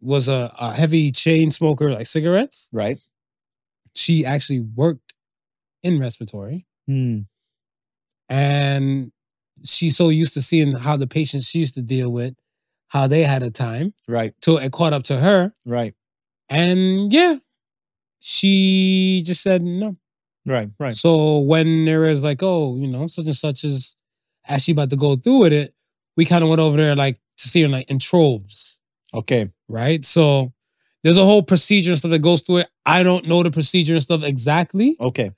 S2: was a, a heavy chain smoker, like cigarettes.
S1: Right.
S2: She actually worked in respiratory
S1: Hmm.
S2: and she's so used to seeing how the patients she used to deal with, how they had a time
S1: Right.
S2: till it caught up to her.
S1: Right.
S2: And yeah, she just said no.
S1: Right. Right.
S2: So when there is like, oh, you know, such and such is actually about to go through with it, we kind of went over there like to see her like in troves.
S1: Okay.
S2: right? So there's a whole procedure and stuff that goes through it. I don't know the procedure and stuff exactly,
S1: Okay.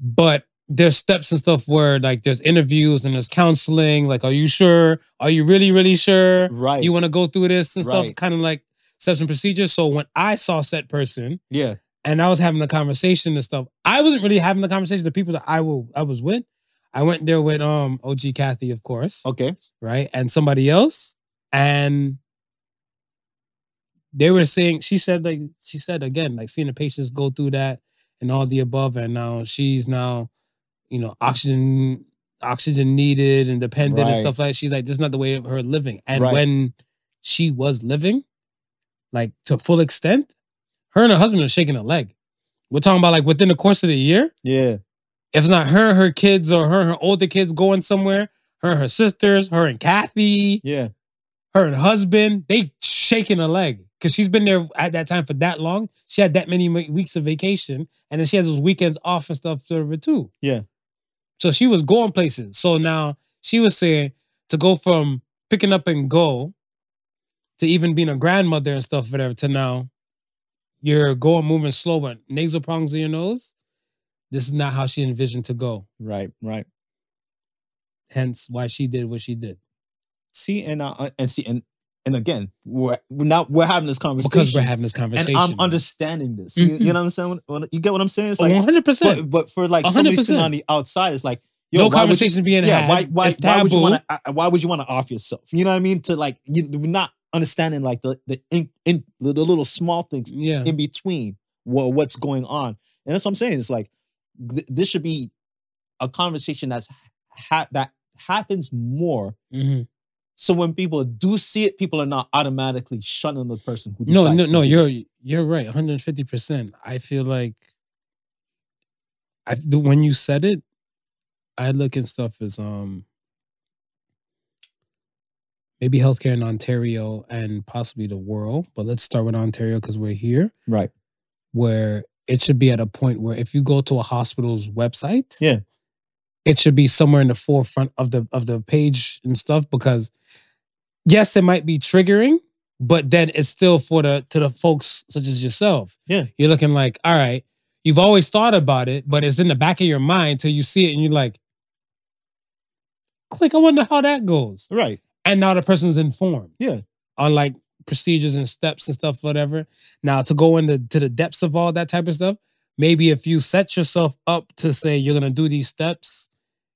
S2: but there's steps and stuff where like there's interviews and there's counseling. Like, are you sure? Are you really, really sure?
S1: Right.
S2: You want to go through this and stuff,
S1: Right.
S2: kind of like steps and procedures. So when I saw said person
S1: yeah.
S2: and I was having the conversation and stuff, I wasn't really having the conversation. The people that I will I was with, I went there with um OG Kathy, of course,
S1: Okay.
S2: right, and somebody else, and they were saying she said like she said again like seeing the patients go through that and all the above, and now she's now you know oxygen oxygen needed and dependent and
S1: Right.
S2: stuff like she's like this is not the way of her living and
S1: Right.
S2: when she was living like to full extent her and her husband are shaking a leg we're talking about like within the course of the year
S1: Yeah.
S2: if it's not her her kids or her her older kids going somewhere her her sisters her and kathy
S1: Yeah.
S2: her and husband, they shaking a leg because she's been there at that time for that long. She had that many m- weeks of vacation, and then she has those weekends off and stuff for her too.
S1: Yeah.
S2: So she was going places. So now she was saying to go from picking up and go to even being a grandmother and stuff, whatever, to now you're going moving slow, but nasal prongs in your nose. This is not how she envisioned to go.
S1: Right. Right.
S2: Hence why she did what she did.
S1: See and I and see and and again we're we're now we're having this conversation
S2: Because we're having this
S1: and
S2: conversation. Oh,
S1: I'm understanding this. You, you
S2: Mhm.
S1: know what I'm saying? What- You get what I'm saying? It's like
S2: 100%.
S1: but, but for like somebody sitting
S2: 100%.
S1: on the outside, it's like
S2: no
S1: why would you-
S2: conversation being
S1: yeah,
S2: had.
S1: why why,
S2: It's
S1: why would you
S2: taboo.
S1: want to why would you want to off yourself? You know what I mean? To like you, are not understanding like the the in, in, the little small things
S2: Yeah,
S1: in between wha- what's going on, and that's what I'm saying. It's like th- this should be a conversation that's ha- that happens more.
S2: Mhm.
S1: So when people do see it, people are not automatically shunning the person who
S2: no,
S1: decides
S2: no,
S1: to
S2: no.
S1: do
S2: You're you're right. One hundred fifty percent. I feel like I the, when you said it, I look at stuff as um maybe healthcare in Ontario and possibly the world. But let's start with Ontario because we're here,
S1: right.
S2: where it should be at a point where if you go to a hospital's website,
S1: Yeah.
S2: it should be somewhere in the forefront of the of the page and stuff because yes, it might be triggering, but then it's still for the to the folks such as yourself.
S1: Yeah.
S2: You're looking like, all right, you've always thought about it, but it's in the back of your mind till you see it and you're like, click, I wonder how that goes.
S1: Right.
S2: And now the person's informed.
S1: Yeah.
S2: On like procedures and steps and stuff, whatever. Now to go into to the depths of all that type of stuff, maybe if you set yourself up to say you're gonna do these steps,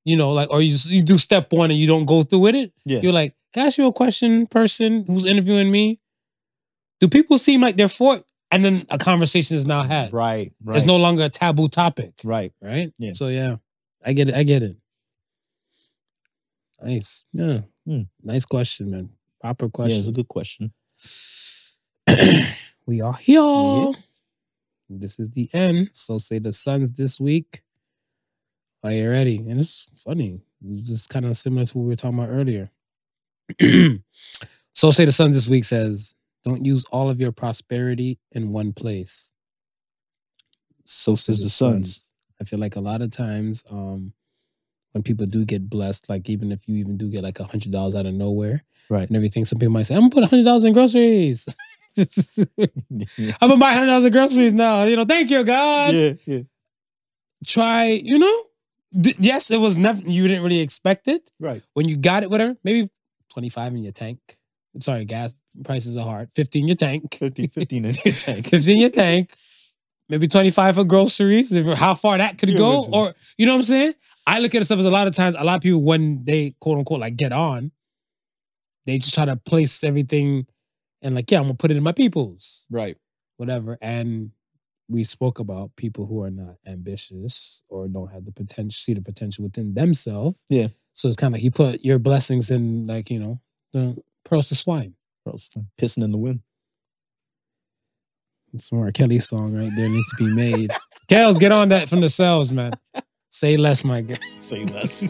S2: you know, like or you you do step one and you don't go through with it,
S1: Yeah.
S2: you're like, can I ask you a question, person who's interviewing me? Do people seem like they're for it? And then a conversation is now had.
S1: Right. Right.
S2: It's no longer a taboo topic.
S1: right.
S2: Right?
S1: Yeah.
S2: So yeah. I get it. I get it. Nice. Yeah.
S1: Hmm.
S2: Nice question, man. Proper
S1: Yeah, it's a good
S2: question.
S1: question.
S2: [coughs] we are here.
S1: Yeah.
S2: This is the end. So say the Suns this week. Are you ready? And it's funny. It's just kind of similar to what we were talking about earlier. [clears throat] so say the Suns this week says, don't use all of your prosperity in one place.
S1: So says the sons.
S2: I feel like a lot of times, um, when people do get blessed, like even if you even do get like a hundred dollars out of nowhere,
S1: Right.
S2: and everything, some people might say, "I'm gonna put a hundred dollars in groceries. [laughs] I'm
S1: [laughs] yeah.
S2: gonna buy a hundred dollars in groceries now." You know, thank you, God.
S1: Yeah. Yeah.
S2: Try, you know, D- yes, it was nothing you didn't really expect it
S1: Right.
S2: when you got it. Whatever, maybe twenty five in your tank. Sorry, gas prices are hard. Fifteen in your tank.
S1: 15, 15 in your tank. [laughs]
S2: Fifteen in your tank. Maybe 25 for groceries, if- how far that could
S1: Yeah,
S2: go.
S1: listen.
S2: Or, you know what I'm saying? I look at it stuff as a lot of times, a lot of people, when they quote unquote like get on, they just try to place everything and like, yeah, I'm gonna put it in my people's,
S1: Right.
S2: whatever. And we spoke about people who are not ambitious or don't have the potential, see the potential within themselves.
S1: Yeah.
S2: So it's kind of like you put your blessings in, like, you know, the pearls to swine.
S1: Or else I'm Pissing in the wind.
S2: It's more Kelly song right there needs to be made. Kels, get on that from the cells, man. Say less, my guy.
S1: Say less.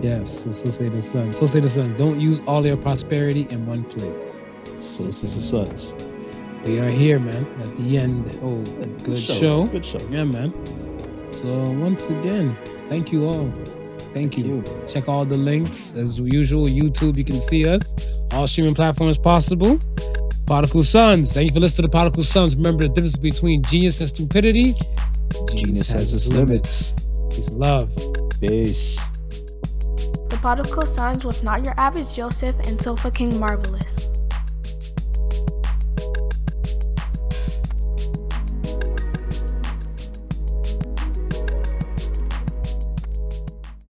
S2: Yes, so, so say the sun. So say the sun. Don't use all your prosperity in one place.
S1: so says the sons.
S2: We are here, man. At the end. Oh, good show.
S1: Good show.
S2: Yeah, man. So once again, thank you all. Thank, you. Check all the links as usual. YouTube, you can see us. All streaming platforms possible. Particle Sons. Thank you for listening to Particle Sons. Remember the difference between genius and stupidity.
S1: Genius has its limits.
S2: It's love.
S1: Peace.
S3: The particle signs with Not Your Average Joseph and Sofa King Marvelous.